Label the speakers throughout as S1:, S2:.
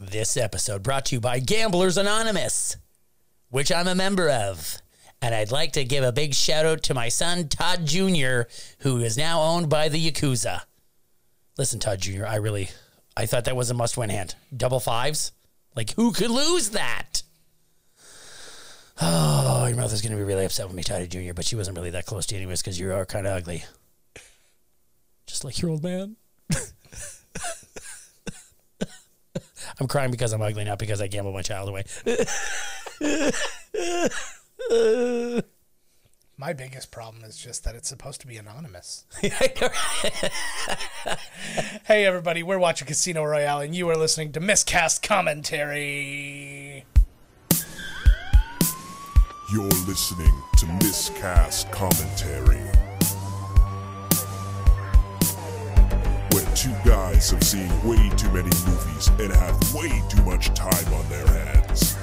S1: This episode brought to you by Gamblers Anonymous, which I'm a member of. And I'd like to give a big shout out to my son, Todd Jr., who is now owned by the Yakuza. Listen, Todd Jr., I really, I thought that was a must win hand. Double fives? Like, who could lose that? Oh, your mother's going to be really upset with me, Todd Jr., but she wasn't really that close to you anyways because you are kind of ugly. Just like your old man. I'm crying because I'm ugly, not because I gambled my child away.
S2: My biggest problem is just that it's supposed to be anonymous. hey, everybody, we're watching Casino Royale, and you are listening to Miscast Commentary.
S3: You're listening to Miscast Commentary. Where two guys have seen way too many movies and have way too much time on their hands.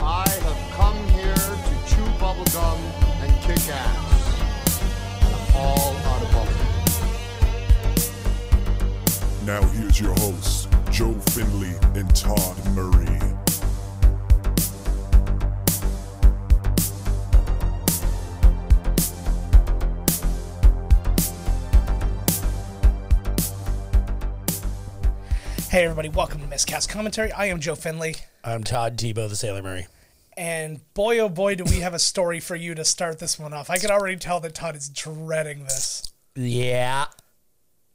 S4: I have come here to chew bubblegum and kick ass. And I'm all out of bubblegum.
S3: Now here's your hosts, Joe Finley and Todd Murray.
S2: Hey, everybody, welcome to Miscast Commentary. I am Joe Finley,
S1: I'm Todd Tebow, the Sailor Murray.
S2: and boy, oh boy, do we have a story for you to start this one off. I can already tell that Todd is dreading this.
S1: Yeah.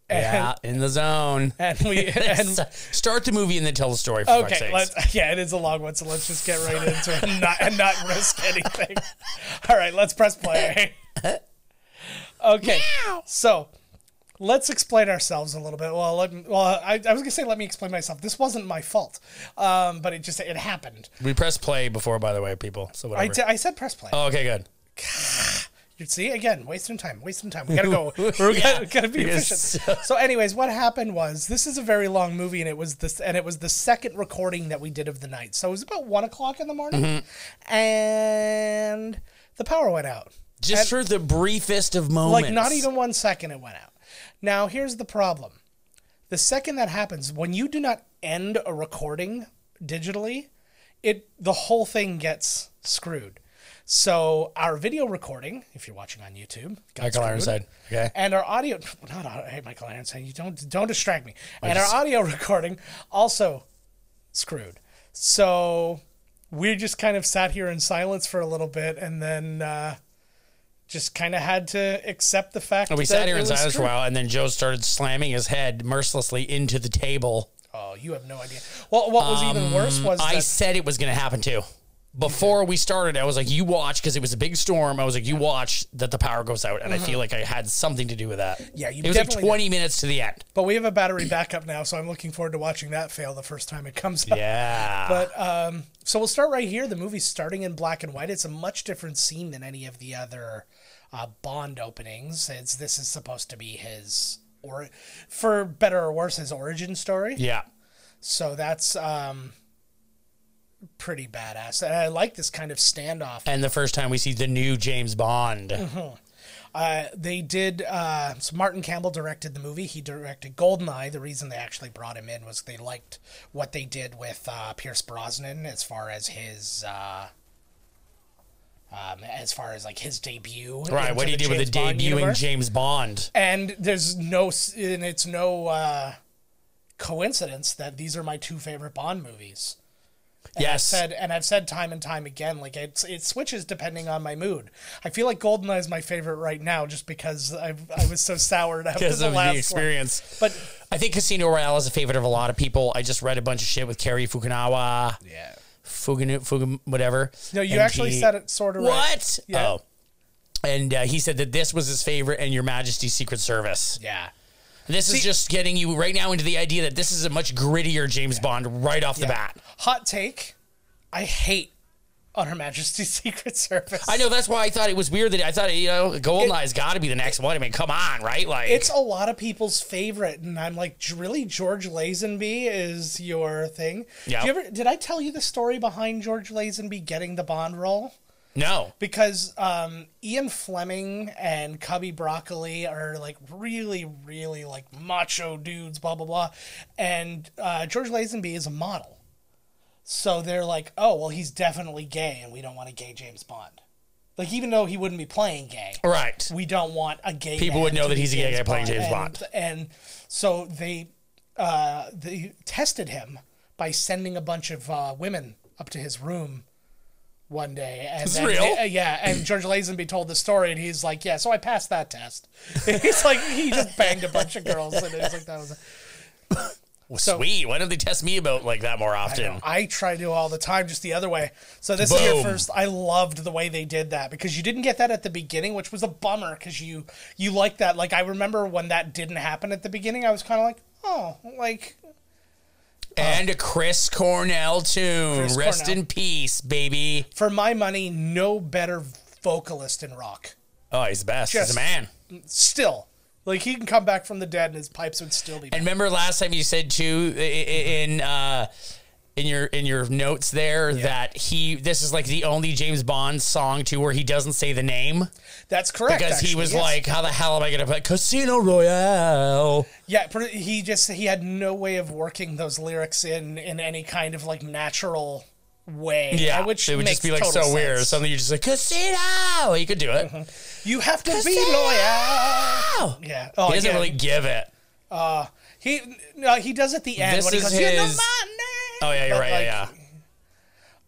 S1: Yeah, in the zone.
S2: And we, and,
S1: Start the movie and then tell the story. For fuck's
S2: okay,
S1: sakes.
S2: let's, yeah, it is a long one, so let's just get right into it and not, and not risk anything. All right, let's press play. Okay, so let's explain ourselves a little bit. Well, let, me- well, I, I was gonna say let me explain myself. This wasn't my fault, um, but it just it happened.
S1: We pressed play before, by the way, people. So whatever.
S2: I di- I said press play.
S1: oh, okay, good.
S2: You see, again, wasting time, wasting time. We gotta go. We're
S1: Yeah.
S2: gotta, gotta be
S1: It is
S2: efficient.
S1: so-
S2: So-, anyways, what happened was this is a very long movie, and it was this, and it was the second recording that we did of the night. So it was about one o'clock in the morning, and the power went out.
S1: Just for the briefest of moments.
S2: Like not even one second it went out. Now here's the problem. The second that happens, when you do not end a recording digitally, it the whole thing gets screwed. So our video recording, if you're watching on YouTube, got
S1: Michael
S2: screwed.
S1: Ironside. Okay.
S2: And our audio, not au- hey Michael Ironside, you don't don't distract me. And our audio recording also screwed. So we just kind of sat here in silence for a little bit, and then uh, just kind of had to accept the fact.
S1: we
S2: that
S1: sat here
S2: it
S1: in
S2: was
S1: silence for a
S2: screwed.
S1: while, and then Joe started slamming his head mercilessly into the table.
S2: Oh, you have no idea. Well, what was even worse was
S1: Um, I
S2: that
S1: said it was going to happen too. Before we started, I was like, "You watch," because it was a big storm. I was like, "You watch that the power goes out," and I feel like I had something to do with that.
S2: Mm-hmm. Yeah, you
S1: it was like
S2: definitely
S1: twenty minutes to the end.
S2: But we have a battery backup now, so I'm looking forward to watching that fail the first time it comes up.
S1: Yeah,
S2: But um, so we'll start right here. The movie's starting in black and white. It's a much different scene than any of the other uh, Bond openings. It's this is supposed to be his or for better or worse his origin story.
S1: yeah,
S2: So that's um, pretty badass. And I like this kind of standoff.
S1: and the first time we see the new James Bond,
S2: Mm-hmm. Uh, they did. Uh, so Martin Campbell directed the movie. He directed Goldeneye. The reason they actually brought him in was they liked what they did with uh, Pierce Brosnan as far as his. Uh, um, as far as like his debut,
S1: right? What
S2: into
S1: do you do with the
S2: James Bond
S1: debut in
S2: universe.
S1: James Bond?
S2: And there's no, s- and it's no uh, coincidence that these are my two favorite Bond movies
S1: yes,
S2: said and I've said time and time again, like it's it switches depending on my mood. I feel like Goldeneye is my favorite right now just because I I was so soured after
S1: because
S2: the
S1: of
S2: last
S1: the experience.
S2: one. But
S1: I think Casino Royale is a favorite of a lot of people. I just read a bunch of shit with Kerry Fukunawa,
S2: yeah.
S1: Fugunu, Fugum, whatever.
S2: No, you
S1: And
S2: actually
S1: he-
S2: said it sort of right.
S1: What?
S2: Yeah.
S1: Oh. And uh, he said that this was his favorite and Your Majesty's Secret Service.
S2: Yeah.
S1: This is just getting you right now into the idea that this is a much grittier James Bond right off the bat.
S2: Hot take. I hate on Her Majesty's Secret Service.
S1: I know that's why I thought it was weird that I thought you know Goldeneye's got to be the next one. I mean, come on, right? Like
S2: It's a lot of people's favorite, and I'm like, "J- really, George Lazenby is your thing.
S1: Yeah.
S2: Do you ever, did I tell you the story behind George Lazenby getting the Bond role?
S1: No.
S2: because um, Ian Fleming and Cubby Broccoli are like really, really like macho dudes, blah blah blah, and uh, George Lazenby is a model, so they're like, oh well, he's definitely gay, and we don't want a gay James Bond. Like even though he wouldn't be playing gay,
S1: Right.
S2: we don't want a gay.
S1: People
S2: man
S1: would know
S2: to
S1: that
S2: be
S1: he's a gay guy playing James Bond.
S2: and, and so they uh, they tested him by sending a bunch of uh, women up to his room one day. And
S1: Is
S2: then-
S1: real?
S2: uh, yeah, and George Lazenby told the story, and he's like, "Yeah, so I passed that test." he's like, he just banged a bunch of girls, and it was like that was.
S1: Well,
S2: So-
S1: Sweet. Why don't they test me about like that more often?
S2: I try to do all the time, just the other way. So this is
S1: Boom.
S2: your first. I loved the way they did that because you didn't get that at the beginning, which was a bummer because you you like that. Like I remember when that didn't happen at the beginning, I was kind of like, oh, like
S1: And a Chris Cornell tune.
S2: Uh. Chris
S1: Rest
S2: Cornell.
S1: in peace, baby.
S2: for my money, no better vocalist in rock.
S1: Oh, he's the best. he's
S2: Just-
S1: a man.
S2: Still, like he can come back from the dead and his pipes would still be.
S1: And remember last time you said too i- i- in uh, in your in your notes there that he this is like the only James Bond song too where he doesn't say the name
S2: That's correct.
S1: because he
S2: actually,
S1: was
S2: yes.
S1: like, how the hell am I gonna play Casino Royale?
S2: yeah, pr- he just he had no way of working those lyrics in in any kind of like natural way.
S1: Yeah,
S2: which
S1: it would
S2: makes
S1: just be like so
S2: total
S1: weird.
S2: sense.
S1: Something you're just like Casino. You could do it.
S2: You have to be
S1: Casino!
S2: loyal. Yeah. Oh,
S1: he doesn't
S2: yeah.
S1: really give it.
S2: He no, he does at the end
S1: This
S2: when he
S1: is
S2: goes, "You know
S1: his-
S2: my name."
S1: Oh yeah, you're
S2: But,
S1: right.
S2: like,
S1: yeah, yeah.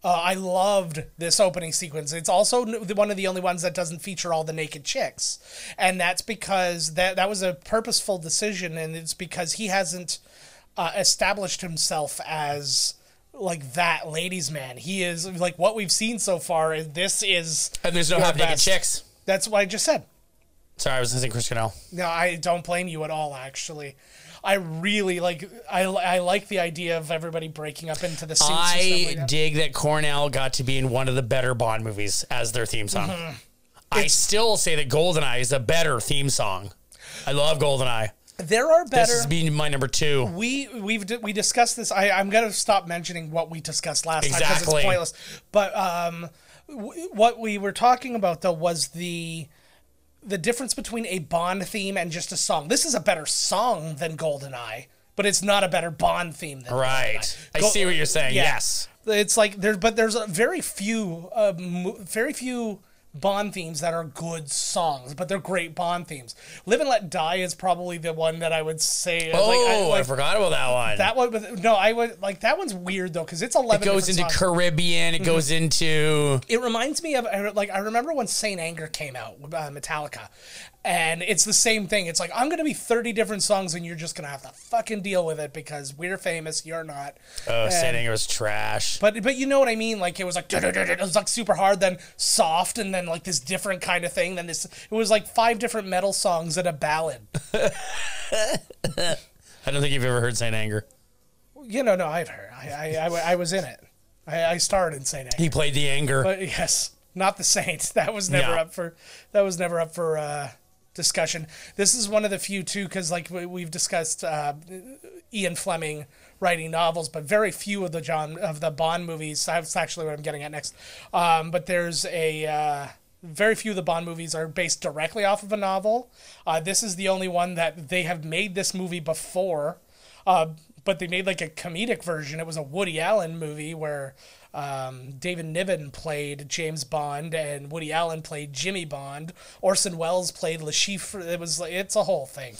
S2: Uh, I loved this opening sequence. It's also n- the- one of the only ones that doesn't feature all the naked chicks, and that's because that that was a purposeful decision, and it's because he hasn't uh, established himself as like that ladies' man. He is like what we've seen so far. is This is
S1: And there's no
S2: your
S1: half naked
S2: best.
S1: chicks.
S2: That's what I just said.
S1: Sorry, I was listening to Chris Cornell.
S2: No, I don't blame you at all. Actually, I really like. I, I like the idea of everybody breaking up into the suits. and
S1: I
S2: stuff like that.
S1: dig that Cornell got to be in one of the better Bond movies as their theme song.
S2: Mm-hmm.
S1: I still say that Goldeneye is a better theme song. I love Goldeneye.
S2: There are
S1: This
S2: better.
S1: is being my number two.
S2: we we've di- we discussed this. I I'm gonna stop mentioning what we discussed last time because
S1: Exactly.
S2: it's pointless. But um, w- what we were talking about though was the the difference between a Bond theme and just a song. This is a better song than Goldeneye, but it's not a better Bond theme than
S1: Right. I
S2: Go-
S1: see what you're saying.
S2: Yeah.
S1: Yes.
S2: It's like there's, but there's a very few, uh, mo- very few Bond themes that are good songs, but they're great Bond themes. "Live and Let Die" is probably the one that I would say. uh, like, I-
S1: Oh, I,
S2: like,
S1: forgot about that one.
S2: that one. But no, I would like that one's weird though because it's
S1: it
S2: eleven.
S1: goes into
S2: different Mm-hmm. songs.
S1: Caribbean. It goes into
S2: It reminds me of I re- like I remember when Saint Anger came out, uh, Metallica, and it's the same thing. It's like I'm gonna be thirty different songs, and you're just gonna have to fucking deal with it because we're famous, you're not.
S1: oh, San Diego was trash.
S2: But but you know what I mean? Like it was like "Duh, duh, duh, duh," it was like super hard, then soft, and then like this different kind of thing. Then this it was like five different metal songs and a ballad.
S1: I don't think you've ever heard Saint Anger.
S2: You know, no, I've heard. I I, I, wa- I was in it. I, I starred in Saint Anger.
S1: He played the anger.
S2: But yes, not the Saints. That was never
S1: Yeah.
S2: up for that was never up for uh, discussion. This is one of the few too, because like we, we've discussed uh, Ian Fleming writing novels, but very few of the John of the Bond movies. That's actually what I'm getting at next. Um, but there's a uh, very few of the Bond movies are based directly off of a novel. Uh, this is the only one that they have made this movie before. Uh, but they made like a comedic version. It was a Woody Allen movie where um, David Niven played James Bond and Woody Allen played Jimmy Bond. Orson Welles played Le Chiffre. It was like, it's a whole thing.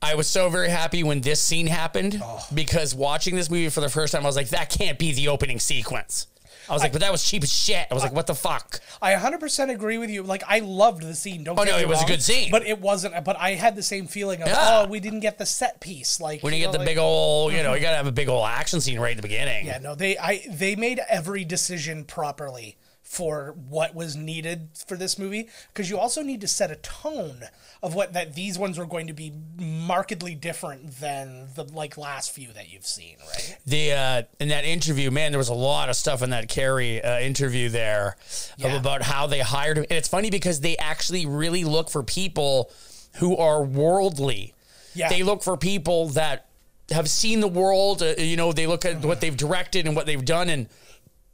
S1: I was so very happy when this scene happened
S2: Oh.
S1: because watching this movie for the first time, I was like, that can't be the opening sequence. I was like, but that was cheap as shit. I was like, what the fuck?
S2: I 100% agree with you. Like I loved the scene. Don't
S1: Oh,
S2: get
S1: no,
S2: me
S1: it was a
S2: wrong,
S1: good scene.
S2: But it wasn't. But I had the same feeling of
S1: Yeah.
S2: oh, we didn't get the set piece. Like
S1: When you
S2: know,
S1: get the
S2: like-
S1: big old, you know, you gotta have a big old action scene right at the beginning.
S2: Yeah, no, they I they made every decision properly for what was needed for this movie because you also need to set a tone of what that these ones were going to be markedly different than the like last few that you've seen, right?
S1: The uh, in that interview, man, there was a lot of stuff in that Carrie uh, interview there
S2: Yeah.
S1: about how they hired him. And it's funny because they actually really look for people who are worldly.
S2: Yeah.
S1: They look for people that have seen the world. Uh, you know, they look at what they've directed and what they've done, and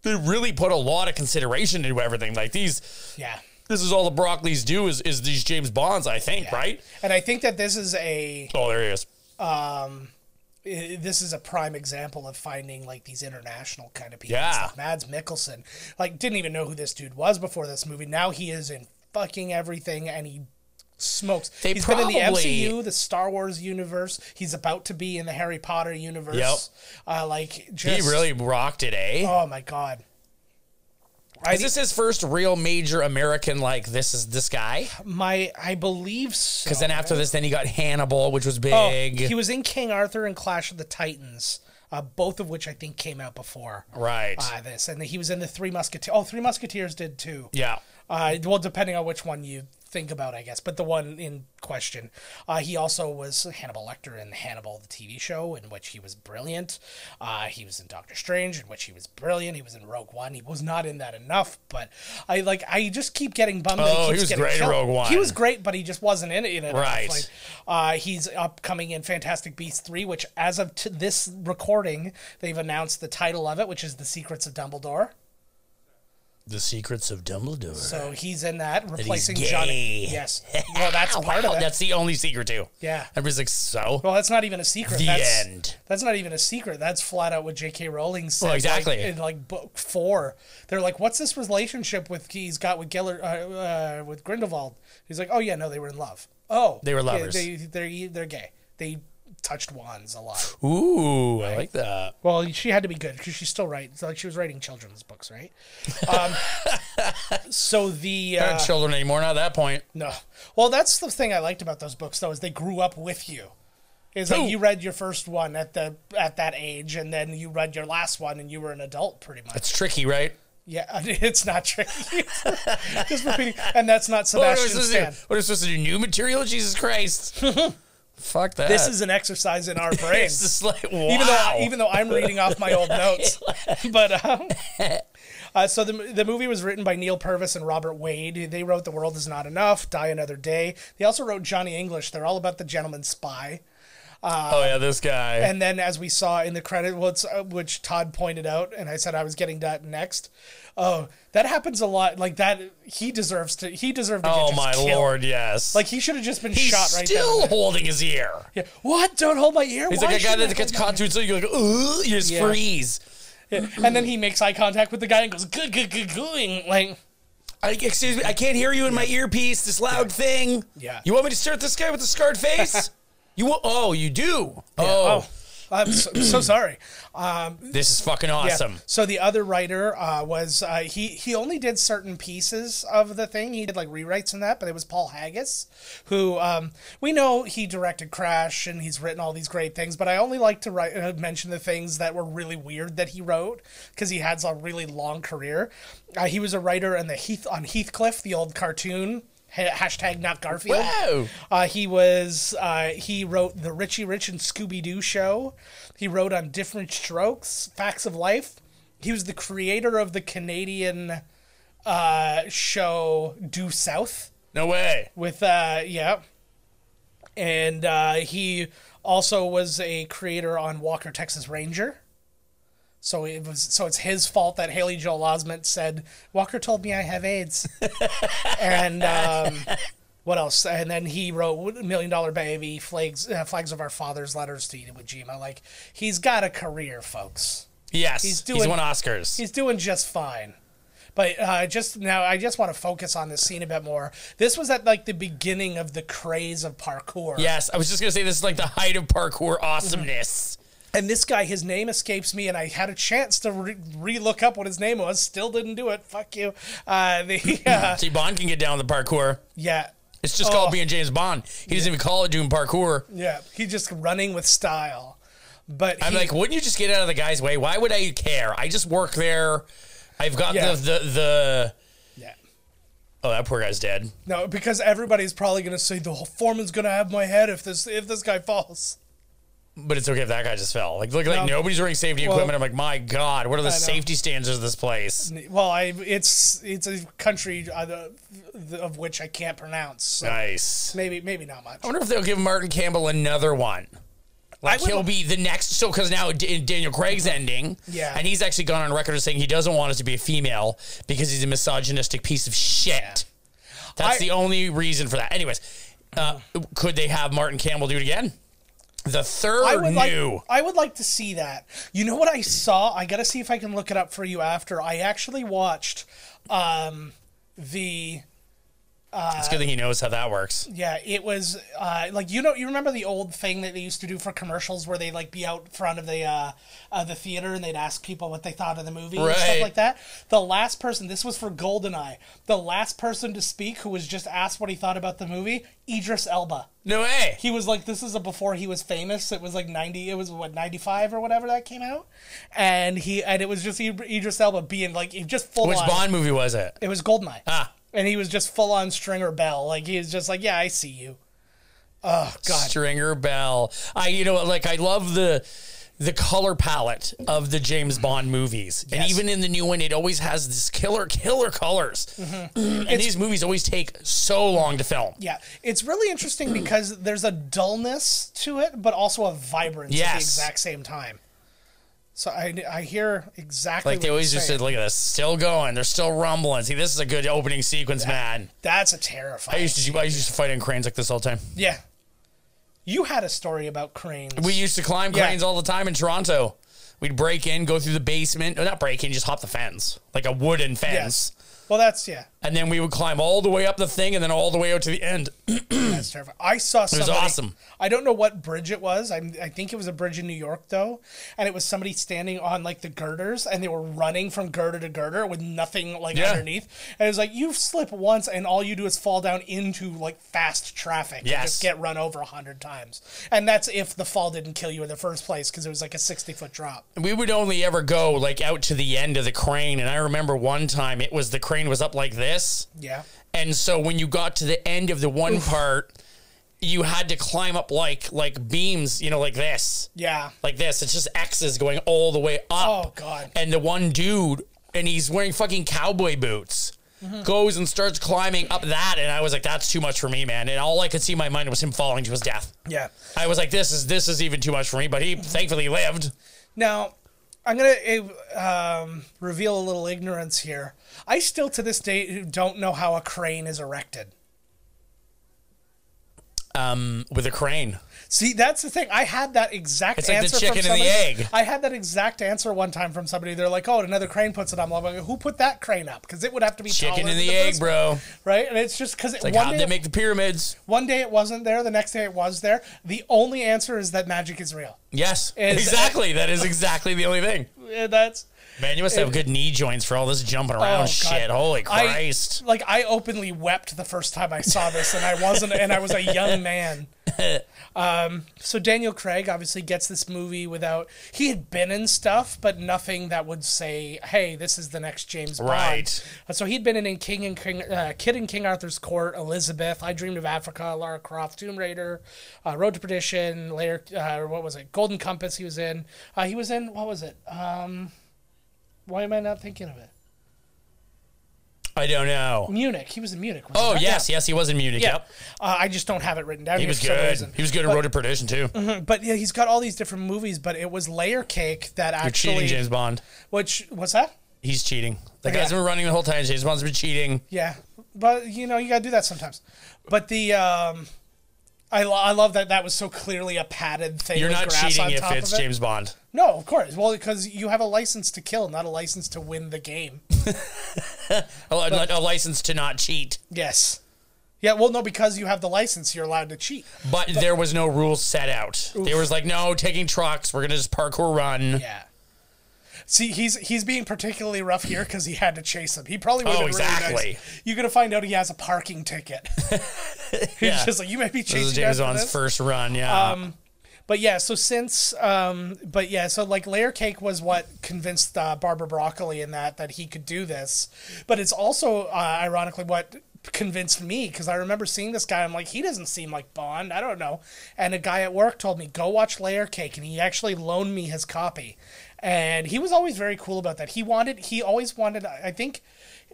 S1: they really put a lot of consideration into everything. Like these,
S2: Yeah.
S1: this is all the Broccoli's do is is these James Bonds, I think, right?
S2: And I think that this is a
S1: Oh, there he is.
S2: Um, i- this is a prime example of finding like these international kind of people.
S1: Yeah.
S2: It's like Mads Mikkelsen, like didn't even know who this dude was before this movie. Now he is in fucking everything, and he smokes.
S5: They
S2: He's been in the
S5: probably-
S2: MCU, the Star Wars universe. He's about to be in the Harry Potter universe.
S1: Yep.
S2: Uh, like
S1: He
S2: just
S1: really rocked it, eh?
S2: Oh my god. I
S1: is this his first real major American? Like this is this guy?
S2: my I believe so.
S1: Because then after this, then he got Hannibal, which was
S2: Oh,
S1: big,
S2: he was in King Arthur and Clash of the Titans, uh, both of which I think came out before.
S1: right?
S2: uh, this, and he was in the Three Musketeers. Oh, Three Musketeers did too.
S1: yeah,
S2: Uh, well, depending on which one you think about, I guess. But the one in question, uh, he also was Hannibal Lecter in Hannibal, the TV show, in which he was brilliant. Uh, he was in Doctor Strange, in which he was brilliant. He was in Rogue One. He was not in that enough, but I like. I just keep getting bummed. that
S1: Oh, he
S2: keeps
S1: was
S2: getting
S1: great in
S2: killed.
S1: Rogue One.
S2: He was great, but he just wasn't in it. enough.
S1: Right.
S2: Like, uh, he's upcoming in Fantastic Beasts 3, which, as of t- this recording, they've announced the title of it, which is The Secrets of Dumbledore.
S5: The secrets of Dumbledore.
S2: So he's in that, replacing
S5: gay.
S2: Johnny. Yes. Well, that's part
S1: Oh,
S2: of it.
S1: that's the only secret too.
S2: yeah.
S1: Everybody's like, so
S2: Well, that's not even a secret.
S1: the
S2: that's,
S1: end.
S2: That's not even a secret. That's flat out what J.K. Rowling said.
S1: Well, exactly.
S2: Like, in like book four, they're like, "What's this relationship with he's got with Geller uh, uh, with Grindelwald?" He's like, "Oh yeah, no, they were in love. Oh,
S1: They were
S2: yeah,
S1: lovers.
S2: they, they're e, they're gay. They touched wands a lot.
S1: Ooh, I like that.
S2: Well, she had to be good because she's still writing. Like she was writing children's books, right? Um, so the uh,
S1: Not children anymore. Not at that point.
S2: No. Well, that's the thing I liked about those books, though, is they grew up with you. Is
S1: Who?
S2: like you read your first one at the at that age, and then you read your last one, and you were an adult, pretty much.
S1: It's tricky, right?
S2: yeah, I mean, it's not tricky. Just repeating, and that's not
S1: What are, we
S2: Sebastian's
S1: supposed to
S2: fan.
S1: do? what are we supposed to do? New material? Jesus Christ! Fuck that.
S2: This is an exercise in our
S1: It's
S2: brains.
S1: just like Uh, wow.
S2: even though even though I'm reading off my old notes. But um, uh, so the the movie was written by Neil Purvis and Robert Wade. They wrote "The World Is Not Enough," "Die Another Day." They also wrote Johnny English. They're all about the gentleman spy.
S1: oh yeah, this guy.
S2: And then, as we saw in the credit, which, which Todd pointed out, and I said I was getting that next. Oh, that happens a lot. Like that, he deserves to. He deserved. To
S1: oh
S2: get just
S1: my
S2: killed.
S1: lord, yes.
S2: Like he should have just been
S1: he's
S2: shot right
S1: still
S2: then and there.
S1: holding his ear.
S2: What? Don't hold my ear.
S1: He's
S2: Why
S1: like a guy
S2: should I
S1: that gets
S2: hold my
S1: caught to it, so you like, Ugh, you just
S2: Yeah.
S1: freeze.
S2: ear? And then he makes eye contact with the guy and goes good, good, good, going. Like
S1: I, excuse me, I can't hear you in my earpiece. This loud thing.
S2: Yeah.
S1: You want me to stare at this guy with the scarred face? you want? Oh, you do. Oh,
S2: oh, I'm so, so sorry. Um,
S1: this is fucking
S2: Yeah.
S1: awesome.
S2: So the other writer uh, was uh, he. He only did certain pieces of the thing. He did like rewrites and that, but it was Paul Haggis, who um, we know he directed Crash and he's written all these great things. But I only like to write uh, mention the things that were really weird that he wrote because he has a really long career. Uh, he was a writer on the Heath on Heathcliff, the old cartoon. ha- Hashtag not Garfield.
S1: Whoa.
S2: Uh, he was uh, he wrote the Richie Rich and Scooby Doo show. He wrote on Different Strokes, Facts of Life. He was the creator of the Canadian uh, show Due South
S1: No way.
S2: with uh, yeah, and uh, he also was a creator on Walker Texas Ranger. So it was so it's his fault that Haley Joel Osment said Walker told me I have AIDS, and um, what else? And then he wrote Million Dollar Baby, Flags, uh, Flags of Our Fathers, Letters to Iwo Jima. Like he's got a career, folks.
S1: Yes,
S2: He's
S1: he's,
S2: doing-
S1: won Oscars.
S2: He's doing just fine. But uh, just now, I just want to focus on this scene a bit more. This was at like the beginning of the craze of parkour.
S1: yes, I was just gonna say this is like the height of parkour awesomeness.
S2: And this guy, his name escapes me, and I had a chance to re- re-look up what his name was. Still didn't do it. Fuck you. Uh, the uh,
S1: See, Bond can get down with the parkour.
S2: yeah,
S1: It's just
S2: Oh.
S1: called being James Bond. He doesn't even call it doing parkour.
S2: yeah. He just running with style. But
S1: I'm
S2: he-
S1: like, wouldn't you just get out of the guy's way? Why would I care? I just work there. I've got
S2: Yeah.
S1: the, the the
S2: yeah.
S1: oh that poor guy's dead.
S2: No, because everybody's probably gonna say the whole foreman's gonna have my head if this if this guy falls.
S1: But it's okay if that guy just fell. Like look, like
S2: No.
S1: nobody's wearing safety
S2: Well-
S1: equipment. I'm like, my god, what are the
S2: know.
S1: safety standards of this place?
S2: Well, I it's it's a country uh, the- the- of which I can't pronounce. So
S1: Nice. I
S2: Maybe maybe not much.
S1: wonder if they'll give Martin Campbell another one. Like
S2: I would-
S1: he'll be the next. So because now D- Daniel Craig's ending,
S2: Yeah.
S1: and he's actually gone on record as saying he doesn't want it to be a female because he's a misogynistic piece of shit. That's
S2: I-
S1: the only reason for that. Anyways, uh, could they have Martin Campbell do it again? The third
S2: I would like.
S1: new.
S2: I would like to see that. You know what I saw? I gotta see if I can look it up for you after. I actually watched um, the
S1: it's a good thing he knows how that works.
S2: yeah. It was uh, like you know you remember the old thing that they used to do for commercials where they like be out front of the uh, uh, the theater and they'd ask people what they thought of the movie and stuff
S1: Right.
S2: like that. The last person this was for Goldeneye. The last person to speak who was just asked what he thought about the movie, Idris Elba.
S1: No way.
S2: he was like this is a before he was famous it was like 90 it was what 95 or whatever that came out and he and it was just Id- idris elba being like he just full
S1: Which
S2: on
S1: Bond movie was it?
S2: it was goldeneye
S1: Ah.
S2: and he was just full on stringer bell like he was just like yeah i see you
S1: Stringer Bell. I you know like I love the the color palette of the James Bond movies. And
S2: Yes.
S1: even in the new one it always has this killer killer colors. and these movies always take so long to film.
S2: Mm-hmm. yeah it's really interesting because there's a dullness to it but also a vibrance at the
S1: Yes.
S2: exact same time so i, I hear exactly
S1: Like
S2: what
S1: they
S2: you're
S1: always just
S2: saying.
S1: said, look at this, still going. They're still rumbling. See, this is a good opening sequence, man.
S2: that's a
S1: I
S2: terrifying
S1: used to I used to fight in cranes like this all the time.
S2: yeah you had a story about cranes
S1: We used to climb
S2: Yeah.
S1: cranes all the time in Toronto. We'd break in, go through the basement, or not break in, just hop the fence, like a wooden fence.
S2: yes well that's yeah
S1: And then we would climb all the way up the thing and then all the way out to the end.
S2: That's terrifying. I saw somebody.
S1: awesome.
S2: I don't know what bridge it was. I, I think it was a bridge in New York though, and it was somebody standing on like the girders, and they were running from girder to girder with nothing like
S1: Yeah.
S2: underneath. And it was like you slip once, and all you do is fall down into like fast traffic. and
S1: Yes.
S2: just get run over a hundred times, and that's if the fall didn't kill you in the first place because it was like a sixty foot drop.
S1: we would only ever go like out to the end of the crane and i remember one time it was the crane was up like this
S2: Yeah.
S1: and so when you got to the end of the one part you had to climb up like like beams you know like this
S2: Yeah.
S1: like this it's just x's going all the way up
S2: Oh God.
S1: and the one dude and he's wearing fucking cowboy boots goes and starts climbing up that and i was like that's too much for me man and all i could see in my mind was him falling to his death
S2: Yeah.
S1: i was like this is this is even too much for me but he thankfully lived
S2: Now, I'm gonna uh, um, reveal a little ignorance here. I still, to this day, don't know how a crane is erected.
S1: with a crane
S2: See, that's the thing. I had that exact
S1: It's like the
S2: answer
S1: chicken
S2: from
S1: and the
S2: somebody.
S1: egg.
S2: I had that exact answer one time from somebody. They're like, "Oh, another crane puts it on." I'm like, "Who put that crane up?" Because it would have to be
S1: Chicken
S2: taller
S1: and
S2: than
S1: the egg,
S2: first one,
S1: bro.
S2: Right? And it's just because
S1: Like
S2: one
S1: how
S2: day
S1: they make the pyramids.
S2: one day it wasn't there, the next day it was there. The only answer is that magic is real.
S1: Yes,
S2: Is-
S1: exactly. that is exactly the only thing.
S2: Yeah, that's
S1: Man, you must have good knee joints for all this jumping around
S2: Oh, God.
S1: shit. Holy
S2: I-
S1: Christ!
S2: like I openly wept the first time I saw this, and I wasn't, and I was a young man. Um, so Daniel Craig obviously gets this movie without he had been in stuff, but nothing that would say, "Hey, this is the next James Bond."
S1: Right.
S2: And So he'd been in, in King and King, uh, Kid in King Arthur's Court, Elizabeth, I Dreamed of Africa, Lara Croft, Tomb Raider, uh, Road to Perdition, later uh, what was it? Golden Compass. He was in. Uh, he was in what was it? Um, why am I not thinking of it?
S1: I don't know.
S2: Munich. He was in Munich. was
S1: Oh
S2: he not?
S1: yes,
S2: Yeah.
S1: yes, he was in Munich.
S2: Yeah.
S1: Yep,
S2: Uh, I just don't have it written down.
S1: he
S2: here
S1: was
S2: for some
S1: good.
S2: reason. Mhm.
S1: He was good in Road to Perdition too.
S2: But yeah, he's got all these different movies. But it was Layer Cake that
S1: You're cheating,
S2: actually,
S1: James Bond.
S2: which what's that?
S1: He's cheating. The guy's
S2: Yeah.
S1: been running the whole time. James Bond's been cheating.
S2: Yeah, but you know you gotta do that sometimes. But the um, I, lo- I love that that was so clearly a padded thing.
S1: You're
S2: with
S1: not
S2: grass
S1: cheating
S2: on
S1: if
S2: top
S1: it's
S2: of it.
S1: James Bond.
S2: No, of course. Well, because you have a license to kill, not a license to win the game.
S1: A, li- a license to not cheat.
S2: yes. Yeah. Well, no, because you have the license, you're allowed to cheat.
S1: But, there was no rule set out. There was like no taking trucks. We're gonna just parkour run.
S2: Yeah. See, he's he's being particularly rough here because he had to chase him. He probably would have
S1: Oh,
S2: been really
S1: exactly.
S2: nice. You're gonna find out he has a parking ticket. he's just like you might be
S1: This is
S2: chasing
S1: James
S2: after
S1: Bond's
S2: this." Um,
S1: first run. Yeah.
S2: But yeah, so since um, but yeah, so like layer cake was what convinced uh, Barbara Broccoli in that that he could do this, but it's also uh, ironically what convinced me because I remember seeing this guy. I'm like, he doesn't seem like Bond. I don't know. And a guy at work told me go watch Layer Cake, and he actually loaned me his copy. And he was always very cool about that. He wanted, he always wanted. I think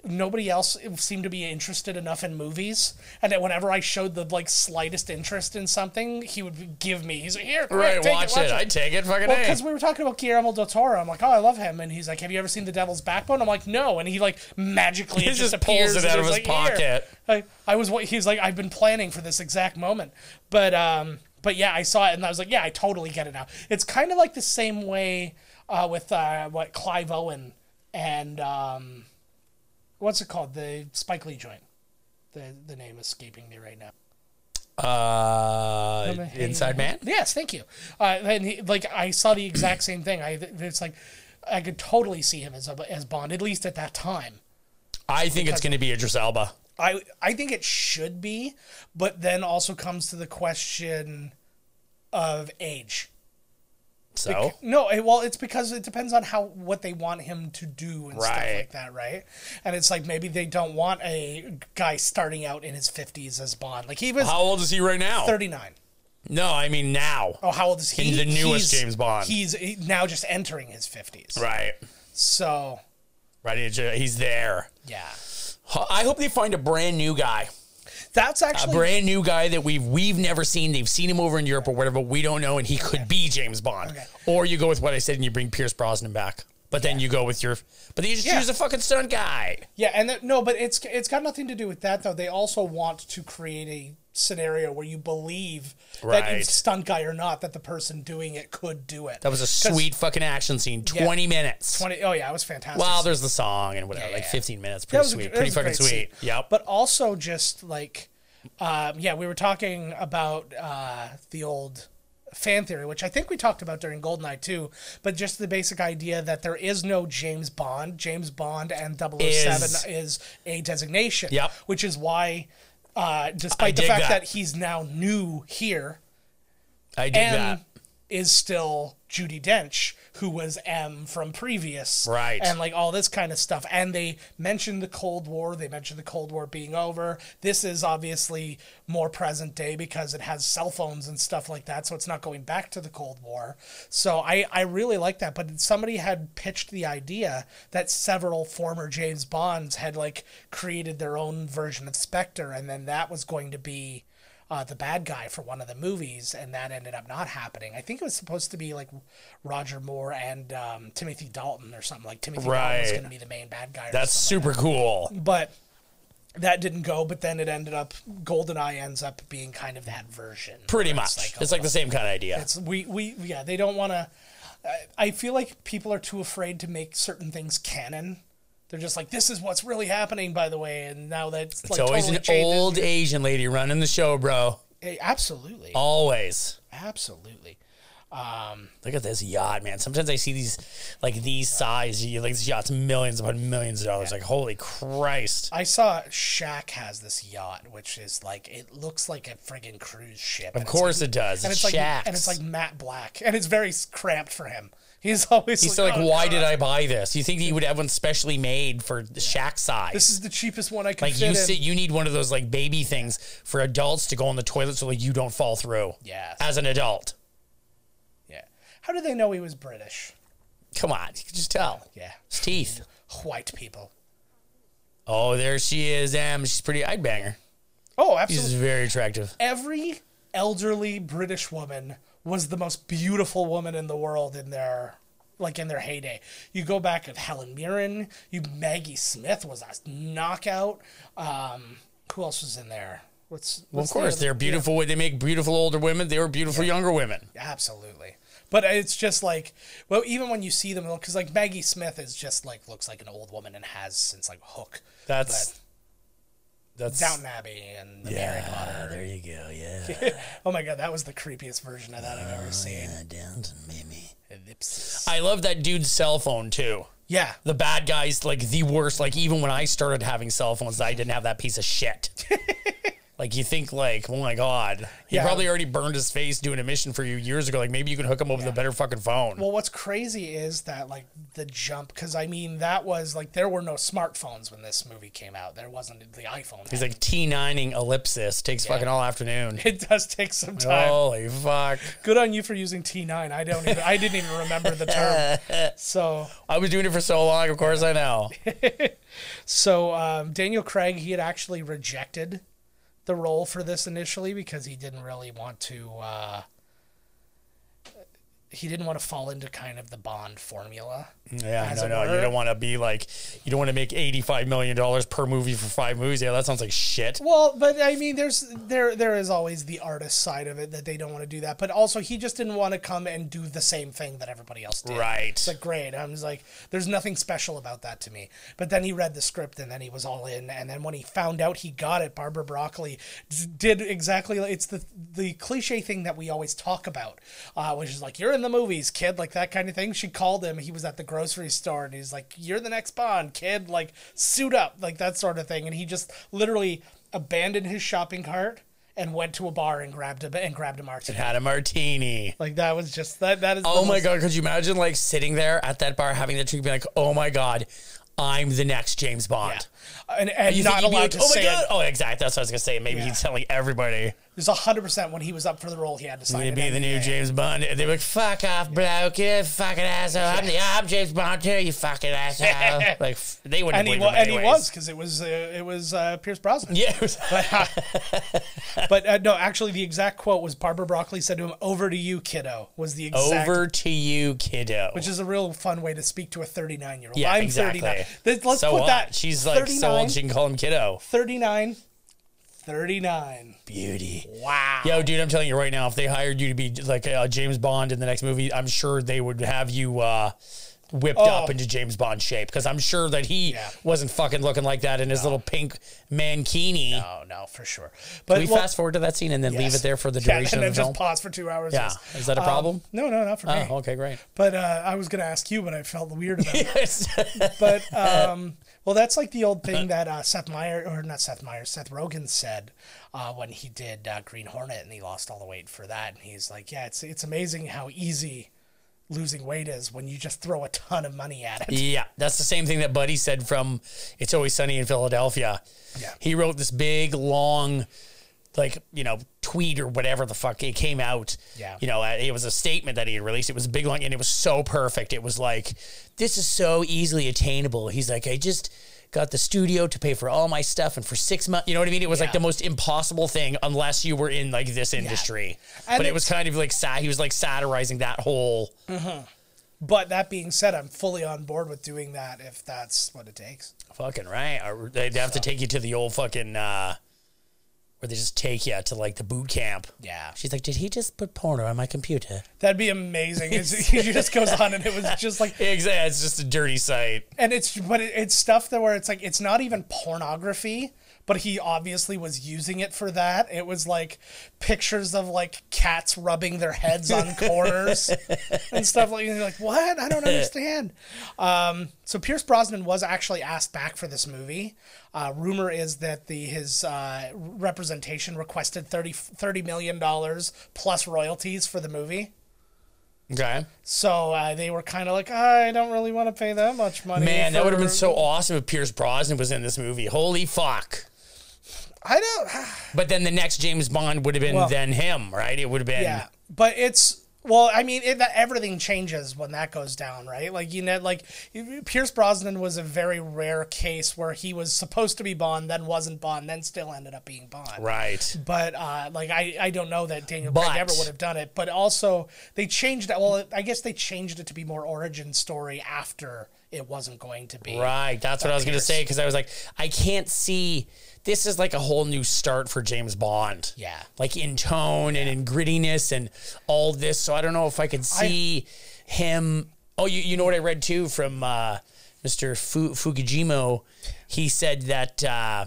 S2: nobody else seemed to be interested enough in movies, and that whenever I showed the like slightest interest in something, he would give me. He's like, here, quick,
S1: Right,
S2: take
S1: watch,
S2: it, watch
S1: it.
S2: it.
S1: I take it. Fucking
S2: Well,
S1: A.
S2: because we were talking about Guillermo del Toro, I'm like, oh, I love him, and he's like, have you ever seen The Devil's Backbone? I'm like, no, and he like magically
S1: He
S2: it just,
S1: just
S2: appears
S1: pulls it
S2: and
S1: out of
S2: he's
S1: his
S2: like, "Here."
S1: pocket.
S2: I, I was what he's like. I've been planning for this exact moment, but um, but yeah, I saw it and I was like, yeah, I totally get it now. It's kind of like the same way uh, with uh, what Clive Owen and um, what's it called, the Spike Lee joint. The the name is escaping me right now.
S1: Uh, Inside Man.
S2: Yes, thank you. Uh, and he, like I saw the exact same thing. I it's like I could totally see him as a, as Bond at least at that time.
S1: I think it's going to be Idris Elba.
S2: I I think it should be, but then also comes to the question of age.
S1: So
S2: No, eh, well, it's because it depends on how what they want him to do and stuff
S1: Right.
S2: like that, right? And it's like maybe they don't want a guy starting out in his fifties as Bond. Like he was
S1: how old is he right now?
S2: thirty nine.
S1: No, I mean now.
S2: Oh, how old is he?
S1: In the newest
S2: He's-
S1: James Bond.
S2: He's eh, now just entering his fifties.
S1: Right.
S2: So
S1: Right. Idris- He's there.
S2: yeah.
S1: Ho- I hope they find a brand new guy.
S2: That's
S1: A
S2: actually
S1: brand new guy that we've we've never seen. They've seen him over in Europe or whatever. We don't know, and he could be James Bond.
S2: Okay.
S1: Or you go with what I said, and you bring Pierce Brosnan back. But then you go with your. But then you just
S2: Yeah.
S1: choose a fucking stunt guy.
S2: yeah, and that, no, but it's it's got nothing to do with that though. They also want to create a scenario where you believe that
S1: Right.
S2: it's stunt guy or not, that the person doing it could do it.
S1: That was a sweet fucking action scene.
S2: Yeah.
S1: Twenty minutes.
S2: Twenty, oh yeah, it was fantastic.
S1: Well, there's the song and whatever.
S2: Yeah,
S1: like
S2: yeah.
S1: 15 minutes.
S2: That
S1: Pretty
S2: was a-
S1: sweet.
S2: that
S1: Pretty
S2: was a
S1: fucking
S2: great
S1: sweet.
S2: scene.
S1: Yep.
S2: but also just like, um, yeah, we were talking about uh, the old fan theory, which I think we talked about during Goldeneye too. But just the basic idea that there is no James Bond. James Bond and 007
S1: Is-
S2: is, a designation.
S1: Yep.
S2: Which is why, uh, despite the
S1: dig
S2: fact
S1: that.
S2: that. he's now new here
S1: I dig
S2: and
S1: that.
S2: is still Judy Dench, who was M from previous,
S1: Right.
S2: And like all this kind of stuff. And they mentioned the Cold War. They mentioned the Cold War being over. This is obviously more present day because it has cell phones and stuff like that. So it's not going back to the Cold War. So I I really like that. But somebody had pitched the idea that several former James Bonds had like created their own version of Spectre, and then that was going to be uh, the bad guy for one of the movies, and that ended up not happening. I think it was supposed to be like Roger Moore and um, Timothy Dalton or something like Timothy Dalton was
S1: Right.
S2: going to be the main bad guy. or
S1: That's
S2: something
S1: super cool.
S2: like that. But that didn't go. But then it ended up Goldeneye ends up being kind of that version.
S1: Pretty
S2: where
S1: much.
S2: It's like,
S1: it's like the same kind of idea.
S2: it's, we we yeah they don't want to. I feel like people are too afraid to make certain things canon. They're just like, this is what's really happening, by the way. And now that's
S1: It's
S2: like
S1: always
S2: totally
S1: an
S2: changes.
S1: old Asian lady running the show, bro.
S2: Eh, Absolutely,
S1: Always.
S2: absolutely.
S1: Look at this yacht, man. Sometimes I see these, like these size, you- like this yacht's millions upon millions of dollars. Like, holy Christ.
S2: I saw Shaq has this yacht, which is like it looks like a friggin' cruise ship.
S1: Of course it does.
S2: and
S1: It's
S2: it's like
S1: Shaq's.
S2: and it's like matte black, and it's very cramped for him. He's always "Oh,
S1: He's still like, why did I buy this? You think he would have one specially made for the Shaq size?
S2: This is the cheapest one I could
S1: like
S2: fit
S1: you
S2: in.
S1: sit, you need one of those like baby things for adults to go on the toilet so like you don't fall through.
S2: Yes.
S1: As an adult,
S2: yeah. How did they know he was British?
S1: come on, you can just tell.
S2: Yeah,
S1: His teeth.
S2: white people.
S1: Oh, there she is. Em. She's pretty. I'd bang her.
S2: Oh,
S1: She's
S2: absolutely.
S1: very attractive.
S2: Every elderly British woman was the most beautiful woman in the world in their like in their heyday. You go back at Helen Mirren, you Maggie Smith was a knockout. Um, who else was in there? What's,
S1: Well,
S2: what's
S1: of
S2: the
S1: course,
S2: other-
S1: they're beautiful. They make beautiful older women. They were beautiful younger women.
S2: Yeah, absolutely. But it's just like, well, even when you see them, because like Maggie Smith is just like looks like an old woman and has since like Hook,
S1: That's that's
S2: Downton Abbey, and the Mary Potter.
S1: there you go. Yeah,
S2: Oh my god, that was the creepiest version of that
S1: Oh,
S2: I've ever seen.
S1: Downton, maybe.
S2: Ellipsis.
S1: I love that dude's cell phone too.
S2: Yeah,
S1: the bad guys like the worst like even when i started having cell phones i didn't have that piece of shit Like you think like, oh my god, he
S2: Yeah.
S1: probably already burned his face doing a mission for you years ago. Like maybe you can hook him up with a better fucking phone.
S2: Well, what's crazy is that like the jump, because I mean that was like there were no smartphones when this movie came out. There wasn't the iPhone.
S1: He's like T9ing ellipsis takes fucking all afternoon.
S2: it does take some time.
S1: Holy fuck!
S2: Good on you for using T9. I don't even. I didn't even remember the term. So
S1: I was doing it for so long. Of course I know.
S2: so um, Daniel Craig he had actually rejected the role for this initially because he didn't really want to. Uh, he didn't want to fall into kind of the Bond formula.
S1: Yeah,
S2: As
S1: no,
S2: it
S1: no. You
S2: were.
S1: don't want to be like, you don't want to make $85 million per movie for five movies. Yeah, that sounds like shit.
S2: Well, but I mean, there's there there is always the artist side of it that they don't want to do that. But also, he just didn't want to come and do the same thing that everybody else did.
S1: Right.
S2: It's like great. I was like, there's nothing special about that to me. But then he read the script and then he was all in. And then when he found out he got it, Barbara Broccoli d- did exactly. It's the the cliche thing that we always talk about, uh, which is like you're in the movies, kid, like that kind of thing. She called him. He was at the grocery store and he's like, you're the next Bond, kid. Like suit up, like that sort of thing. And he just literally abandoned his shopping cart and went to a bar and grabbed a and grabbed a martini.
S1: Had a martini.
S2: Like that was just that. That is. the
S1: Oh my
S2: most-
S1: God. Could you imagine like sitting there at that bar having that drink being like, oh my God, I'm the next James
S2: Yeah.
S1: Bond?
S2: And, and
S1: You think
S2: not
S1: he'd be
S2: allowed
S1: like,
S2: to
S1: oh
S2: say
S1: my
S2: it.
S1: God. Oh, exactly. That's what I was going to say. Maybe
S2: Yeah.
S1: he's telling everybody
S2: There's a hundred percent when he was up for the role, he had to sign.
S1: to
S2: an
S1: be the
S2: NDA.
S1: new James Bond. And they're like, fuck off, bloke. You fucking asshole. I'm, the, I'm James Bond too, you fucking asshole. like, f- they wouldn't
S2: and he
S1: believe
S2: wa-
S1: him
S2: and he
S1: anyways.
S2: was because it was uh, it was uh, Pierce Brosnan.
S1: Yeah. it was-
S2: But uh, no, actually, the exact quote was Barbara Broccoli said to him, "Over to you, kiddo." Was the exact
S1: Over to you, kiddo.
S2: which is a real fun way to speak to a 39 year old.
S1: Yeah,
S2: I'm
S1: exactly.
S2: 39. Th- Let's
S1: so
S2: put
S1: what?
S2: that.
S1: She's like so old she can call him kiddo.
S2: 39, 39.
S1: Beauty.
S2: Wow.
S1: Yo, dude, I'm telling you right now, if they hired you to be like uh, James Bond in the next movie, I'm sure they would have you uh, whipped up
S2: Oh.
S1: into James Bond shape because I'm sure that he
S2: Yeah.
S1: wasn't fucking looking like that in his little pink mankini.
S2: Oh no, for sure.
S1: Can
S2: But
S1: we
S2: well,
S1: fast forward to that scene and then leave
S2: yes.
S1: it there for the
S2: Yeah,
S1: duration
S2: and
S1: of the
S2: then
S1: film?
S2: just pause for two hours.
S1: Yeah.
S2: yes.
S1: Is that a
S2: Um,
S1: problem?
S2: no, no, not for me.
S1: oh, okay, great.
S2: But uh, I was going to ask you, but I felt weird about it.
S1: Yes.
S2: But um, well, that's like the old thing that uh, Seth Meyer or not Seth Meyer, Seth Rogen said uh, when he did uh, Green Hornet and he lost all the weight for that, and he's like, yeah, it's it's amazing how easy losing weight is when you just throw a ton of money at it.
S1: Yeah, that's the same thing that Buddy said from It's Always Sunny in Philadelphia.
S2: Yeah.
S1: He wrote this big, long, like, you know, tweet or whatever the fuck it came out.
S2: Yeah.
S1: You know, uh, it was a statement that he had released. It was big, long, and it was so perfect. It was like, this is so easily attainable. He's like, I just got the studio to pay for all my stuff and for six months you know what i mean it was like
S2: Yeah.
S1: the most impossible thing unless you were in like this industry
S2: And
S1: but it
S2: it's-
S1: was kind of like sad he was like satirizing that whole
S2: But that being said, I'm fully on board with doing that if that's what it takes.
S1: Fucking right. Or They'd have to take you to the old fucking, uh, where they just take you to like the boot camp.
S2: Yeah.
S1: She's like, did he just put porno on my computer?
S2: That'd be amazing. It's, he just goes on, and it was just like
S1: Exactly. It's just a dirty site.
S2: and it's but it, it's stuff that where it's like it's not even pornography but he obviously was using it for that it was like pictures of like cats rubbing their heads on corners and stuff like you're like what i don't understand um, so pierce brosnan was actually asked back for this movie uh, rumor is that the his uh, representation requested 30, 30 million dollars plus royalties for the movie
S1: Okay.
S2: so uh, they were kind of like i don't really want to pay that much money
S1: Man, that would have been
S2: for-
S1: so awesome if Pierce Brosnan was in this movie. Holy fuck.
S2: I don't.
S1: But then the next James Bond would have been
S2: Well-
S1: then him, right? It would have been.
S2: Yeah, but it's well. I mean, it, that everything changes when that goes down, right? Like you know, like Pierce Brosnan was a very rare case where he was supposed to be Bond, then wasn't Bond, then still ended up being Bond.
S1: Right.
S2: But uh, like I, I don't know that Daniel
S1: But-
S2: Craig ever would have done it. But also they changed it. Well, I guess they changed it to be more origin story after it wasn't going to be.
S1: Right. That's what I was going to say because I was like, I can't see. This is like a whole new start for James Bond.
S2: Yeah.
S1: Like in tone and in grittiness and all this. So I don't know if I could see him. Oh, you, you know what I read too from uh, Mr. Fu- Fukijimo? He said that. Uh,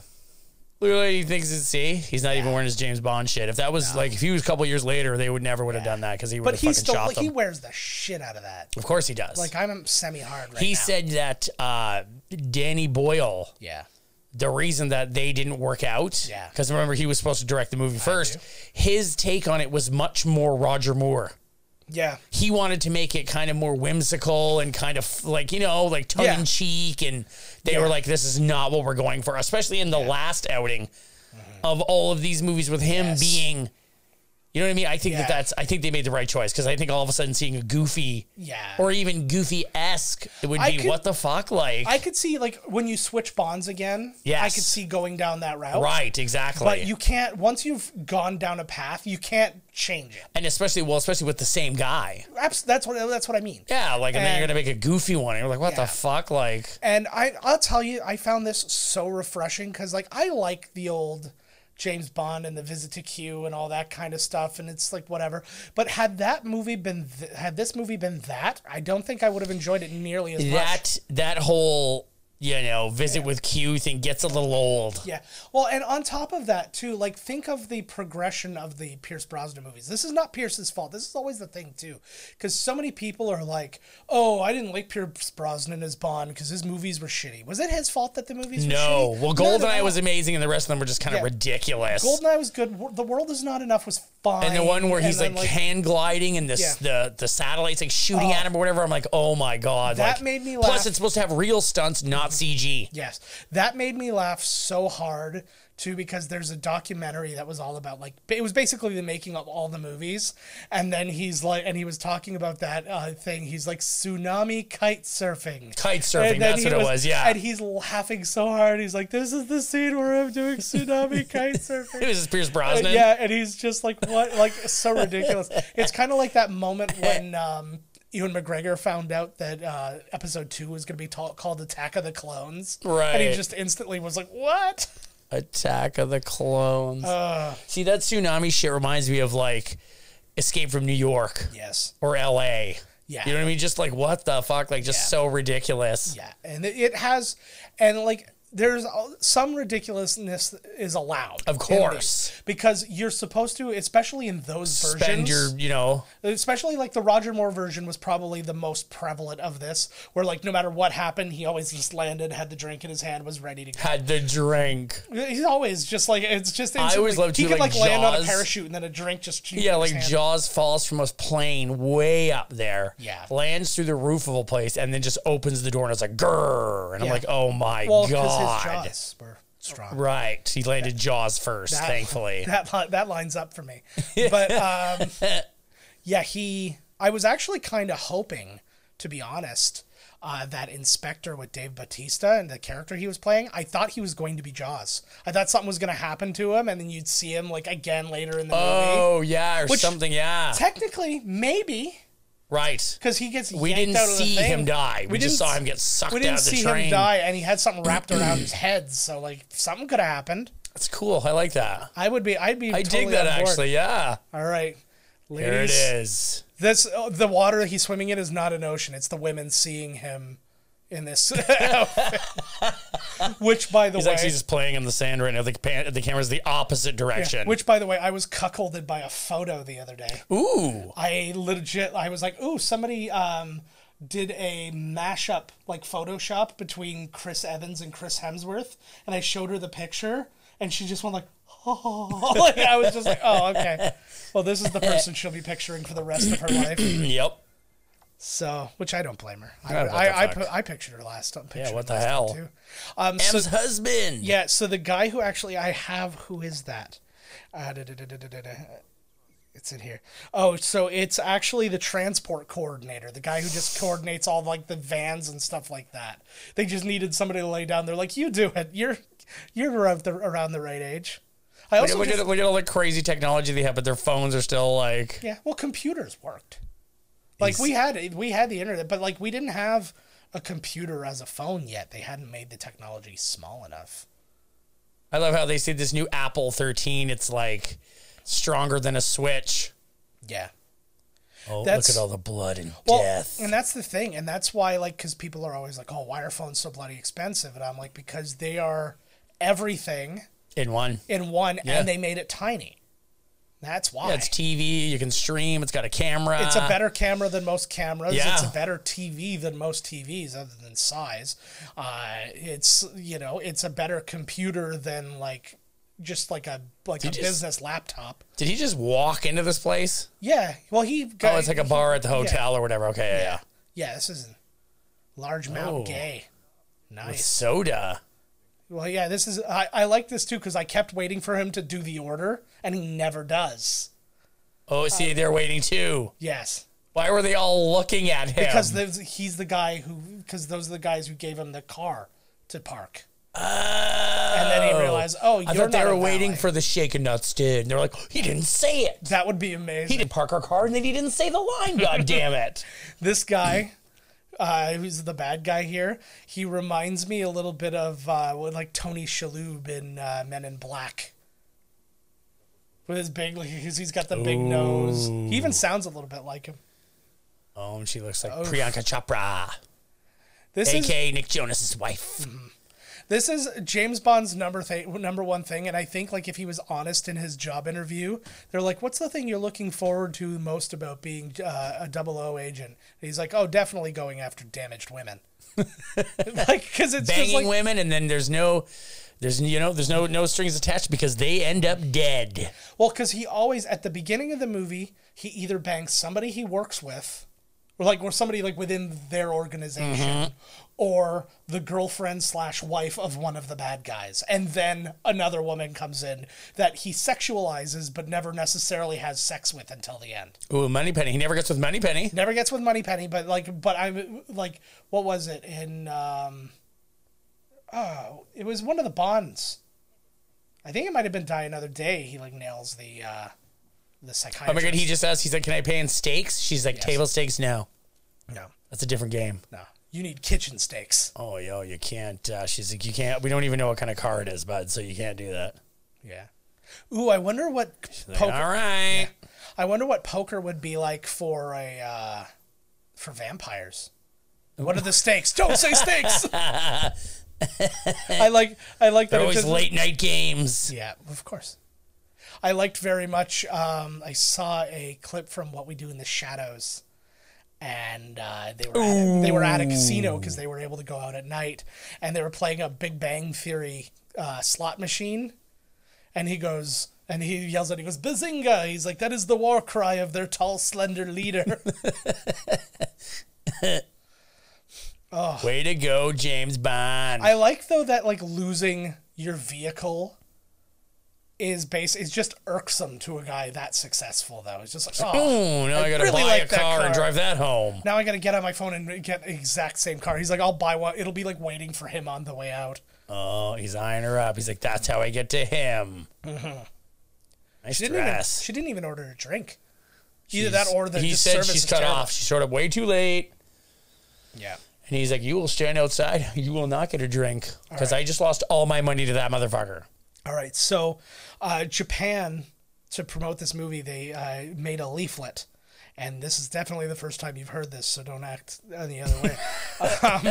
S1: Look what he thinks it's see. He's not even wearing his James Bond shit. If that was like if he was a couple years later, they would never would have done that because he would
S2: But
S1: have
S2: he
S1: fucking
S2: still
S1: shot
S2: like,
S1: them.
S2: he wears the shit out of that.
S1: of course he does.
S2: Like I'm semi hard right
S1: he
S2: now.
S1: said that uh, Danny Boyle
S2: yeah.
S1: the reason that they didn't work out.
S2: Yeah.
S1: Because remember, he was supposed to direct the movie first. His take on it was much more Roger Moore.
S2: Yeah.
S1: He wanted to make it kind of more whimsical and kind of like, you know, like tongue in cheek. And they were like, this is not what we're going for, especially in the last outing of all of these movies with him
S2: Mm-hmm. Yes.
S1: being. You know what I mean? I think
S2: Yeah.
S1: that that's. I think they made the right choice because I think all of a sudden seeing a goofy,
S2: Yeah.
S1: or even goofy esque, it would
S2: I
S1: be
S2: could-
S1: what the fuck like.
S2: I could see like when you switch bonds again. I
S1: Yes.
S2: could see going down that route.
S1: right, exactly.
S2: But you can't once you've gone down a path, you can't change it.
S1: and especially well, especially with the same guy.
S2: Abs- That's what that's what I mean.
S1: Yeah, like, and, then you're
S2: And-
S1: gonna make a goofy one. And you're like, what
S2: Yeah.
S1: the fuck? Like,
S2: And I I'll tell you, I found this so refreshing because like I like the old James Bond and the Visit to Q and all that kind of stuff, and it's like whatever. But had that movie been th- had this movie been that, I don't think I would have enjoyed it nearly as much.
S1: that that whole you know visit with Q thing gets a little old.
S2: Yeah. Well, and on top of that too, like think of the progression of the Pierce Brosnan movies. This is not Pierce's fault. This is always the thing too, because so many people are like, "Oh, I didn't like Pierce Brosnan as Bond because his movies were shitty." Was it his fault that the movies?
S1: No,
S2: were shitty?
S1: well,
S2: No, no,
S1: Goldeneye
S2: no.
S1: was amazing, and the rest of them were just kind of
S2: Yeah.
S1: ridiculous.
S2: Goldeneye was good. Wo- The World Is Not Enough was fine.
S1: and the one where
S2: And
S1: he's
S2: then,
S1: like, hand gliding and this
S2: Yeah.
S1: the the satellites like shooting at him or whatever. I'm like, oh my god,
S2: That
S1: like-
S2: made me
S1: Plus,
S2: laugh.
S1: it's supposed to have real stunts, not CG.
S2: Yes, that made me laugh so hard too because there's a documentary that was all about like ba- it was basically the making of all the movies, and then he's like, and he was talking about that uh, thing. He's like tsunami kite surfing.
S1: Kite
S2: And
S1: surfing,
S2: then
S1: that's
S2: he
S1: what it was. Yeah,
S2: and he's laughing so hard. He's like, "This is the scene where I'm doing tsunami kite surfing."
S1: it was just Pierce
S2: And
S1: Brosnan.
S2: yeah, and he's just like, "What?" Like so ridiculous. It's kind of like that moment when um, Ewan McGregor found out that uh, episode two was going to be ta- called "Attack of the Clones," And he
S1: Right.
S2: just instantly was like, "What?"
S1: Attack of the Clones. See, that tsunami shit reminds me of like Escape from New York
S2: Yes.
S1: or LA.
S2: Yeah.
S1: You know what I mean? Just like, what the fuck? Like, just
S2: Yeah.
S1: so ridiculous.
S2: Yeah, and it- it has, and like there's al- some ridiculousness is allowed,
S1: Of
S2: in
S1: course.
S2: these, because you're supposed to, especially in those
S1: Spend
S2: versions.
S1: your, you know,
S2: especially like the Roger Moore version was probably the most prevalent of this, where like no matter what happened, he always just landed, had the drink in his hand, was ready to go.
S1: had the drink.
S2: He's always just like it's just.
S1: I always
S2: instantly-
S1: loved
S2: he
S1: too,
S2: could
S1: like,
S2: like, land on a
S1: Jaws.
S2: parachute and then a drink just shoots
S1: Yeah,
S2: in
S1: like
S2: his hand.
S1: Jaws falls from a plane way up there.
S2: Yeah.
S1: Lands through the roof of a place and then just opens the door and it's like, grrr. And I'm
S2: Yeah.
S1: like, oh my
S2: Well, 'cause
S1: God.
S2: his jaws were strong.
S1: Right. He landed Jaws first,
S2: That-
S1: thankfully.
S2: that li- that lines up for me. But um, yeah, he. I was actually kind of hoping, to be honest, uh, that inspector with Dave Batista and the character he was playing. I thought he was going to be Jaws. I thought something was going to happen to him, and then you'd see him like again later in the movie.
S1: oh, yeah, or
S2: Which-
S1: something. Yeah.
S2: Technically, maybe
S1: right.
S2: because he gets
S1: We
S2: yanked
S1: didn't
S2: out of the
S1: see
S2: thing.
S1: him die. We, just
S2: didn't
S1: saw
S2: s-
S1: him get sucked
S2: We didn't
S1: out of the
S2: see
S1: train.
S2: him die, and he had something wrapped around his head. So like something could have happened.
S1: That's cool. I like that.
S2: I would be. I'd be.
S1: I dig
S2: totally
S1: that
S2: on board.
S1: actually. Yeah.
S2: All right. Ladies,
S1: There it is.
S2: This oh, the water he's swimming in is not an ocean. It's the women seeing him in this outfit. which by the
S1: He's
S2: way
S1: actually just playing in the sand right now. The, pan, the camera's the opposite direction.
S2: which by the way I was cuckolded by a photo the other day.
S1: Ooh.
S2: I legit I was like, "Ooh, somebody um did a mashup like Photoshop between Chris Evans and Chris Hemsworth." And I showed her the picture and she just went like Oh, like, I was just like, oh, okay. Well, this is the person she'll be picturing for the rest of her life.
S1: Yep.
S2: So, which I don't blame her. I
S1: God, what
S2: I,
S1: the
S2: I,
S1: fuck.
S2: pu- I pictured her last. I pictured
S1: what
S2: her
S1: the
S2: last
S1: hell?
S2: too. Um, so
S1: M's husband.
S2: yeah, so the guy who actually I have who is that? Uh, da, da, da, da, da, da, da. It's in here. Oh, so it's actually the transport coordinator, the guy who just coordinates all like the vans and stuff like that. They just needed somebody to lay down. They're like, you do it. You're you're around the around the right age.
S1: Look,
S2: I also
S1: at- look
S2: just-
S1: at, look at all the crazy technology they have, but their phones are still like.
S2: Yeah, well, computers worked. Like we had we had the internet, but like we didn't have a computer as a phone yet. They hadn't made the technology small enough.
S1: I love how they see this new Apple 13. It's like stronger than a Switch.
S2: Yeah.
S1: Oh,
S2: That's-
S1: look at all the blood and
S2: Well,
S1: death.
S2: and that's the thing, and that's why like because people are always like, "Oh, why are phones so bloody expensive?" And I'm like, because they are everything
S1: in one.
S2: in one,
S1: Yeah.
S2: and they made it tiny. That's why.
S1: Yeah, it's TV. You can stream. It's got a camera.
S2: It's a better camera than most cameras. It's a
S1: Uh, Yeah.
S2: better TV than most TVs, other than size. Uh, it's you know, it's a better computer than like just like a like a
S1: just-
S2: business laptop.
S1: Did he just walk into this place?
S2: Yeah. Well, he got.
S1: Oh, it's like a bar at the hotel or whatever. Okay, yeah, yeah.
S2: Yeah, this is large mount
S1: Oh.
S2: gay. Nice.
S1: Soda.
S2: Well, yeah, this is. I, I like this too because I kept waiting for him to do the order, and he never does.
S1: Oh,
S2: Uh,
S1: see, they're waiting too.
S2: Yes.
S1: Why were they all looking at him?
S2: Because those he's the guy who, because those are the guys who gave him the car to park. and then he realized, oh, you're
S1: I thought
S2: not
S1: they
S2: a
S1: were waiting
S2: valet.
S1: for the shaken nuts dude, and they're like, he didn't say it.
S2: That would be
S1: He
S2: amazing.
S1: didn't park our car, and then he didn't say the line. God damn it!
S2: This guy, uh, who's the bad guy here, he reminds me a little bit of uh, what, like Tony Shalhoub in uh, Men in Black. With his big, he's he's got the big nose. He even sounds a little bit like him.
S1: Oh, and she looks like Priyanka Chopra,
S2: This is
S1: aka Nick Jonas's wife.
S2: This is James Bond's number th- number one thing, and I think like if he was honest in his job interview, they're like, "What's the thing you're looking forward to most about being uh, a double O agent?" And he's like, "Oh, definitely going after damaged women." like, because it's just
S1: Banging
S2: like,
S1: women, and then there's no, there's you know, there's no no strings attached because they end up dead.
S2: well, because he always at the beginning of the movie he either bangs somebody he works with, or like or somebody like within their organization, or the girlfriend slash wife of one of the bad guys, and then another woman comes in that he sexualizes but never necessarily has sex with until the end.
S1: Ooh, Moneypenny. He never gets with Moneypenny.
S2: Never gets with Moneypenny, but like, but I'm like, what was it in? um Oh, it was one of the Bonds. I think it might have been Die Another Day. He like nails the uh the psychiatrist.
S1: Oh my god, he just asked. He's like, "Can I pay in steaks?" She's like, "Table steaks, no.
S2: no,
S1: That's a different game."
S2: no. You need kitchen steaks.
S1: Oh, yo, you can't. Uh, she's like, "You can't." We don't even know what kind of car it is, bud. So you can't do that.
S2: Yeah. Ooh, I wonder what
S1: Like,
S2: poker.
S1: All right.
S2: I wonder what poker would be like for a uh, for vampires. What are the stakes? Don't say stakes. I like I like that.
S1: They're
S2: it
S1: always
S2: doesn't-
S1: late night games.
S2: Yeah, of course. I liked very much. Um, I saw a clip from What We Do in the Shadows, and uh, they were at a, they were at a casino because they were able to go out at night, and they were playing a Big Bang Theory uh, slot machine, and he goes. And he yells out, he goes, Bazinga! He's like, that is the war cry of their tall, slender leader.
S1: Way to go, James Bond.
S2: I like, though, that, like, losing your vehicle is base is just irksome to a guy that successful, though. It's just like, oh,
S1: oh, now I, gotta
S2: really
S1: buy
S2: like
S1: a
S2: that
S1: car, and
S2: car.
S1: drive that home.
S2: Now I gotta get on my phone and get the exact same car. He's like, I'll buy one. It'll be like waiting for him on the way out.
S1: Oh, he's eyeing her up. He's like, "That's how I get to him." Nice
S2: Mm-hmm. She didn't, even,
S1: dress.
S2: she didn't even order a drink. Either that or the
S1: he
S2: just
S1: said
S2: service
S1: she's
S2: is
S1: cut
S2: terrible.
S1: off. She showed up way too late.
S2: Yeah.
S1: And he's like, "You will stand outside. You will not get a drink because I just lost all my money to that motherfucker."
S2: All right. So, uh, Japan to promote this movie, they uh, made a leaflet, and this is definitely the first time you've heard this, so don't act any other way. um,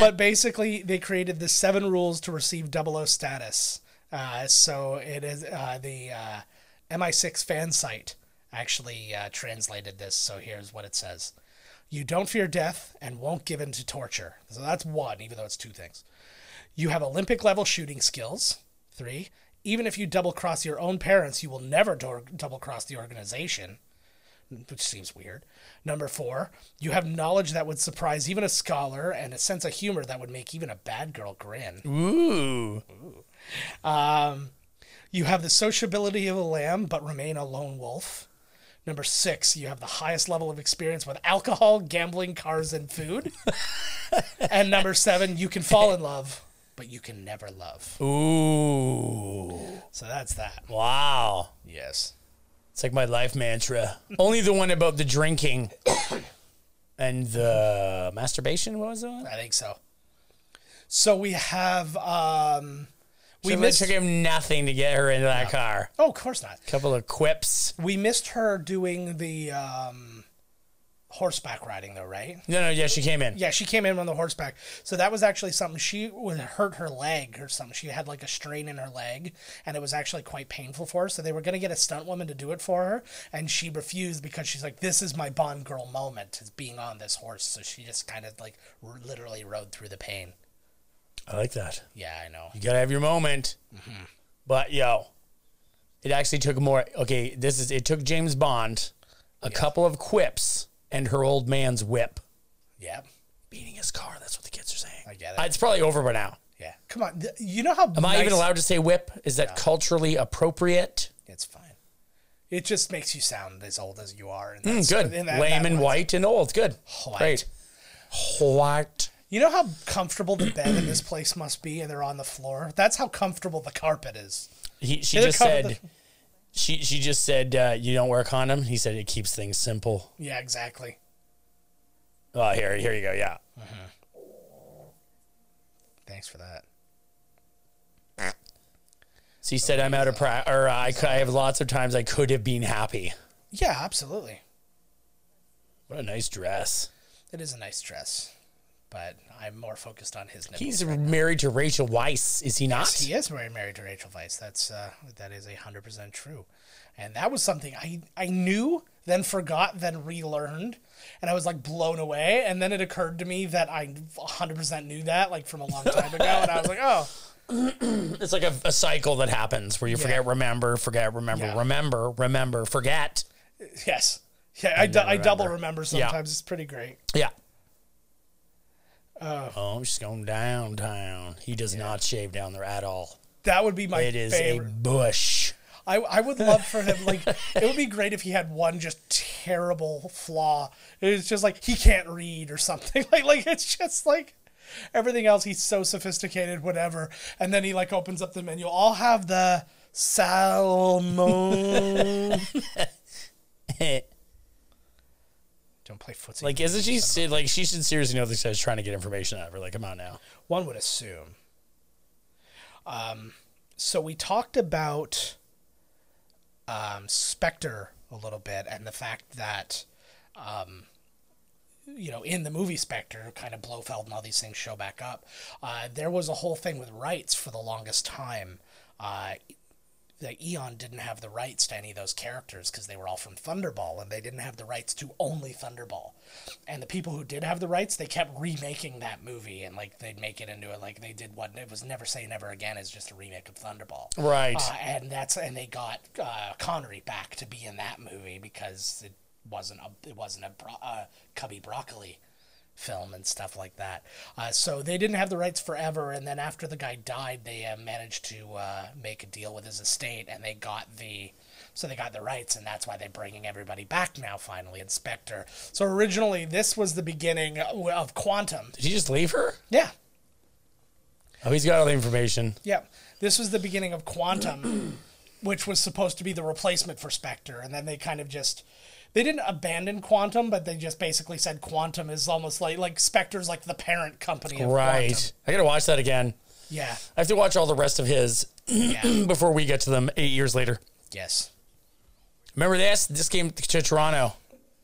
S2: but basically, they created the seven rules to receive Double O status. Uh, so it is uh, the uh, MI6 fan site actually uh, translated this. So here's what it says. You don't fear death and won't give in to torture. So that's one, even though it's two things. You have Olympic level shooting skills. Three, even if you double cross your own parents, you will never dor- double cross the organization, which seems weird. Number four, you have knowledge that would surprise even a scholar and a sense of humor that would make even a bad girl grin. Um,
S1: Ooh.
S2: You have the sociability of a lamb, but remain a lone wolf. Number six, you have the highest level of experience with alcohol, gambling, cars, and food. and number seven, you can fall in love, but you can never love.
S1: Ooh.
S2: So that's that.
S1: Wow.
S2: Yes.
S1: It's like my life mantra. Only the one about the drinking and the masturbation. What was that?
S2: I think so. So we have um we
S1: We
S2: missed
S1: took him nothing to get her into that car.
S2: Oh, of course not.
S1: couple of quips.
S2: We missed her doing the um horseback riding though, right?
S1: No, no, yeah, she came in.
S2: Yeah, she came in on the horseback. So that was actually something she would hurt her leg or something. She had like a strain in her leg and it was actually quite painful for her. So they were going to get a stunt woman to do it for her and she refused because she's like this is my Bond girl moment is being on this horse. So she just kind of like r- literally rode through the pain.
S1: I like that.
S2: Yeah, I know.
S1: You gotta have your moment.
S2: Mm-hmm.
S1: But yo, it actually took more. Okay, this is it took James Bond a couple of quips and her old man's whip
S2: Yeah.
S1: beating his car. That's what the kids are saying.
S2: I get it.
S1: Uh, It's probably over by now.
S2: Yeah. Come on. Th- You know how
S1: Am I even allowed to say whip? Is that culturally appropriate?
S2: It's fine. It just makes you sound as old as you are. And
S1: Mm,
S2: that's-
S1: good.
S2: and that-
S1: Lame
S2: that
S1: and
S2: was-
S1: white and old. Good.
S2: White.
S1: Great. White.
S2: You know how comfortable the bed in this place must be, and they're on the floor. That's how comfortable the carpet is.
S1: He, she
S2: Did it
S1: just
S2: cover
S1: said. She she just said uh, you don't wear a condom. He said it keeps things simple.
S2: Yeah, exactly.
S1: Oh, here here you go. Yeah.
S2: Thanks for that.
S1: So he said, "I'm out of pra- or uh, I, cou- I have lots of times I could have been happy."
S2: Yeah, absolutely.
S1: What a nice dress.
S2: It is a nice dress, but I'm more focused on his. nipples.
S1: He's married to Rachel Weiss, is he not?
S2: He is very married to Rachel Weisz. That's uh, that is a hundred percent true, and that was something I I knew, then forgot, then relearned, and I was like blown away. And then it occurred to me that I hundred percent knew that like from a long time ago, and I was like, oh,
S1: It's like a, a cycle that happens where you forget, remember, forget, remember,
S2: Yeah.
S1: remember, remember, forget.
S2: yes, yeah. I, du- I double remember
S1: Yeah.
S2: sometimes. It's pretty great.
S1: Yeah.
S2: Uh,
S1: Oh, she's going downtown. He does not shave down there at all.
S2: That would be my
S1: It is
S2: favorite.
S1: a bush.
S2: I I would love for him like it would be great if he had one just terrible flaw. It's just like he can't read or something. Like like it's just like everything else he's so sophisticated whatever. And then he like opens up the menu. I'll have the salmon. Don't play footsie.
S1: like, isn't she se- like she should seriously know this guy's trying to get information out of her? Like, come on now.
S2: one would assume. Um, so we talked about um, Spectre a little bit and the fact that, um, you know, in the movie Spectre, kind of Blofeld and all these things show back up. Uh, there was a whole thing with rights for the longest time. Uh, that Eon didn't have the rights to any of those characters because they were all from Thunderball and they didn't have the rights to only Thunderball. And the people who did have the rights, they kept remaking that movie and like they'd make it into it like they did what it was Never Say Never Again is just a remake of Thunderball.
S1: Right.
S2: Uh, and that's and they got uh, Connery back to be in that movie because it wasn't a it wasn't a bro- uh, Cubby Broccoli film and stuff like that. Uh, so they didn't have the rights forever, and then after the guy died, they uh, managed to uh, make a deal with his estate, and they got the so they got the rights, and that's why they're bringing everybody back now. Finally, Inspector. So originally, this was the beginning of Quantum.
S1: Did he just leave her?
S2: Yeah,
S1: Oh, he's got all the information.
S2: Yeah. This was the beginning of Quantum, which was supposed to be the replacement for Spectre. And then they kind of just. They didn't abandon Quantum, but they just basically said Quantum is almost like like Spectre's like the parent company of
S1: Right.
S2: Quantum.
S1: I gotta watch that again.
S2: Yeah.
S1: I have to watch all the rest of his
S2: Yeah.
S1: before we get to them eight years later.
S2: yes.
S1: Remember this? This came to Toronto.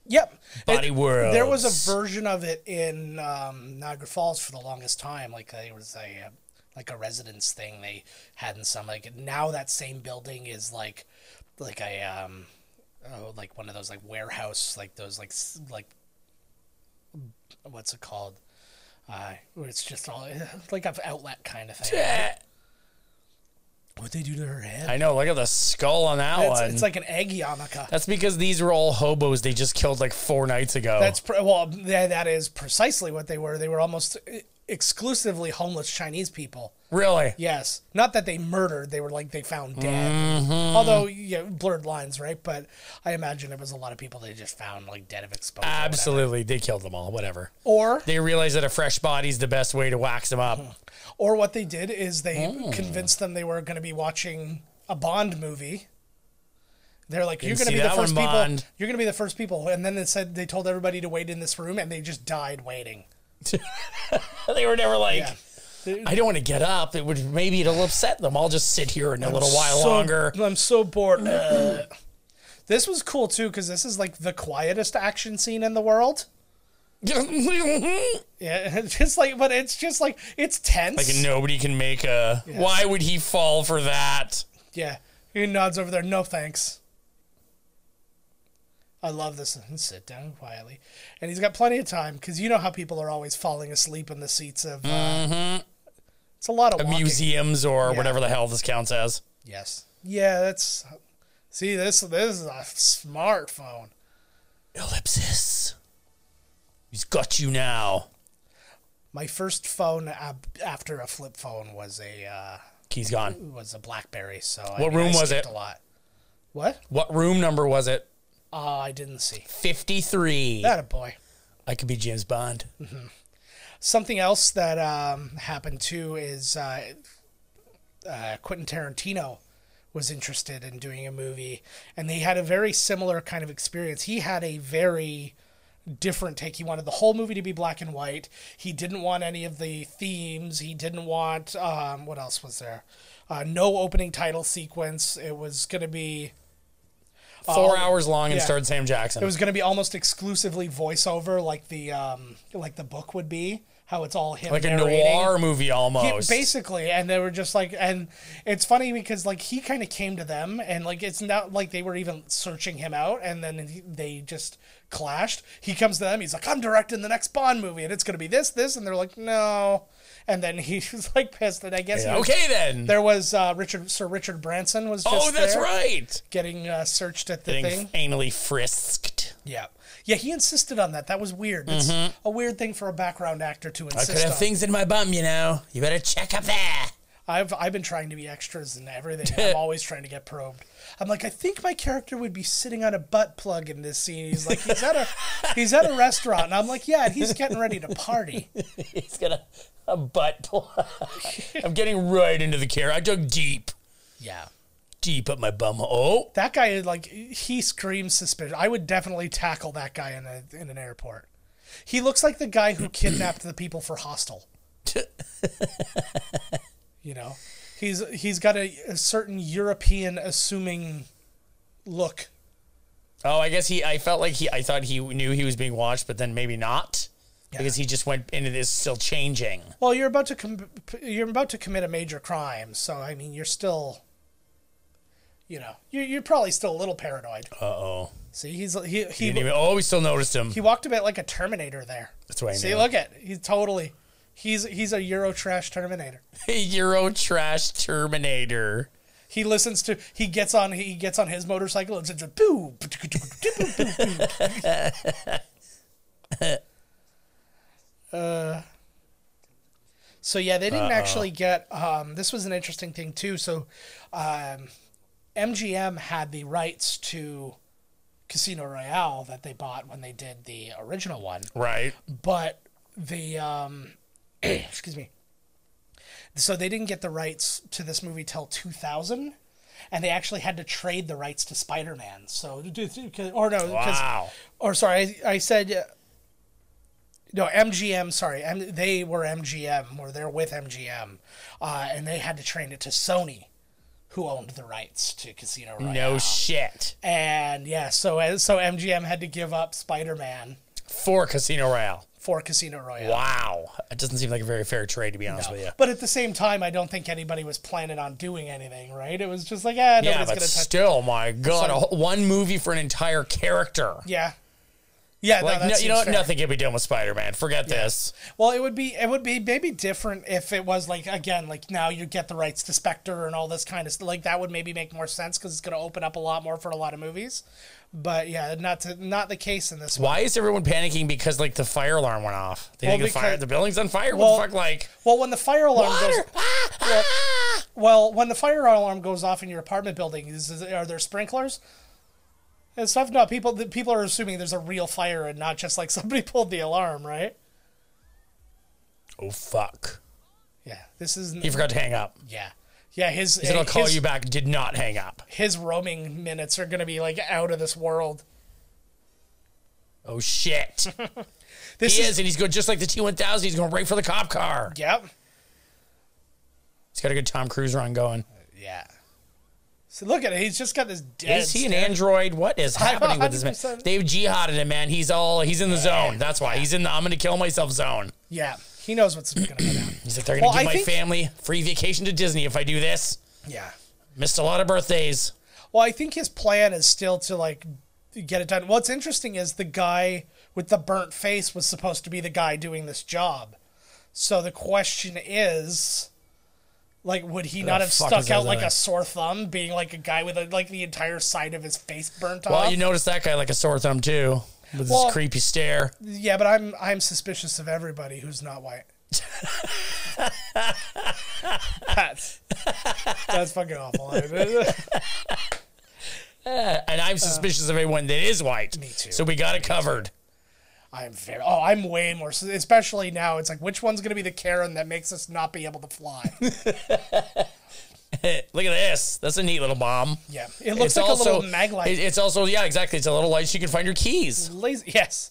S2: Yep.
S1: Body
S2: And
S1: Worlds.
S2: There was a version of it in um, Niagara Falls for the longest time. Like there was a uh, like a residence thing they had in some like now that same building is like like a um oh like one of those like warehouse like those like s- like what's it called uh where it's just all like an outlet kind of thing. What they do to her head?
S1: I know. Look at the skull on that
S2: It's,
S1: one.
S2: it's like an egg yarmulke.
S1: That's because these were all hobos they just killed like four nights ago.
S2: That's pre- well, th- that is precisely what they were. They were almost uh, exclusively homeless Chinese people.
S1: really.
S2: Yes, not that they murdered; they were like they found dead.
S1: Mm-hmm.
S2: Although, yeah, blurred lines, right? But I imagine it was a lot of people they just found like dead of exposure. or whatever.
S1: Absolutely, they killed them all. Whatever.
S2: Or
S1: They realized that a fresh body's the best way to wax them up.
S2: or what they did is they
S1: Mm.
S2: convinced them they were going to be watching a Bond movie. They're like, you're
S1: Didn't
S2: going to
S1: see
S2: be the
S1: that
S2: first
S1: one,
S2: people.
S1: Bond."
S2: You're going to be the first people. And then they said they told everybody to wait in this room, and they just died waiting.
S1: They were never like,
S2: Yeah.
S1: I don't want to get up. It would maybe it'll upset them. I'll just sit here in a little while longer.
S2: I'm so bored. This was cool too because this is like the quietest action scene in the world. Yeah, it's just like, but it's just like it's tense.
S1: Like nobody can make a. Why would he fall for that?
S2: Yeah. He nods over there. No thanks. I love this. And sit down quietly. And he's got plenty of time because you know how people are always falling asleep in the seats of. Uh, It's a lot of walking.
S1: Museums or whatever the hell this counts as.
S2: Yes. Yeah, that's. See, this this is a smartphone.
S1: Ellipsis. He's got you now.
S2: My first phone ab- after a flip phone was a uh,
S1: Key's gone.
S2: was a BlackBerry. So I
S1: What
S2: mean, I
S1: room was
S2: skipped
S1: it?
S2: A lot. What?
S1: What room number was it?
S2: Uh, I didn't see.
S1: 53.
S2: That a boy.
S1: I could be James Bond.
S2: Something else that um, happened too is uh, uh, Quentin Tarantino was interested in doing a movie, and they had a very similar kind of experience. He had a very different take. He wanted the whole movie to be black and white. He didn't want any of the themes. He didn't want um, what else was there? Uh, no opening title sequence. It was going to be
S1: Four hours long and
S2: yeah.
S1: starred Sam Jackson.
S2: it was going to be almost exclusively voiceover, like the um, like the book would be. How it's all him
S1: like a
S2: narrating.
S1: noir movie
S2: Yeah,
S1: almost.
S2: basically, and they were just like, and it's funny because like he kind of came to them, and like it's not like they were even searching him out, and then he, they just clashed. He comes to them, he's like, "I'm directing the next Bond movie, and it's gonna be this, this," and they're like, "No," and then he was like pissed, and I guess he was-
S1: okay then.
S2: There was uh, Richard, Sir Richard Branson was just
S1: oh, that's
S2: there
S1: right.
S2: getting uh, searched at the
S1: Getting
S2: thing.
S1: anally frisked.
S2: Yeah, yeah, he insisted on that. That was weird. It's a weird thing for a background actor to
S1: Mm-hmm. I
S2: insist
S1: could have
S2: on.
S1: things in my bum, you know. You better check up there.
S2: I've I've been trying to be extras and everything. I'm always trying to get probed. I'm like, I think my character would be sitting on a butt plug in this scene. He's like, he's at a he's at a restaurant, and I'm like, yeah, and he's getting ready to party.
S1: He's got a, a butt plug. I'm getting right into the care. I dug deep,
S2: Yeah,
S1: deep up my bum. Oh,
S2: that guy is like he screams suspicious. I would definitely tackle that guy in a in an airport. He looks like the guy who kidnapped the people for Hostel. you know, he's he's got a, a certain European assuming look.
S1: oh. I guess he. I felt like he. I thought he knew he was being watched, but then maybe not, because he just went into this still changing.
S2: Well, you're about to com- you're about to commit a major crime, so I mean, you're still, you know, you're, you're probably still a little paranoid.
S1: Uh oh.
S2: See, he's he he,
S1: Didn't even. Oh, we still noticed him.
S2: he walked a bit like a Terminator there.
S1: That's what I
S2: See,
S1: knew.
S2: look at he's totally, he's he's a Euro trash Terminator.
S1: Euro trash Terminator.
S2: He listens to he gets on he gets on his motorcycle and says boo. Uh, so yeah, they didn't actually get. Um, this was an interesting thing too. So, um, MGM had the rights to Casino Royale that they bought when they did the original one
S1: Right.
S2: but the um excuse me so they didn't get the rights to this movie till 2000 and they actually had to trade the rights to spider-man so or no 'cause-
S1: Wow.
S2: or sorry i, I said uh, no mgm sorry M- they were mgm or they're with mgm uh, and they had to trade it to sony who owned the rights to casino royale
S1: No shit.
S2: and yeah so uh, so mgm had to give up spider-man
S1: For Casino Royale.
S2: for casino royale
S1: Wow. It doesn't seem like a very fair trade, to be honest with you.
S2: But at the same time, I don't think anybody was planning on doing anything, right? It was just like, ah, nobody's
S1: Yeah,
S2: gonna
S1: but
S2: touch.
S1: still, my God, a whole, one movie for an entire character.
S2: yeah, yeah.
S1: Like,
S2: no,
S1: no,
S2: that
S1: you know what?
S2: seems fair.
S1: Nothing can be done with Spider Man. Forget this.
S2: Well, it would be it would be maybe different if it was like again, like now you get the rights to Spectre and all this kind of stuff. Like that would maybe make more sense because it's gonna open up a lot more for a lot of movies. But yeah, not to not the case in this. one.
S1: Why is everyone panicking because, like, the fire alarm went off? They
S2: Well,
S1: think the, fire,
S2: because-
S1: the building's on fire?
S2: Well,
S1: what the fuck? Like,
S2: Well, when the fire alarm goes,
S1: water! Ah, ah.
S2: well, when the fire alarm goes off in your apartment building, is, is- are there sprinklers? And stuff. No, people. The people are assuming there's a real fire and not just like somebody pulled the alarm, right?
S1: Oh, fuck.
S2: Yeah, this is
S1: He forgot to hang up.
S2: yeah, yeah. His eh,
S1: He said, I'll call
S2: his,
S1: you back. Did not hang up.
S2: his roaming minutes are gonna be like out of this world.
S1: Oh, shit.
S2: This
S1: he is, and he's going just like the T 1000. He's going right for the cop car.
S2: Yep.
S1: He's got a good Tom Cruise run going.
S2: Yeah. So look at it. He's just got this dead.
S1: Is he an
S2: stare.
S1: android? What is happening with this man?
S2: 100%.
S1: They've jihaded him, man. He's all he's in the zone. That's why he's in the I'm gonna kill myself zone.
S2: Yeah, he knows what's going to go down.
S1: He's like, they're gonna
S2: Well,
S1: give
S2: I
S1: my
S2: think-
S1: family free vacation to Disney if I do this.
S2: Yeah.
S1: Missed a lot of birthdays.
S2: Well, I think his plan is still to like get it done. What's interesting is the guy with the burnt face was supposed to be the guy doing this job. So the question is like would he not have
S1: fuck is
S2: stuck
S1: that
S2: out like
S1: guy?
S2: a sore thumb being like a guy with a, like the entire side of his face burnt
S1: Well,
S2: off?
S1: you notice that guy like a sore thumb too, with
S2: Well-
S1: his creepy stare.
S2: yeah, but I'm I'm suspicious of everybody who's not white. that's that's fucking awful.
S1: And I'm suspicious of everyone that is white. Me
S2: uh, too.
S1: So we got it covered.
S2: I'm very. Oh, I'm way more. s- Especially now, it's like which one's gonna be the Karen that makes us not be able to fly?
S1: Look at this. That's a neat little bomb.
S2: Yeah, it looks like a little mag light.
S1: it- it's also yeah, exactly. It's a little light so you can find your keys.
S2: laser. Yes,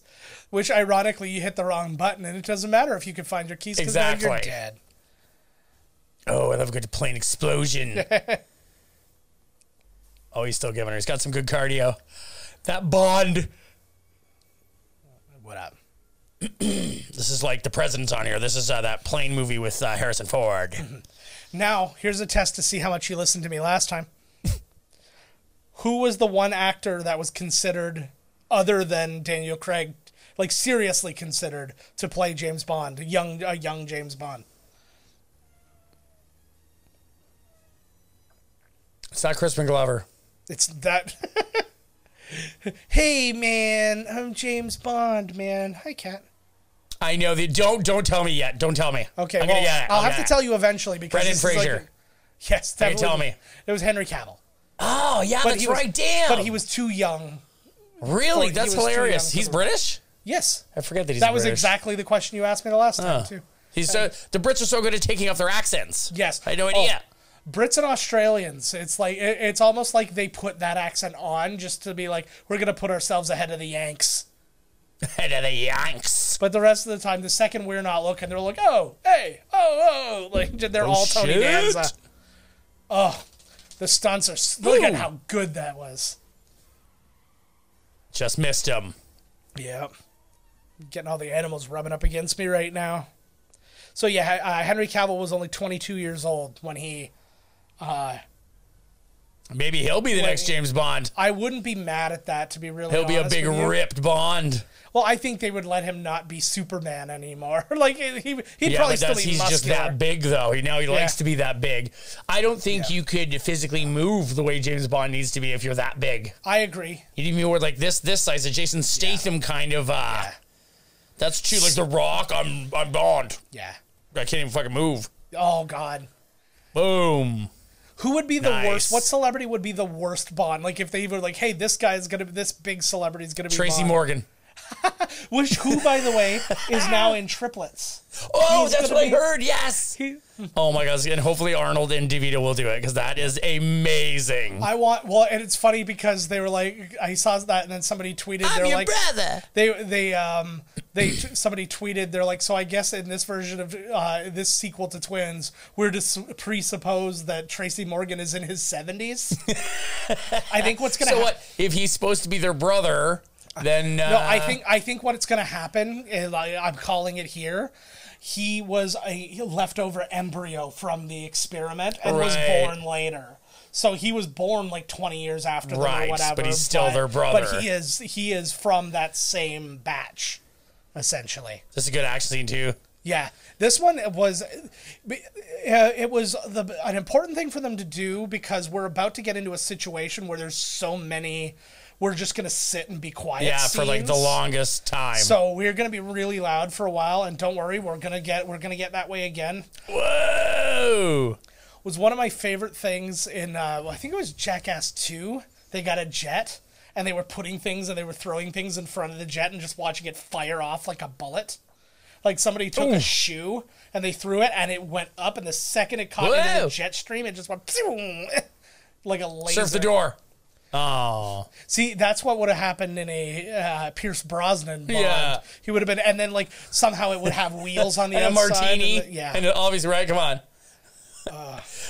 S2: which ironically, you hit the wrong button, and it doesn't matter if you can find your keys because now you're
S1: Exactly.
S2: dead.
S1: Oh, I love a good plane explosion. oh, he's still giving her. He's got some good cardio. That bond.
S2: What up?
S1: This is like the president's on here. This is uh, that plane movie with uh, Harrison Ford.
S2: Now here's a test to see how much you listened to me last time. Who was the one actor that was considered other than Daniel Craig, like seriously considered to play James Bond, a young a young James Bond?
S1: it's not Crispin Glover.
S2: It's that. hey, man, I'm James Bond, man. Hi, Cat.
S1: I know. The, don't don't tell me yet. Don't tell me.
S2: Okay,
S1: I'm
S2: well,
S1: gonna get it.
S2: I'll
S1: I'm
S2: have
S1: gonna-
S2: to tell you eventually because
S1: Brendan
S2: this is like-
S1: Fraser.
S2: yes,
S1: Hey, tell
S2: definitely.
S1: me.
S2: It was Henry Cavill,
S1: Oh yeah,
S2: but
S1: that's
S2: he was,
S1: right. Damn.
S2: But he was too young.
S1: really?
S2: he
S1: That's
S2: was too
S1: hilarious.
S2: young for
S1: He's
S2: the-
S1: British.
S2: Yes,
S1: I forget that he's.
S2: that was
S1: British.
S2: exactly the question you asked me the last time too.
S1: He's so, the Brits are so good at taking off their accents.
S2: Yes.
S1: I had no
S2: Oh,
S1: idea.
S2: Brits and Australians, it's like it, it's almost like they put that accent on just to be like we're gonna put ourselves ahead of the Yanks.
S1: Head of the Yanks.
S2: But the rest of the time, the second we're not looking, they're like, oh, hey, oh, oh, like they're all Tony
S1: shit.
S2: Danza. Oh, the stunts are. s- Look at how good that was.
S1: Just missed him.
S2: Yeah, getting all the animals rubbing up against me right now. So yeah, uh, Henry Cavill was only 22 years old when he.
S1: Maybe he'll be the next James Bond.
S2: I wouldn't be mad at that to Oh, be really.
S1: He'll be a
S2: honest
S1: big
S2: with you.
S1: ripped Bond.
S2: Well, I think they would let him not be Superman anymore. like he, he'd
S1: Yeah,
S2: probably
S1: but
S2: still
S1: that's,
S2: be
S1: he's
S2: muscular.
S1: just that big, though. He now he likes to be that big. I don't think you could physically move the way James Bond needs to be if you're that big.
S2: I agree.
S1: You need to be more like this, this size, a Jason Statham kind of. uh That's true. Like The Rock, I'm I'm Bond.
S2: Yeah.
S1: I can't even fucking move.
S2: Oh God.
S1: Boom.
S2: Who would be the
S1: Nice.
S2: worst? What celebrity would be the worst Bond? Like if they were like, hey, this guy's gonna be this big celebrity's gonna be
S1: Tracy
S2: Bond.
S1: Morgan.
S2: which who by the way is now in triplets.
S1: Oh,
S2: He's
S1: that's
S2: gonna
S1: what I
S2: be-
S1: heard. Yes.
S2: He-
S1: Oh my gosh. And hopefully Arnold and DeVito will do it because that is amazing.
S2: I want well, and it's funny because they were like, I saw that, and then somebody tweeted, they're like,
S1: brother.
S2: they they um they somebody tweeted, they're like, so I guess in this version of uh, this sequel to Twins, we're to s- presuppose that Tracy Morgan is in his seventies. I think what's gonna
S1: So
S2: happen.
S1: what? If he's supposed to be their brother, then uh,
S2: No, I think I think what's going to happen, and I, I'm calling it here. He was a leftover embryo from the experiment and
S1: Right.
S2: was born later. So he was born like 20 years after them
S1: Right,
S2: or whatever.
S1: but he's still their
S2: But
S1: brother.
S2: he is he is from that same batch, essentially.
S1: this is a good action scene too.
S2: Yeah, this one was, uh, it was the an important thing for them to do because we're about to get into a situation where there's so many. We're just gonna sit and be quiet.
S1: Yeah, for like the
S2: scenes.
S1: longest time.
S2: So we're gonna be really loud for a while, and don't worry, we're gonna get we're gonna get that way again.
S1: Whoa!
S2: Was one of my favorite things in uh, well, I think it was Jackass Two. They got a jet, and they were putting things and they were throwing things in front of the jet and just watching it fire off like a bullet. Like somebody took a shoe and they threw it, and it went up, and the second it caught into
S1: Whoa.
S2: the jet stream, it just went pew, like a laser.
S1: Surf the door. Oh,
S2: See, that's what would have happened in a uh, Pierce Brosnan Bond.
S1: Yeah.
S2: He would have been, and then like somehow it would have wheels on the
S1: and a
S2: outside.
S1: martini.
S2: and the- yeah.
S1: and obviously, right? Come on.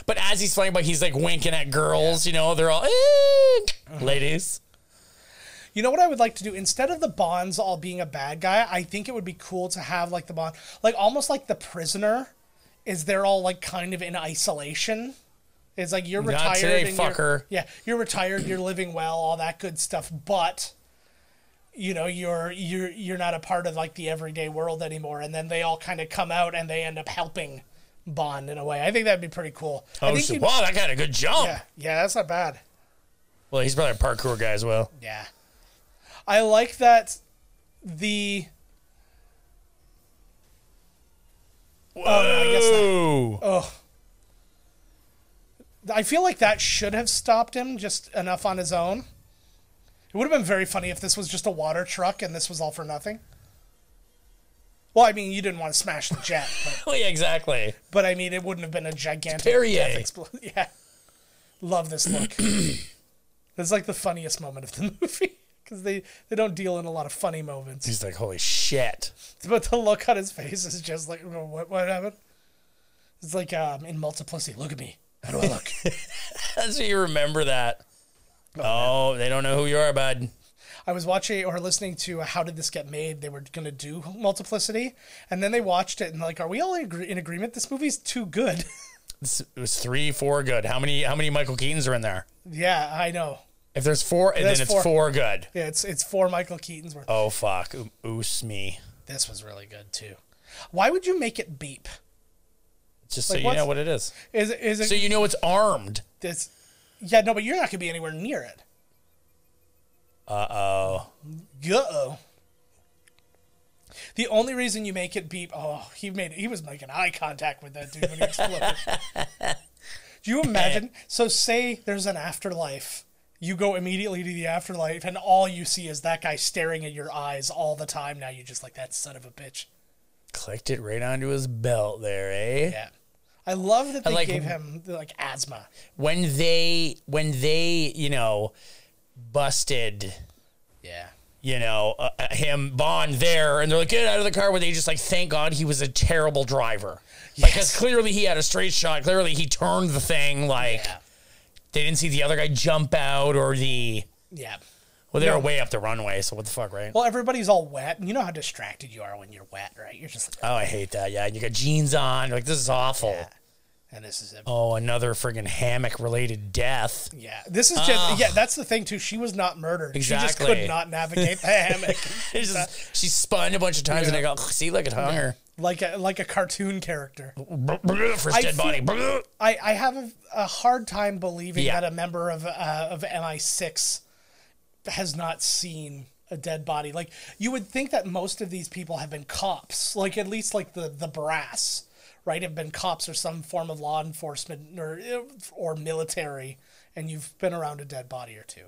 S1: but as he's flying by, he's like winking at girls. You know, they're all "Eh,
S2: Uh-huh.
S1: ladies.
S2: You know what I would like to do instead of the Bonds all being a bad guy, I think it would be cool to have like the Bond, like almost like the prisoner, is they're all like kind of in isolation. It's like you're
S1: Not
S2: retired,
S1: today,
S2: and you're-
S1: fucker.
S2: yeah, you're retired, you're living well, all that good stuff, but you know you're you're you're not a part of like the everyday world anymore. And then they all kind of come out and they end up helping Bond in a way. I think that'd be pretty cool. I
S1: Oh,
S2: think
S1: so,
S2: you'd-
S1: wow, that got a good jump.
S2: yeah, yeah, that's not bad.
S1: Well, he's probably a parkour guy as well.
S2: Yeah. I like that the Oh,
S1: Whoa.
S2: I feel like that should have stopped him just enough on his own. It would have been very funny if this was just a water truck and this was all for nothing. Well, I mean, you didn't want to smash the jet, but,
S1: Oh, yeah, exactly.
S2: but I mean, it wouldn't have been a gigantic
S1: Perrier.
S2: explosion. Yeah. Love this look. That's like the funniest moment of the movie because they, they don't deal in a lot of funny moments.
S1: He's like, holy shit.
S2: But the look on his face is just like, "Wha- what, what happened? It's like um, in multiplicity. Look at me. How do I look?
S1: That's what you remember that. Oh, they don't know who you are, bud.
S2: I was watching or listening to uh, How Did This Get Made? They were going to do multiplicity. And then they watched it and, like, are we all in, agree- in agreement? This movie's too good.
S1: It's- It was three, four good. How many? How many Michael Keatons are in there?
S2: yeah, I know.
S1: If there's four, and then
S2: There's
S1: it's
S2: four.
S1: four. good.
S2: Yeah, it's, it's four Michael Keaton's worth.
S1: Oh fuck, Oom- oos me.
S2: This was really good, too. Why would you make it beep?
S1: Just
S2: Like,
S1: so you know
S2: what's-
S1: what it is.
S2: Is, it- is it
S1: So you know it's armed.
S2: this? Yeah, no, but you're not going to be anywhere near it. Uh oh. The only reason you make it beep, oh, he made he was making eye contact with that dude when he exploded. Do you imagine? So say there's an afterlife. You go immediately to the afterlife, and all you see is that guy staring at your eyes all the time. Now you're just like that son of a bitch.
S1: Clicked it right onto his belt there, eh?
S2: Yeah, I love that they
S1: like-
S2: gave him like asthma.
S1: When they, when they, you know, busted,
S2: Yeah,
S1: you know, uh, uh, him Bond there, and they're like, get out of the car. Where they just like, thank God he was a terrible driver, because clearly he had a straight shot. Clearly he turned the thing. Like
S2: Yeah.
S1: they didn't see the other guy jump out or the.
S2: yeah.
S1: Well, they were way up the runway, so what the fuck, right?
S2: Well, everybody's all wet, and you know how distracted you are when you're wet, right? You're just like,
S1: Oh, I hate that. Yeah, and you got jeans on. You're like, this is awful.
S2: and this is it.
S1: Oh, another friggin' hammock related death.
S2: Yeah, this is just yeah. That's the thing too. She was not murdered. She just
S1: Exactly.
S2: could not navigate the hammock,
S1: It's just, she spun a bunch of times and I go, see, look, it hung her.
S2: like a like a cartoon character.
S1: For his
S2: I
S1: dead body.
S2: I I have a, a hard time believing
S1: Yeah.
S2: that a member of uh, of MI6 has not seen a dead body. Like you would think that most of these people have been cops, like at least like the the brass, right? Have been cops or some form of law enforcement or or military, and you've been around a dead body or 2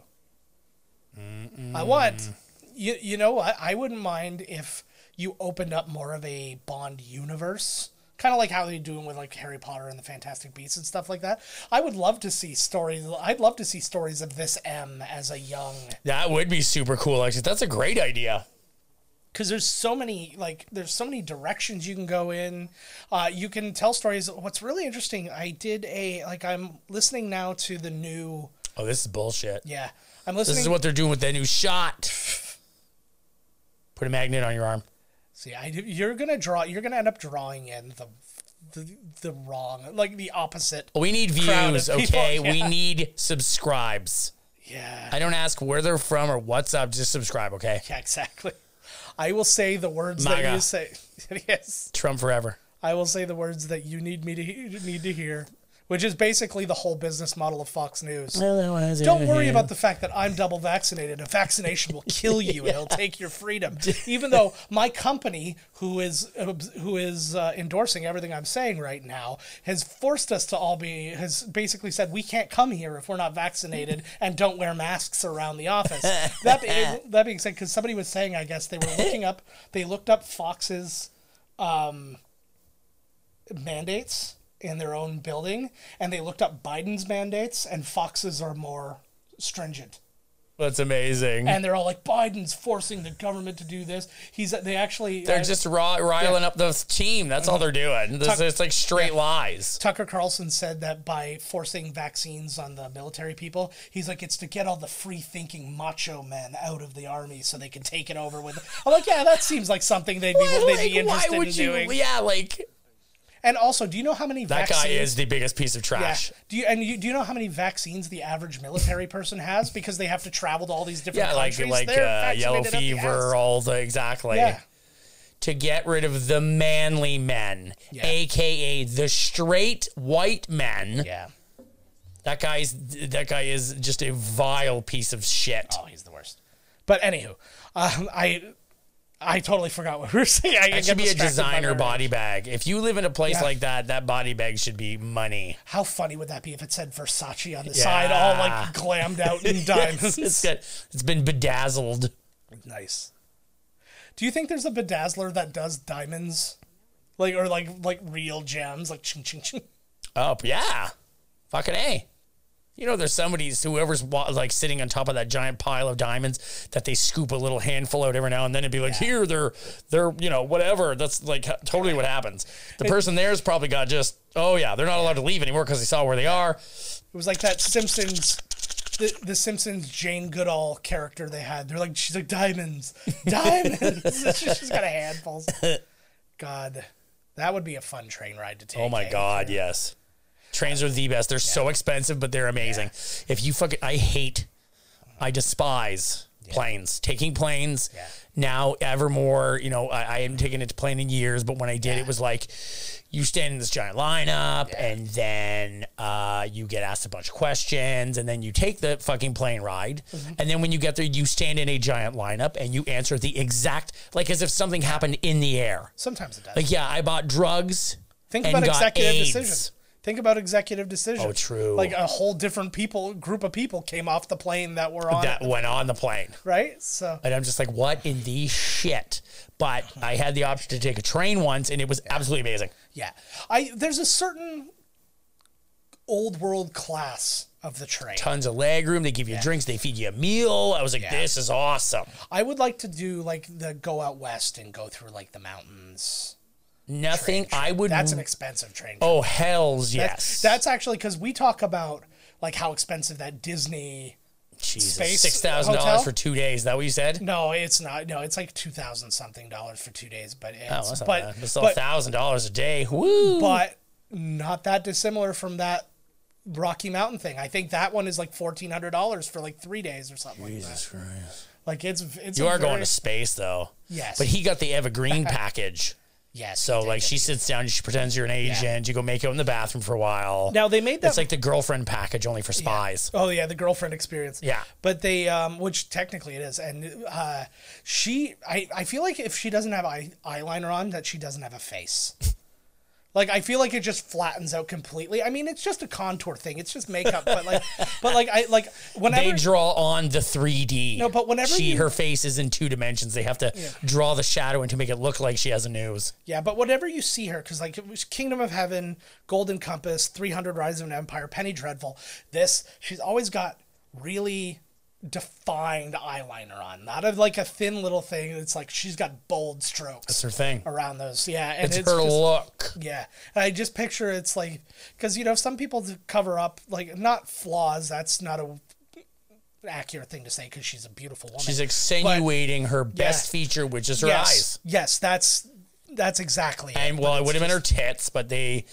S2: I want you you know what? I wouldn't mind if you opened up more of a Bond universe. Kind of like how they're doing with like Harry Potter and the Fantastic Beasts and stuff like that. I would love to see stories. I'd love to see stories of this M as a young
S1: That would be super cool, actually. That's a great idea.
S2: because there's so many like there's so many directions you can go in uh, you can tell stories what's really interesting i did a like i'm listening now to the new
S1: Oh, this is bullshit.
S2: yeah i'm
S1: This
S2: listening
S1: is what they're doing with that new shot. Put a magnet on your arm.
S2: see I, you're gonna draw you're gonna end up drawing in the the, the wrong like the opposite
S1: We need
S2: Crowd of
S1: views,
S2: people,
S1: okay? We
S2: yeah.
S1: need subscribes.
S2: yeah
S1: I don't ask where they're from or what's up. Just subscribe, okay?
S2: yeah exactly i will say the words that
S1: MAGA.
S2: you say yes
S1: Trump forever.
S2: i will say the words that you need me to you need to hear which is basically the whole business model of fox news Don't worry about the fact that I'm double vaccinated. A vaccination will kill you and it'll take your freedom. Even though my company, who is who is uh, endorsing everything I'm saying right now, has forced us to all be has basically said we can't come here if we're not vaccinated and don't wear masks around the office. that be, that being said, because somebody was saying, I guess they were looking up, they looked up Fox's mandates in their own building and they looked up Biden's mandates and Fox's are more stringent.
S1: That's amazing.
S2: and they're all like, Biden's forcing the government to do this. He's they actually
S1: they're
S2: uh,
S1: just ri- riling up the team. That's all they're doing. This,
S2: Tuck-
S1: it's like straight lies.
S2: Tucker Carlson said that by forcing vaccines on the military people, he's like, it's to get all the free thinking macho men out of the army so they can take it over with. I'm like, yeah, that seems like something they'd be, they'd be
S1: why
S2: interested
S1: would
S2: in
S1: you?
S2: doing.
S1: Yeah, like
S2: And also, do you know how many
S1: that
S2: vaccines?
S1: guy is the biggest piece of
S2: Yeah.
S1: trash.
S2: Do you and you do you know how many vaccines the average military person has because they have to travel to all these different
S1: Yeah, like
S2: countries?
S1: like
S2: They're
S1: uh, yellow
S2: vaccinated up the
S1: fever,
S2: ass.
S1: all the exactly.
S2: Yeah.
S1: to get rid of the manly men,
S2: Yeah.
S1: aka the straight white men.
S2: Yeah.
S1: That guy's that guy is just a vile piece of shit.
S2: Oh, he's the worst. But anywho, um, I I totally forgot what we were saying.
S1: That
S2: I get
S1: should be a
S2: distracted by
S1: designer
S2: my-
S1: body bag. If you live in a place
S2: Yeah.
S1: like that, that body bag should be money.
S2: How funny would that be if it said Versace on the side, all like glammed out in diamonds?
S1: Yes, it's good. It's been bedazzled.
S2: Nice. Do you think there's a bedazzler that does diamonds, like or like like real gems, like ching ching ching?
S1: up. Yeah, fucking a. You know, there's somebody's whoever's wa- like sitting on top of that giant pile of diamonds that they scoop a little handful out every now and then and be like, here, they're they're you know whatever. That's like h- totally what happens. The person there's probably got just oh yeah, they're not allowed to leave anymore because they saw where they are.
S2: It was like that Simpsons, the, the Simpsons Jane Goodall character they had. They're like, she's like, diamonds, diamonds. she, she's got a handful. God, that would be a fun train ride to take.
S1: Oh my
S2: eh?
S1: god, yes. Trains are the best. They're so expensive, but they're amazing. If you fucking, I hate, I despise planes. Taking planes
S2: Yeah.
S1: now ever more. You know, I, I haven't taken a plane in years, but when I did, it was like you stand in this giant lineup, and then uh, you get asked a bunch of questions, and then you take the fucking plane ride, and then when you get there, you stand in a giant lineup and you answer the exact like as if something happened in the air.
S2: Sometimes it does.
S1: Like, yeah, I bought drugs.
S2: Think
S1: and
S2: about
S1: got
S2: executive
S1: AIDS.
S2: decisions. Think about executive decisions.
S1: Oh, true.
S2: Like a whole different people, group of people came off the plane that were on,
S1: that went on the plane.
S2: right? So
S1: And I'm just like, what in the shit? But I had the option to take a train once and it was absolutely amazing.
S2: yeah, I there's a certain old world class of the train.
S1: Tons of leg room. They give you drinks. They feed you a meal. I was like, this is awesome.
S2: I would like to do like the go out west and go through like the mountains.
S1: Nothing. I would.
S2: That's an expensive train. trip.
S1: Mm. oh, hells yes.
S2: That's- That's actually because we talk about like how expensive that Disney.
S1: Jesus.
S2: space
S1: Six thousand
S2: hotel?
S1: dollars for two days. Is that what you said?
S2: No, it's not. No, it's like two thousand something dollars for two days. But
S1: Oh,
S2: it's
S1: that's not
S2: but
S1: bad. It's still
S2: but,
S1: thousand dollars a day. Woo!
S2: but not that dissimilar from that Rocky Mountain thing. I think that one is like fourteen hundred dollars for like three days or something like that. Like it's it's
S1: you
S2: a
S1: are going
S2: very-
S1: to space though.
S2: Yes.
S1: But he got the evergreen package.
S2: yes.
S1: So
S2: he
S1: like
S2: did.
S1: she sits down, she pretends you're an agent. You go make out in the bathroom for a while.
S2: now they made that
S1: It's like the girlfriend package only for spies.
S2: Oh yeah, the girlfriend experience.
S1: Yeah.
S2: but they, um, which technically it is, and uh, she, I, I feel like if she doesn't have eye, eyeliner on, that she doesn't have a face. like I feel like it just flattens out completely. I mean, it's just a contour thing. It's just makeup, but like, but like I like whenever
S1: They draw on the 3D.
S2: No, but whenever
S1: she
S2: you-
S1: her face is in two dimensions, they have to draw the shadow and to make it look like she has a nose.
S2: Yeah, but whatever you see her, because like it was Kingdom of Heaven, Golden Compass, 300 Rise of an Empire, Penny Dreadful, this, she's always got really defined eyeliner on. Not a, like a thin little thing. It's like she's got bold strokes
S1: It's her thing.
S2: around those. Yeah. And
S1: It's,
S2: it's,
S1: her
S2: just-
S1: look.
S2: yeah. And I just picture it's like, because, you know, some people do cover up, like, not flaws. That's not a accurate thing to say because she's a beautiful woman.
S1: She's extenuating her best feature, which is her
S2: yes,
S1: eyes.
S2: Yes, that's. That's exactly it.
S1: And well,
S2: but
S1: it
S2: it's
S1: would have been her
S2: just-
S1: tits, but they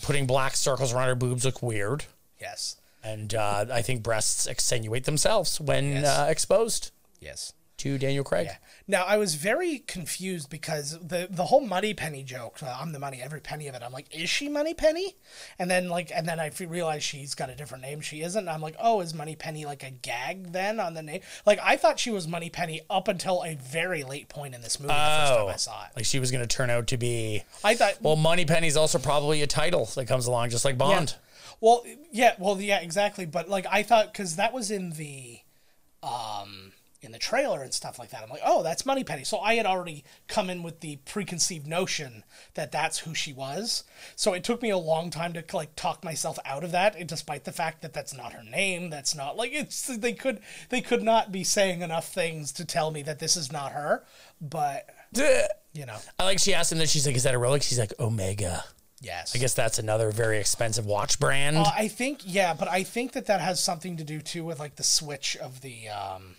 S1: putting black circles around her boobs look weird.
S2: Yes.
S1: And uh, I think breasts extenuate themselves when
S2: Yes.
S1: uh, exposed
S2: Yes.
S1: to Daniel Craig.
S2: Now I was very confused because the the whole money penny joke. Uh, I'm the money, every penny of it. I'm like, is she money penny? And then like, and then I f- realized she's got a different name. She isn't. And I'm like, oh, is money penny like a gag then on the name? Like I thought she was money penny up until a very late point in this movie. the first time I saw it,
S1: Like she was going to turn out to be.
S2: I thought, well,
S1: Well, Money Penny's also probably a title that comes along, just like Bond.
S2: well, yeah, well, yeah, exactly. But like, I thought because that was in the, um, in the trailer and stuff like that. I'm like, oh, that's Moneypenny. So I had already come in with the preconceived notion that that's who she was. So it took me a long time to like talk myself out of that, and despite the fact that that's not her name. That's not like it's they could they could not be saying enough things to tell me that this is not her. But you know,
S1: I like she asked him that. She's like, "Is that a Rolex?" He's like, "Omega."
S2: yes,
S1: I guess that's another very expensive watch brand.
S2: Uh, I think yeah, but I think that that has something to do too with like the switch of the um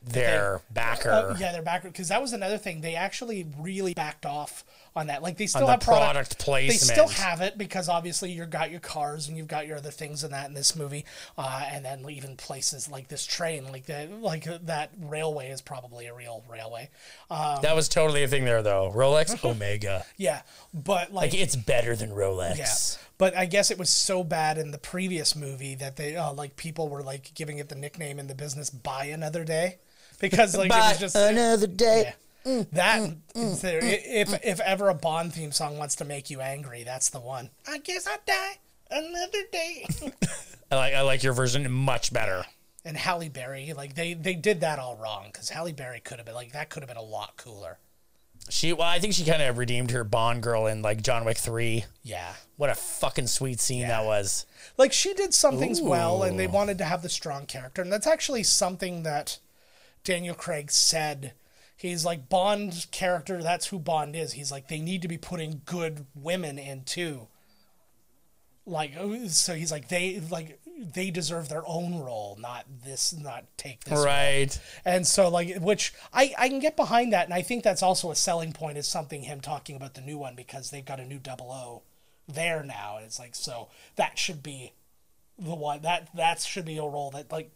S1: Their backer.
S2: uh, yeah their back because that was another thing they actually really backed off on that like they still
S1: the
S2: have product,
S1: product
S2: they still
S1: placement.
S2: have it because obviously you've got your cars and you've got your other things in that in this movie uh, and then even places like this train like the like uh, that railway is probably a real railway uh,
S1: That was totally a thing there though. Rolex Omega.
S2: yeah but like,
S1: Like it's better than Rolex.
S2: Yeah, but I guess it was so bad in the previous movie that they uh, like people were like giving it the nickname in the business "Buy Another Day" because like it
S1: By
S2: was just
S1: another day.
S2: yeah. that. is there- i- if if ever a Bond theme song wants to make you angry, that's the one. I guess I die another day.
S1: I like I like your version much better.
S2: and Halle Berry, like they they did that all wrong because Halle Berry could have been like that could have been a lot cooler.
S1: She well, I think she kind of redeemed her Bond girl in like John Wick 3.
S2: Yeah.
S1: What a fucking sweet scene that was.
S2: like she did some things well and they wanted to have the strong character and that's actually something that daniel craig said he's like bond character that's who bond is he's like they need to be putting good women in too like oh, so he's like they like they deserve their own role not this not take this
S1: Right.
S2: and so like which I, I can get behind that and I think that's also a selling point is something him talking about the new one because they've got a new double O there now and it's like so that should be the one that that should be a role that like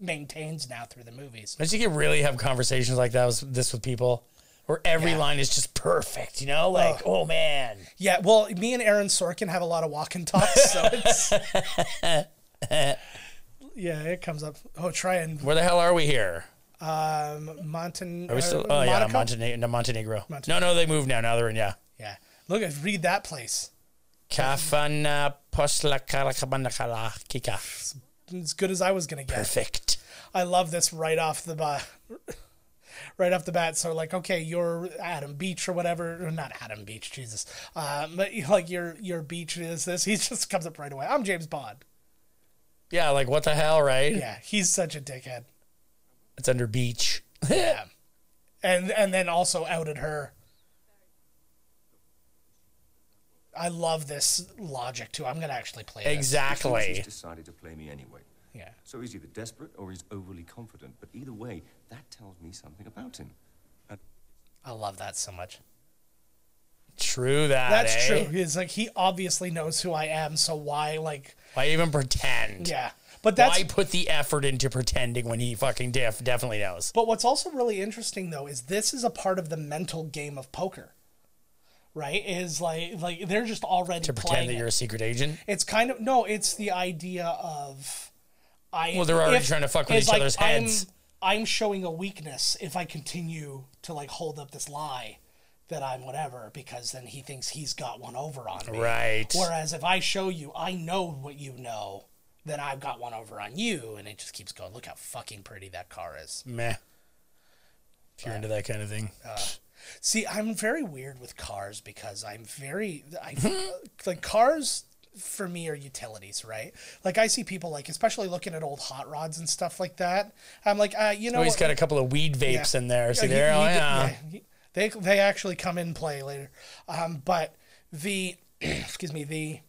S2: maintains now through the movies.
S1: But you could really have conversations like that was this with people where every
S2: Yeah.
S1: line is just perfect, you know? Like, oh man.
S2: Yeah, well me and Aaron Sorkin have a lot of walk and talks, so it's Yeah, it comes up. Oh, try and
S1: Where the hell are we here?
S2: Monten. uh,
S1: Are we still? Oh yeah, Montenegro. No, Montenegro.
S2: Montenegro.
S1: No, no, they moved now. Now they're in yeah.
S2: yeah. Look, at read that place.
S1: Kafana posla kala kabana kala kika.
S2: As good as I was gonna get.
S1: Perfect.
S2: I love this right off the bat. Right off the bat, so like, okay, you're Adam Beach or whatever, or not Adam Beach, Jesus, um, but you- like your your beach is this. He just comes up right away. I'm James Bond.
S1: Yeah, like what the hell, right?
S2: Yeah, he's such a dickhead.
S1: It's under beach.
S2: Yeah, and and then also outed her. I love this logic too. I'm gonna actually play this.
S6: He's
S1: Exactly.
S6: decided to play me anyway.
S2: Yeah,
S6: So he's either desperate or he's overly confident. But either way, that tells me something about him.
S2: I love that so much.
S1: True that.
S2: That's
S1: eh?
S2: true. He's like he obviously knows who I am, so why like
S1: Why even pretend?
S2: yeah. But that's
S1: Why put the effort into pretending when he fucking def- definitely knows?
S2: But what's also really interesting though is this is a part of the mental game of poker. Right? Is like like they're just already
S1: To
S2: playing
S1: pretend that
S2: it.
S1: you're a secret agent.
S2: It's kind of no, it's the idea of I
S1: Well, they're already trying to fuck with
S2: it's
S1: each other's heads.
S2: I'm, I'm showing a weakness if I continue to like hold up this lie that I'm whatever because then he thinks he's got one over on me.
S1: Right.
S2: Whereas if I show you I know what you know, then I've got one over on you and it just keeps going. Look how fucking pretty that car is.
S1: Meh. If
S2: Uh,
S1: you're into that kind of thing.
S2: See, I'm very weird with cars because I'm very I like cars for me are utilities, right? Like I see people like especially looking at old hot rods and stuff like that. I'm like, uh, you know,
S1: oh, he's
S2: what?
S1: got a couple of weed vapes
S2: Yeah.
S1: in there. See
S2: Yeah, you-
S1: there?
S2: you
S1: oh,
S2: did-
S1: yeah.
S2: yeah, you- They they actually come in play later. Um, but the excuse me, the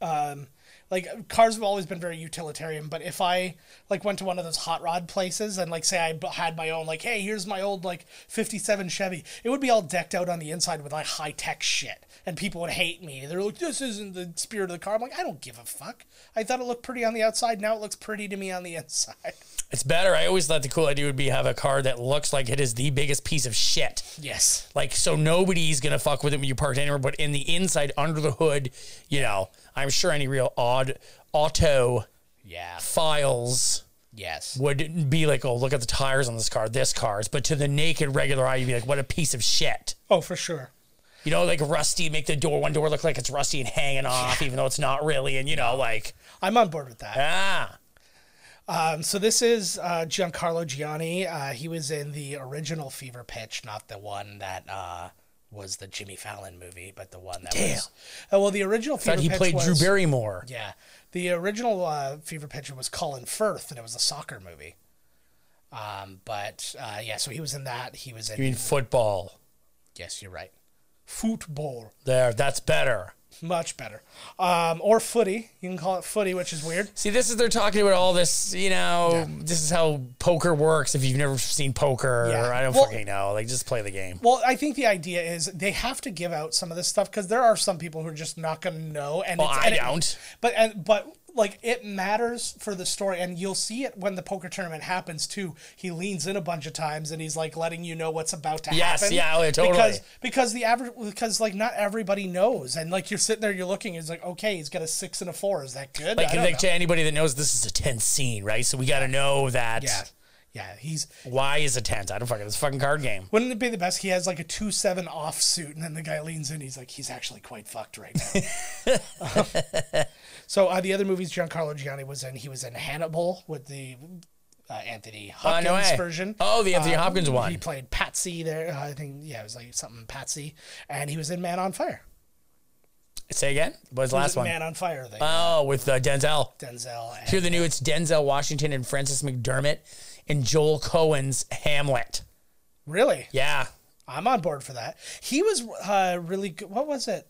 S2: um like cars have always been very utilitarian, but if I like went to one of those hot rod places and like say I b- had my own like hey here's my old like '57 Chevy, it would be all decked out on the inside with like high tech shit, and people would hate me. They're like this isn't the spirit of the car. I'm like I don't give a fuck. I thought it looked pretty on the outside. Now it looks pretty to me on the inside.
S1: It's better. I always thought the cool idea would be have a car that looks like it is the biggest piece of shit.
S2: Yes.
S1: Like so nobody's gonna fuck with it when you park it anywhere, but in the inside, under the hood, you know, I'm sure any real odd auto
S2: Yeah.
S1: files
S2: Yes.
S1: would be like, oh, look at the tires on this car, this car's. But to the naked regular eye, you'd be like, what a piece of shit.
S2: Oh, for sure.
S1: You know, like rusty, make the door one door look like it's rusty and hanging off, even though it's not really. And you know, like
S2: I'm on board with that.
S1: ah,
S2: Um, so this is uh, Giancarlo Gianni. Uh, he was in the original Fever Pitch, not the one that uh, was the Jimmy Fallon movie, but the one that was. Uh, well, the original Fever
S1: Thought he
S2: Pitch
S1: played
S2: was,
S1: Drew Barrymore.
S2: Yeah, the original uh, Fever Pitch was Colin Firth, and it was a soccer movie. Um, but uh, yeah, so he was in that. He was in.
S1: You mean football?
S2: yes, you're right. Football,
S1: There, that's better.
S2: much better. Um, or footy. You can call it footy, which is weird.
S1: See, this is they're talking about all this. You know, this is how poker works. If you've never seen poker,
S2: Yeah.
S1: or I don't
S2: Well-
S1: fucking know. Like, just play the game.
S2: Well, I think the idea is they have to give out some of this stuff because there are some people who are just not going to know. And
S1: Well,
S2: it's-
S1: I
S2: and it-
S1: don't.
S2: but and but like it matters for the story, and you'll see it when the poker tournament happens too. He leans in a bunch of times, and he's like letting you know what's about to
S1: Yes,
S2: happen.
S1: yeah, oh, yeah, totally.
S2: Because because the average because like not everybody knows, and like you're sitting there, you're looking, it's like okay, he's got a six and a four. Is that good?
S1: Like,
S2: I don't
S1: like
S2: know.
S1: to anybody that knows, this is a tense scene, right? So we got to know that.
S2: yeah, yeah, he's
S1: Why is it tense? I don't fucking. It's a fucking card game.
S2: Wouldn't it be the best? He has like a two seven off suit, and then the guy leans in. He's like, he's actually quite fucked right now. so uh, the other movies Giancarlo Gianni was in, he was in Hannibal with the uh, Anthony
S1: Oh,
S2: Hopkins
S1: no way.
S2: version.
S1: Oh, the Anthony
S2: Um,
S1: Hopkins
S2: He
S1: one.
S2: played Patsy there. Uh, I think yeah, it was like something Patsy, and he was in Man on Fire.
S1: Say again. What was the
S2: He
S1: last
S2: was in
S1: one?
S2: Man on Fire. They
S1: oh, with uh, Denzel.
S2: Denzel. and-
S1: Here, the new it's Denzel Washington and Francis McDermott and Joel Cohen's Hamlet.
S2: really,
S1: Yeah,
S2: I'm on board for that. He was uh, really good. What was it?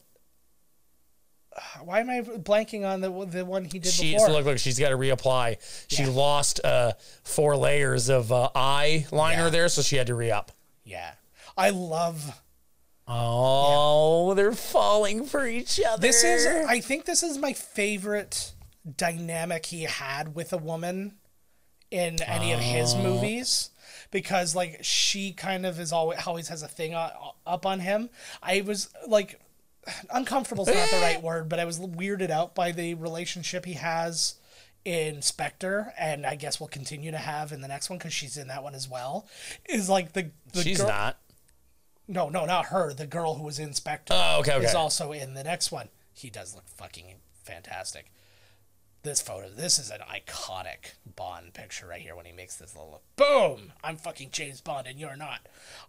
S2: Uh, Why am I blanking on the the one he did
S1: she
S2: before?
S1: so look look. She's got to reapply. She
S2: Yeah.
S1: lost uh, four layers of uh, eye liner
S2: Yeah.
S1: there, so she had to re up.
S2: Yeah. I love
S1: Oh, they're falling for each other.
S2: this is I think this is my favorite dynamic he had with a woman in any of his
S1: Oh.
S2: movies because like she kind of is always always has a thing on, up on him. I was like uncomfortable is not the right word, but I was weirded out by the relationship he has in Spectre, and I guess we'll continue to have in the next one because she's in that one as well. Is like the, the
S1: she's
S2: girl-
S1: not.
S2: No, no, not her. The girl who was in Spectre
S1: Oh, okay, okay.
S2: is also in the next one. He does look fucking fantastic. This photo, this is an iconic Bond picture right here when he makes this little boom. I'm fucking James Bond and you're not.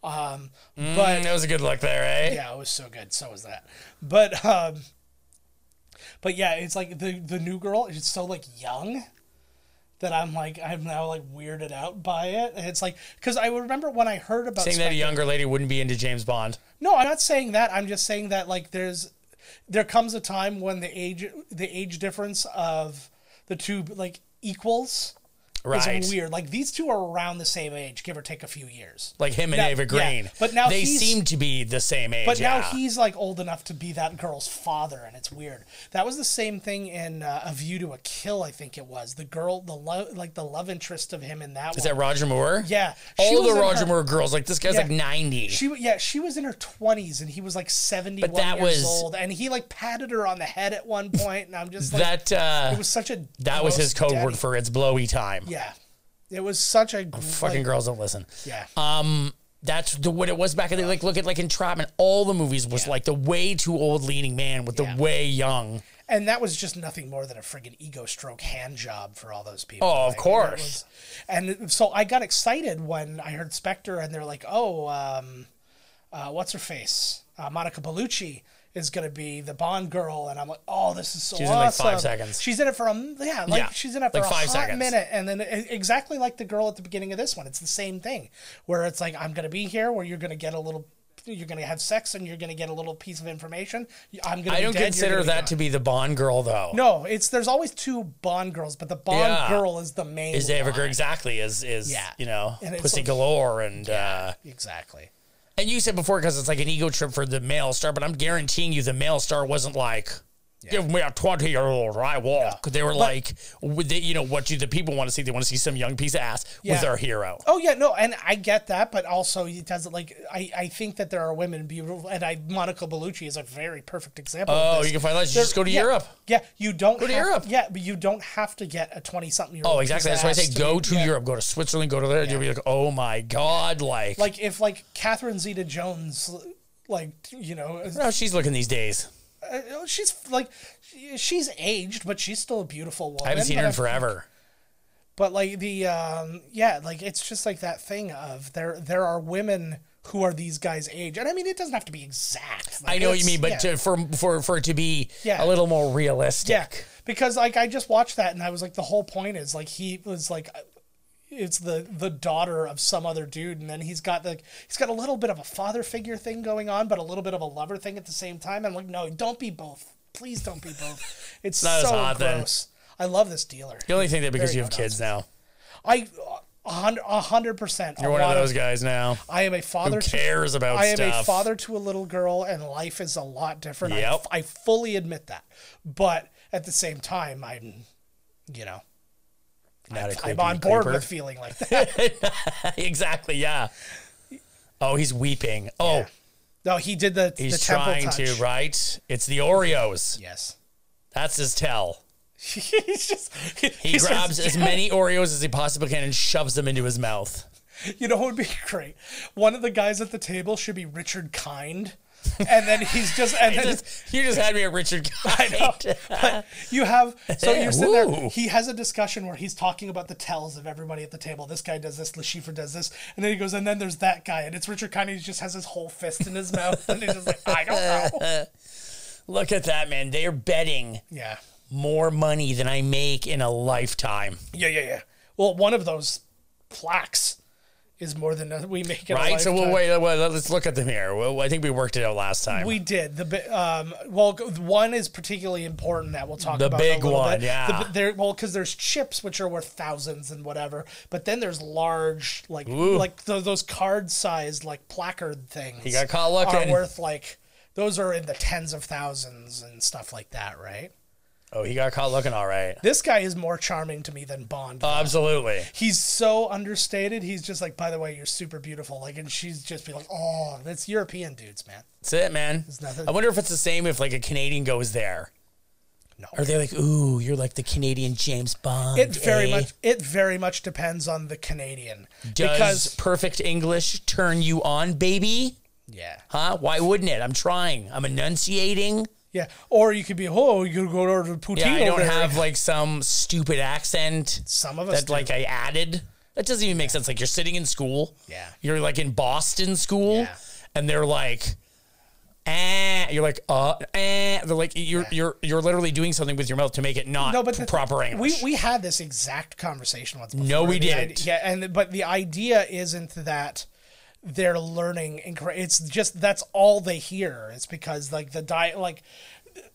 S2: Um,
S1: but that was a good look there, eh?
S2: yeah, it was so good. So was that. But um, but yeah, it's like the the new girl. It's so like young that I'm like I'm now like weirded out by it. And it's like because I remember when I heard about
S1: Saying that a
S2: Spectre-
S1: younger lady wouldn't be into James Bond.
S2: no, I'm not saying that. I'm just saying that like there's there comes a time when the age the age difference of the two like equals
S1: Right.
S2: is weird. Like these two are around the same age, give or take a few years.
S1: Like him and
S2: Now-
S1: Ava
S2: yeah,
S1: Green.
S2: but now
S1: they
S2: he's-
S1: seem to be the same age.
S2: But now
S1: yeah.
S2: he's like old enough to be that girl's father, and it's weird. That was the same thing in uh, A View to a Kill, I think it was. The girl, the love, like the love interest of him in that
S1: Is
S2: one.
S1: that Roger Moore?
S2: Yeah, she
S1: All
S2: was
S1: the
S2: in
S1: Roger
S2: her-
S1: Moore girls. Like this guy's
S2: Yeah.
S1: like ninety.
S2: She yeah, she was in her twenties and he was like seventy one
S1: that
S2: years
S1: was-
S2: old, and he like patted her on the head at one point, and I'm just like,
S1: that uh,
S2: it was such a
S1: that was his
S2: gross
S1: code word
S2: daddy-
S1: for it's blowy time.
S2: yeah, it was such a gr-
S1: Fucking
S2: like,
S1: girls don't listen.
S2: yeah.
S1: That's the, what it was back in the like. Look at like Entrapment. All the movies was like the way too old leading man with
S2: Yeah.
S1: the way young.
S2: and that was just nothing more than a friggin' ego stroke hand job for all those people.
S1: Oh, of
S2: Like, it
S1: course.
S2: was- and so I got excited when I heard Spectre, and they're like, "Oh, um, uh, what's her face? Uh, Monica Bellucci is going to be the Bond girl," and I'm like, "Oh, this is so
S1: She's in, like,
S2: awesome!"
S1: five seconds.
S2: She's in it for a m- yeah, like
S1: Yeah,
S2: she's in it for
S1: like
S2: a
S1: five
S2: hot
S1: seconds.
S2: minute, and then e- exactly like the girl at the beginning of this one, it's the same thing where it's like, "I'm going to be here," where you're going to get a little. You're gonna have sex, and you're gonna get a little piece of information. I'm gonna.
S1: I
S2: be
S1: don't
S2: dead, you're
S1: consider
S2: gonna be
S1: that
S2: gone.
S1: to be the Bond girl though.
S2: No, it's there's always two Bond girls, but the Bond
S1: Yeah.
S2: girl is the main.
S1: is Ava
S2: one.
S1: Green exactly is is
S2: Yeah.
S1: you know
S2: And it's
S1: pussy
S2: like-
S1: galore and uh,
S2: Exactly.
S1: and you said before because it's like an ego trip for the male star, but I'm guaranteeing you the male star wasn't like. Give me a twenty-year-old, I walk. They were like, with the, you know, what do the people want to see? They want to see some young piece of ass with
S2: Yeah.
S1: our hero.
S2: Oh yeah, no, and I get that, but also it doesn't like I, I think that there are women beautiful, and I Monica Bellucci is a very perfect example. of
S1: Oh,
S2: this.
S1: you can find that. You
S2: There-
S1: just go to
S2: yeah,
S1: Europe.
S2: Yeah, you don't
S1: Go to
S2: have-
S1: Europe.
S2: Yeah, but you don't have to get a twenty-something year old.
S1: Oh, exactly. That's why I say go to
S2: yeah.
S1: Europe, go to Switzerland, go to there. You'll be like, oh my god, like,
S2: Like if like Catherine Zeta-Jones, like you know, is-
S1: how oh, she's looking these days.
S2: uh, she's like she- she's aged, but she's still a beautiful woman.
S1: I haven't seen
S2: but
S1: her in
S2: I'm-
S1: forever.
S2: But like the um, yeah, like it's just like that thing of there there are women who are these guys' age, and I mean it doesn't have to be exact. Like,
S1: I know what you
S2: it's-
S1: mean, but
S2: yeah.
S1: to, for for for it to be
S2: Yeah.
S1: a little more realistic.
S2: Yeah, because like I just watched that and I was like, the whole point is like he was like, it's the the daughter of some other dude, and then he's got like he's got a little bit of a father figure thing going on, but a little bit of a lover thing at the same time. I'm like, no, don't be both. Please don't be both. It's
S1: Not as
S2: so
S1: odd then.
S2: gross. I love this dealer.
S1: You only think that because
S2: Very
S1: you have
S2: good
S1: kids now.
S2: I a hundred a hundred percent.
S1: You're one of those guys now.
S2: I am a father.
S1: Who cares
S2: to,
S1: about
S2: I am a
S1: stuff?
S2: father to a little girl, and life is a lot different. I-
S1: Yep.
S2: I, fully admit that, but at the same time, I'm, you know,
S1: Not a
S2: I'm
S1: creepy
S2: on board
S1: creeper.
S2: with feeling like that.
S1: exactly. Yeah. Oh, he's weeping. Oh,
S2: no, he did the
S1: he's
S2: the temple
S1: trying
S2: touch.
S1: to. Right? It's the Oreos.
S2: Yes,
S1: That's his tell.
S2: he's just he,
S1: He grabs as many Oreos as he possibly can and shoves them into his mouth.
S2: You know, what would be great. One of the guys at the table should be Richard Kind, and then he's just and
S1: You
S2: then
S1: just, you just had me at Richard. Kind.
S2: You have so you're sitting there.
S1: Ooh.
S2: He has a discussion where he's talking about the tells of everybody at the table. This guy does this. Lashifer does this, and then he goes, and then there's that guy, and it's Richard Kind. He just has his whole fist in his mouth, and he's just like, I don't know.
S1: Look at that, man. They're betting
S2: Yeah,
S1: more money than I make in a lifetime.
S2: yeah, yeah, yeah. Well, one of those plaques is more than we make. In a
S1: Right? So we'll wait.
S2: lifetime.
S1: wait, Let's look at them here. Well, I think we worked it out last time.
S2: We did the bi- um well g- one is particularly important that we'll talk
S1: The
S2: about in
S1: big
S2: a little
S1: one,
S2: bit.
S1: yeah.
S2: The, there well because there's chips which are worth thousands and whatever, but then there's large like like th- those card sized like placard things. He
S1: got caught looking.
S2: Are worth like those are in the tens of thousands and stuff like that, right?
S1: oh, he got caught looking all right. Oh,
S2: This guy is more charming to me than Bond.
S1: Uh. Absolutely.
S2: He's so understated. He's just like, by the way, you're super beautiful. Like, and she's just be like, oh, that's European dudes, man.
S1: That's it, man.
S2: nothing-
S1: I wonder if it's the same if like a Canadian goes there.
S2: No.
S1: Are they like, ooh, you're like the Canadian James Bond?
S2: It very
S1: eh?
S2: much it very much depends on the Canadian
S1: does
S2: because
S1: perfect English turn you on, baby?
S2: yeah
S1: Huh? Why wouldn't it? I'm trying. I'm enunciating.
S2: yeah or you could be oh you could go over to Poutine
S1: Yeah, I don't
S2: over there.
S1: have like some stupid accent
S2: some of us
S1: that
S2: do.
S1: like I added. That doesn't even make sense. Like you're sitting in school.
S2: Yeah.
S1: You're like in Boston school,
S2: Yeah.
S1: and they're like, eh. You're like, uh, eh. They're like, you're you're you're literally doing something with your mouth to make it not
S2: no but
S1: p-
S2: the-
S1: proper
S2: we
S1: English.
S2: we had this exact conversation once before.
S1: No, we
S2: The
S1: didn't.
S2: idea- yeah and but the idea isn't that they're learning incorrect it's just that's all they hear it's because like the di- like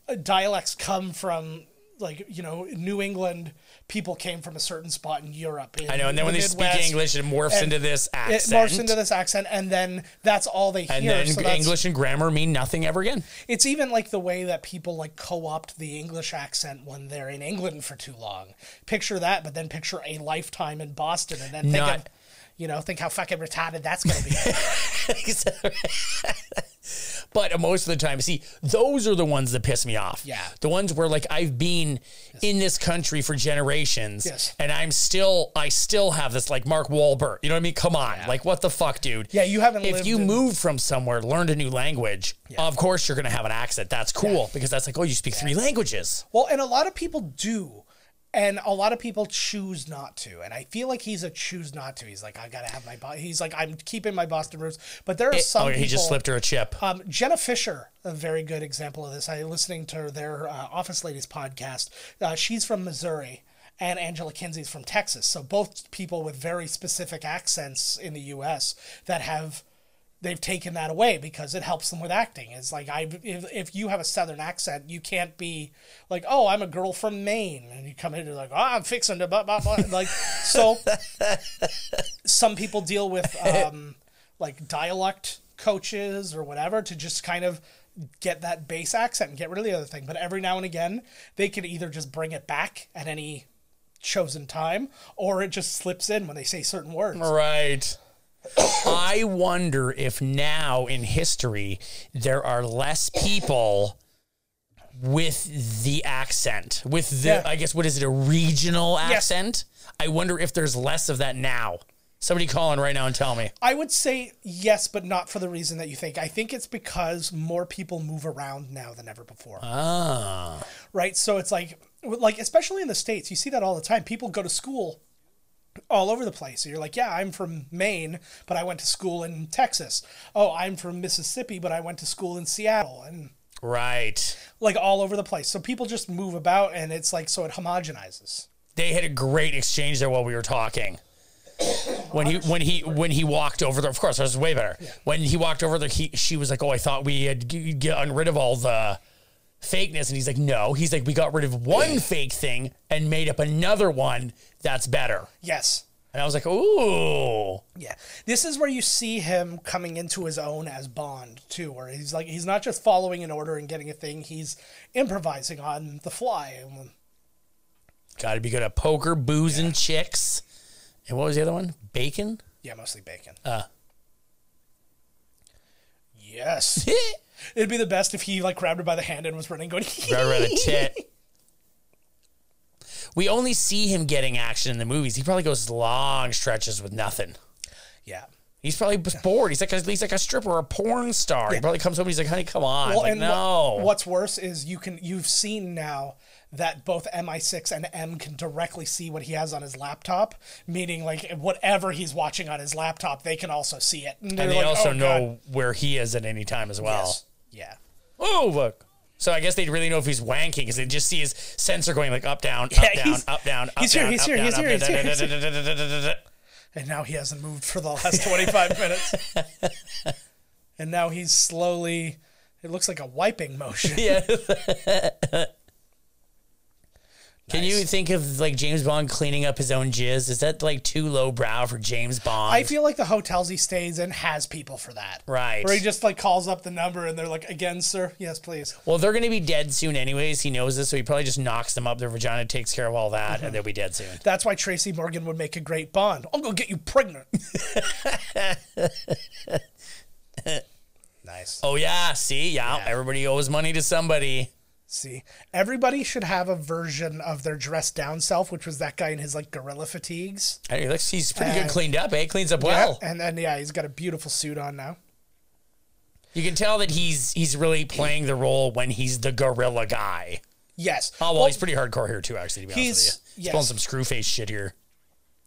S2: uh, dialects come from like you know New England people came from a certain spot in Europe
S1: I know, and then when they speak English, it morphs
S2: and
S1: into this
S2: it
S1: accent.
S2: morphs into this accent, and then that's all they hear.
S1: and then
S2: so that's-
S1: English and grammar mean nothing ever again.
S2: It's even like the way that people like co-opt the English accent when they're in England for too long. Picture that, but then picture a lifetime in Boston, and then think of,
S1: Not-
S2: you know, think how fucking retarded that's going to be.
S1: but most of the time, see, those are the ones that piss me off.
S2: Yeah.
S1: The ones where like I've been in this country for generations
S2: Yes.
S1: and I'm still I still have this like Mark Wahlberg. You know what I mean? Come on. Like what the fuck, dude?
S2: Yeah, you haven't
S1: If
S2: lived
S1: you
S2: in-
S1: moved from somewhere, learned a new language, of course you're gonna have an accent. That's cool because that's like, oh, you speak three languages.
S2: well, and a lot of people do. And a lot of people choose not to, and I feel like he's a choose not to. He's like, I gotta have my. Bo-. He's like, I'm keeping my Boston roots, but there are some.
S1: oh,
S2: people,
S1: he just slipped her a chip.
S2: Um, Jenna Fisher, a very good example of this. I listening to their uh, Office Ladies podcast. Uh, she's from Missouri, and Angela Kinsey's from Texas. So both people with very specific accents in the U.S. that have they've taken that away because it helps them with acting. It's like I if, if you have a southern accent, you can't be like, "Oh, I'm a girl from Maine." And you come in and you're like, "Oh, I'm fixing to blah blah blah." like so some people deal with um like dialect coaches or whatever to just kind of get that base accent and get rid of the other thing. But every now and again, they can either just bring it back at any chosen time or it just slips in when they say certain words.
S1: Right. I wonder if now in history there are less people with the accent, with the
S2: Yeah.
S1: I guess what is it a regional
S2: Yes.
S1: accent? I wonder if there's less of that now. Somebody call in right now and tell me.
S2: I would say yes, but not for the reason that you think. I think it's because more people move around now than ever before. Ah. Right? So it's like like especially in the states, you see that all the time. People go to school all over the place. So you're like, yeah, I'm from Maine, but I went to school in Texas. Oh, I'm from Mississippi, but I went to school in Seattle, and
S1: Right.
S2: like all over the place. So people just move about, and it's like so it homogenizes.
S1: They had a great exchange there while we were talking. When he when he when he walked over there, of course, that was way better. When he walked over there, he she was like, "Oh, I thought we had g- gotten rid of all the fakeness," and he's like, "No." He's like, "We got rid of one fake thing and made up another one that's better."
S2: Yes.
S1: And I was like, "Ooh,
S2: Yeah. This is where you see him coming into his own as Bond too, where he's like he's not just following an order and getting a thing, he's improvising on the fly. And
S1: got to be good at poker, booze, and chicks." And what was the other one? Bacon.
S2: yeah, mostly bacon. Uh Yes.
S1: Right
S2: It'd be the best if he like grabbed her by the hand and was running going
S1: around the tit. We only see him getting action in the movies. He probably goes long stretches with nothing.
S2: Yeah.
S1: He's probably b- bored. He's like a, he's like a stripper, or a porn star. He probably comes home. and He's like, "Honey, come on!" It's like,
S2: wha-
S1: no,
S2: what's worse is you can you've seen now that both MI6 and M can directly see what he has on his laptop, meaning like whatever he's watching on his laptop, they can also see it.
S1: and they
S2: "Oh,
S1: also know where he is at any time as well.
S2: Yeah.
S1: Oh, look. So I guess they'd really know if he's wanking because they just see his sensor going like up, down, up,
S2: Yeah,
S1: down,
S2: he's-
S1: up, down, up,
S2: he's here,
S1: down,
S2: he's
S1: up,
S2: here,
S1: down,
S2: he's
S1: up,
S2: here,
S1: down,
S2: he's here,
S1: da-
S2: he's
S1: da- da- da- da- da- da- da-
S2: And now he hasn't moved for the last 25 minutes. And now he's slowly, it looks like a wiping motion.
S1: Can you think of like James Bond cleaning up his own jizz? Is that like too low brow for James Bond?
S2: I feel like the hotels he stays in has people for that.
S1: Right.
S2: Where he just like calls up the number and they're like, again, sir, yes, please.
S1: well, they're going to be dead soon, anyways. He knows this, so he probably just knocks them up. Their vagina takes care of all that, and they'll be dead soon.
S2: That's why Tracy Morgan would make a great Bond. I'm going to get you pregnant. nice.
S1: Oh yeah, see, yeah, everybody owes money to somebody.
S2: See, everybody should have a version of their dressed down self, which was that guy in his like gorilla fatigues.
S1: Hey, he looks, he's pretty
S2: Uh,
S1: good cleaned up. Eh, cleans up well.
S2: And then, yeah, he's got a beautiful suit on now.
S1: You can tell that he's he's really playing the role when he's the gorilla guy.
S2: Yes.
S1: Oh well,
S2: Well,
S1: he's pretty hardcore here too. Actually, to be honest
S2: he's-
S1: with you, he's
S2: yes.
S1: pulling some screw face shit here.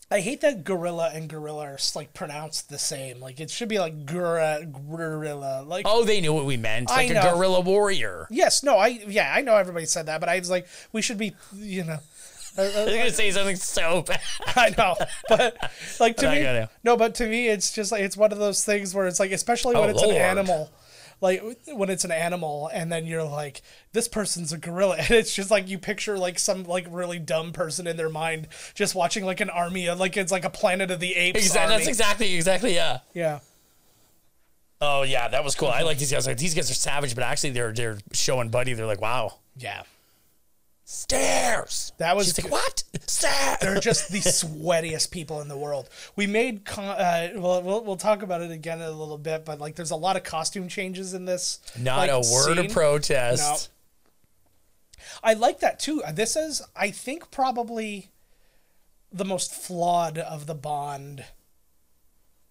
S2: I hate that gorilla and gorilla are like pronounced the same. Like it should be like gura, gorilla. Like
S1: Oh, they knew what we meant,
S2: I
S1: like a
S2: know.
S1: gorilla warrior.
S2: yes, no, I yeah, I know everybody said that, but I was like, we should be, you know.
S1: They're gonna say something so bad.
S2: I know, but like to
S1: I
S2: me,
S1: gotta-
S2: no, but to me, it's just like it's one of those things where it's like, especially when
S1: Oh,
S2: it's
S1: Lord.
S2: an animal, like when it's an animal, and then you're like, this person's a gorilla, and it's just like you picture like some like really dumb person in their mind just watching like an army, of, like it's like a Planet of the Apes.
S1: Exactly.
S2: army.
S1: That's exactly exactly yeah.
S2: yeah.
S1: Oh yeah, that was cool. I like these guys. Like these guys are savage, but actually they're they're showing Buddy. They're like, wow,
S2: Yeah.
S1: stairs.
S2: That was
S1: She's like,
S2: good.
S1: what stairs?
S2: They're just the sweatiest people in the world. We made con- uh, well, we'll we'll talk about it again in a little bit, but like there's a lot of costume changes in this.
S1: Not
S2: like,
S1: a word
S2: scene.
S1: of protest.
S2: No. I like that too. This is, I think, probably the most flawed of the Bond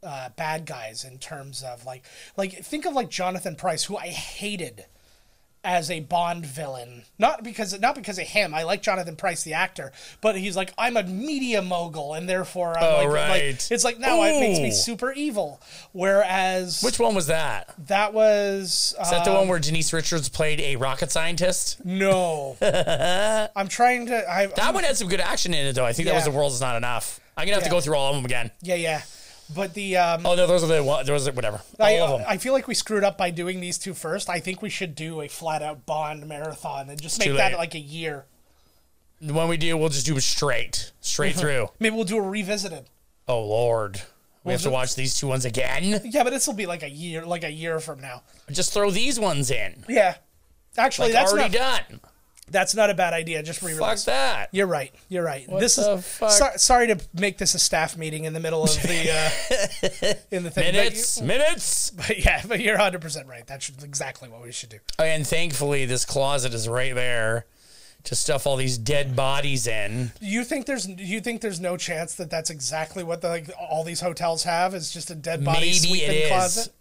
S2: uh, bad guys in terms of like, like think of like Jonathan Price, who I hated as a Bond villain. Not because not because of him. I like Jonathan Price, the actor, but he's like, I'm a media mogul, and therefore I'm
S1: Oh,
S2: like, like-
S1: right.
S2: it's like now it makes me
S1: Ooh.
S2: super evil. Whereas
S1: Which one was that? Is
S2: that was uh,
S1: that the one where Denise Richards played a rocket scientist?
S2: no. I'm trying to. I,
S1: That one had some good action in it, though. I think that was
S2: Yeah.
S1: The World Is Not Enough. I'm gonna have to
S2: Yeah.
S1: go through all of them again.
S2: Yeah, yeah. But the um,
S1: Oh no, those are the one. Those are whatever. All
S2: I,
S1: of them.
S2: I feel like uh, we screwed up by doing these two first. I think we should do a flat out Bond marathon and just
S1: too
S2: make that
S1: late.
S2: like a year.
S1: when we do, we'll just do them straight, straight
S2: Uh-huh.
S1: through.
S2: Maybe we'll do a revisited.
S1: Oh lord, we have to
S2: just-
S1: watch these two ones again.
S2: Yeah, but this will be like a year, like a year from now.
S1: Just throw these ones in.
S2: Yeah, actually,
S1: Like
S2: that's
S1: already
S2: not
S1: done.
S2: that's not a bad idea. Just
S1: Fuck
S2: re-release.
S1: that.
S2: You're right. You're right. this
S1: the
S2: is
S1: fuck?
S2: so- sorry to make this a staff meeting in the middle of the uh, in the thing. but you-
S1: Minutes, minutes.
S2: but yeah, but you're 100 percent right. That's exactly what we should do.
S1: And thankfully, this closet is right there to stuff all these dead bodies in.
S2: You think there's you think there's no chance that that's exactly what the, like all these hotels have is just a dead body
S1: Maybe
S2: sweeping
S1: it is.
S2: closet?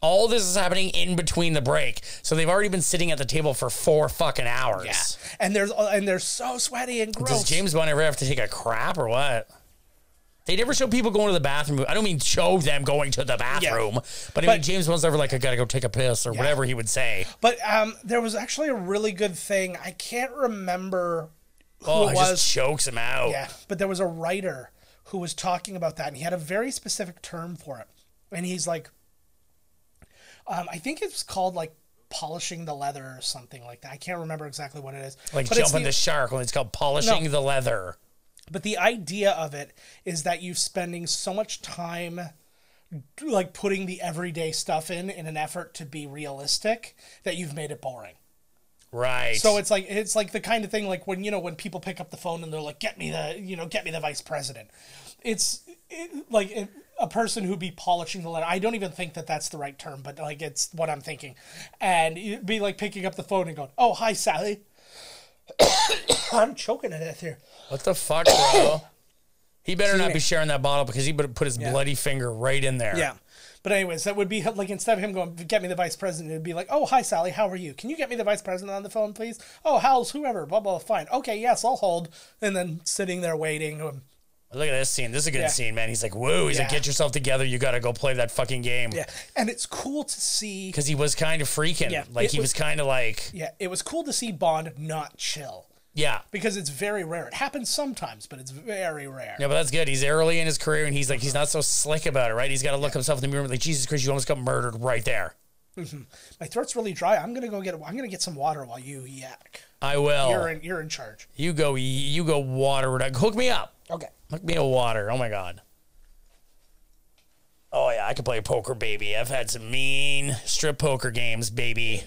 S1: All this is happening in between the break. So they've already been sitting at the table for four fucking hours.
S2: and there's and they're so sweaty and gross.
S1: Does James Bond ever have to take a crap or what? They never show people going to the bathroom. I don't mean show them going to the bathroom, but, I mean
S2: But-
S1: James Bond's ever like, I gotta go take a piss or whatever he would say.
S2: But um, there was actually a really good thing. I can't remember who
S1: Oh,
S2: it
S1: it
S2: was.
S1: just chokes him out.
S2: Yeah, but there was a writer who was talking about that, and he had a very specific term for it. And he's like, um, I think it's called like polishing the leather or something like that. I can't remember exactly what it is.
S1: Like
S2: But it's
S1: jumping the, shark when it's called polishing
S2: No.
S1: the leather.
S2: But the idea of it is that you're spending so much time like putting the everyday stuff in in an effort to be realistic that you've made it boring.
S1: Right.
S2: So it's like it's like the kind of thing like when you know when people pick up the phone and they're like get me the you know get me the vice president. It's it, like it, a person who'd be polishing the letter. I don't even think that that's the right term, but like it's what I'm thinking. And it'd be like picking up the phone and going, "Oh, hi Sally." I'm choking to death here.
S1: what the fuck, bro? he better not
S2: me.
S1: be sharing that bottle because he would put his bloody finger right in there.
S2: Yeah. But anyways, that would be like instead of him going get me the vice president, it'd be like, oh hi Sally, how are you? Can you get me the vice president on the phone, please? Oh Howells, whoever, blah blah. Fine, okay, yes, I'll hold. And then sitting there waiting. um,
S1: Look at this scene. This is a good
S2: Yeah.
S1: scene, man. He's like, whoa. He's like,
S2: Yeah.
S1: get yourself together. You gotta go play that fucking game.
S2: Yeah, and it's cool to see.
S1: Because he was kind of freaking.
S2: Yeah.
S1: Like
S2: It
S1: he
S2: was-
S1: was kind of like,
S2: Yeah, it was cool to see Bond not chill
S1: yeah.
S2: because it's very rare. It happens sometimes, but it's very rare.
S1: Yeah, but that's good. He's early in his career, and he's like,
S2: Uh-huh.
S1: he's not so slick about it, right? He's got to look himself in the mirror, and be like, Jesus Christ, you almost got murdered right there.
S2: My throat's really dry. I'm gonna go get. I'm gonna get some water while you yak.
S1: I will.
S2: You're in. You're in charge.
S1: you go, you go water. it up. Hook me up.
S2: Okay.
S1: Hook me a water. Oh my god. Oh yeah, I can play poker, baby. I've had some mean strip poker games, baby.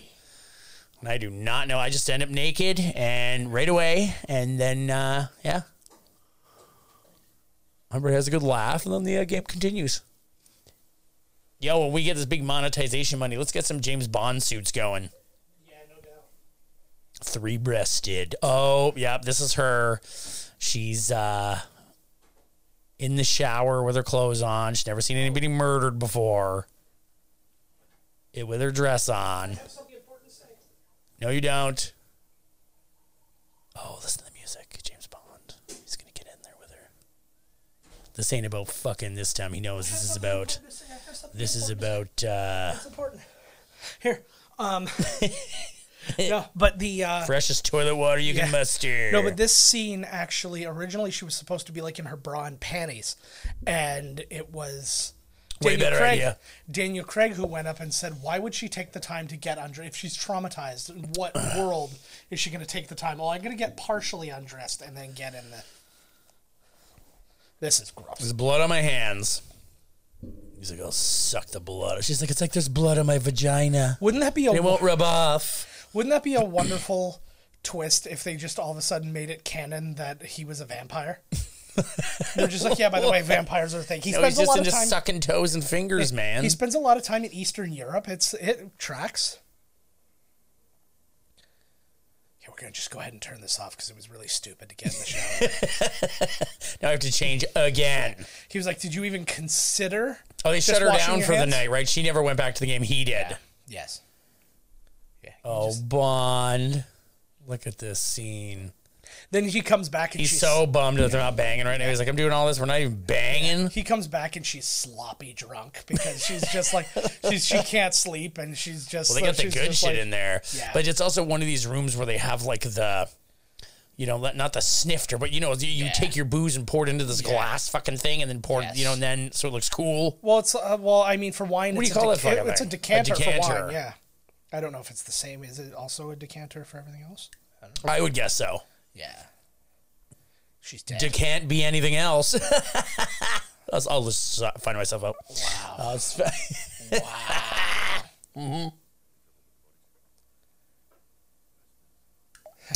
S1: And I do not know. I just end up naked and right away, and then uh, yeah, everybody has a good laugh, and then the uh, game continues. Yo, when we get this big monetization money, let's get some James Bond suits going three breasted. Oh, yeah, this is her. She's uh in the shower with her clothes on. She's never seen anybody murdered before. It with her dress on. No, you don't. Oh, listen to the music. James Bond. He's gonna get in there with her. This ain't about fucking this time. He knows this is about this is about uh
S2: It's important. Here. Um. no, but the. Uh,
S1: freshest toilet water you can
S2: Yeah.
S1: muster.
S2: no, but this scene actually originally she was supposed to be like in her bra and panties, and it was
S1: Way better
S2: Craig,
S1: idea.
S2: Daniel Craig who went up and said, "Why would she take the time to get under if she's traumatized? In what world is she going to take the time? Well, I'm going to get partially undressed and then get in the." This is gross.
S1: There's blood on my hands. He's like, I'll suck the blood. She's like, it's like there's blood on my vagina.
S2: Wouldn't that be a
S1: It won't rub off.
S2: Wouldn't that be a wonderful twist if they just all of a sudden made it canon that he was a vampire? They're just like, yeah. By the way, vampires are a thing. He
S1: No,
S2: spends
S1: he's
S2: a
S1: just
S2: lot of
S1: into
S2: time.
S1: sucking toes and fingers, man.
S2: He spends a lot of time in Eastern Europe. It's it tracks. Yeah, we're gonna just go ahead and turn this off because it was really stupid to get in the shower.
S1: now I have to change again.
S2: he was like, "Did you even consider?"
S1: Oh, they
S2: just
S1: shut her
S2: washing
S1: down
S2: your
S1: for the
S2: hands?"
S1: night, right? She never went back to the game. He did.
S2: Yes. Yeah.
S1: Oh, Bond. Look at this scene.
S2: Then he comes back and
S1: He's
S2: she's
S1: so bummed that they're not banging right now. He's like, I'm doing all this. We're not even banging.
S2: He comes back and she's sloppy drunk because she's just like she's, she can't sleep and she's just.
S1: Well, they got the
S2: she's
S1: good
S2: just
S1: shit
S2: like-
S1: in there.
S2: Yeah.
S1: But it's also one of these rooms where they have like the, you know, let- not the snifter, but you know, you, you take your booze and pour it into this glass fucking thing and then pour it, you know, and then so it looks cool.
S2: Well, it's uh, well, I mean, for wine,
S1: What do
S2: it's
S1: you
S2: a
S1: call
S2: deca-
S1: that fucking
S2: It's a
S1: thing? A
S2: decanter, for
S1: decanter.
S2: wine. Yeah, I don't know if it's the same. Is it also a decanter for everything else?
S1: I would guess so.
S2: Yeah. She's dead.
S1: It can't be anything else. I'll, I'll just uh, find myself out. Uh, Wow.
S2: Mm-hmm.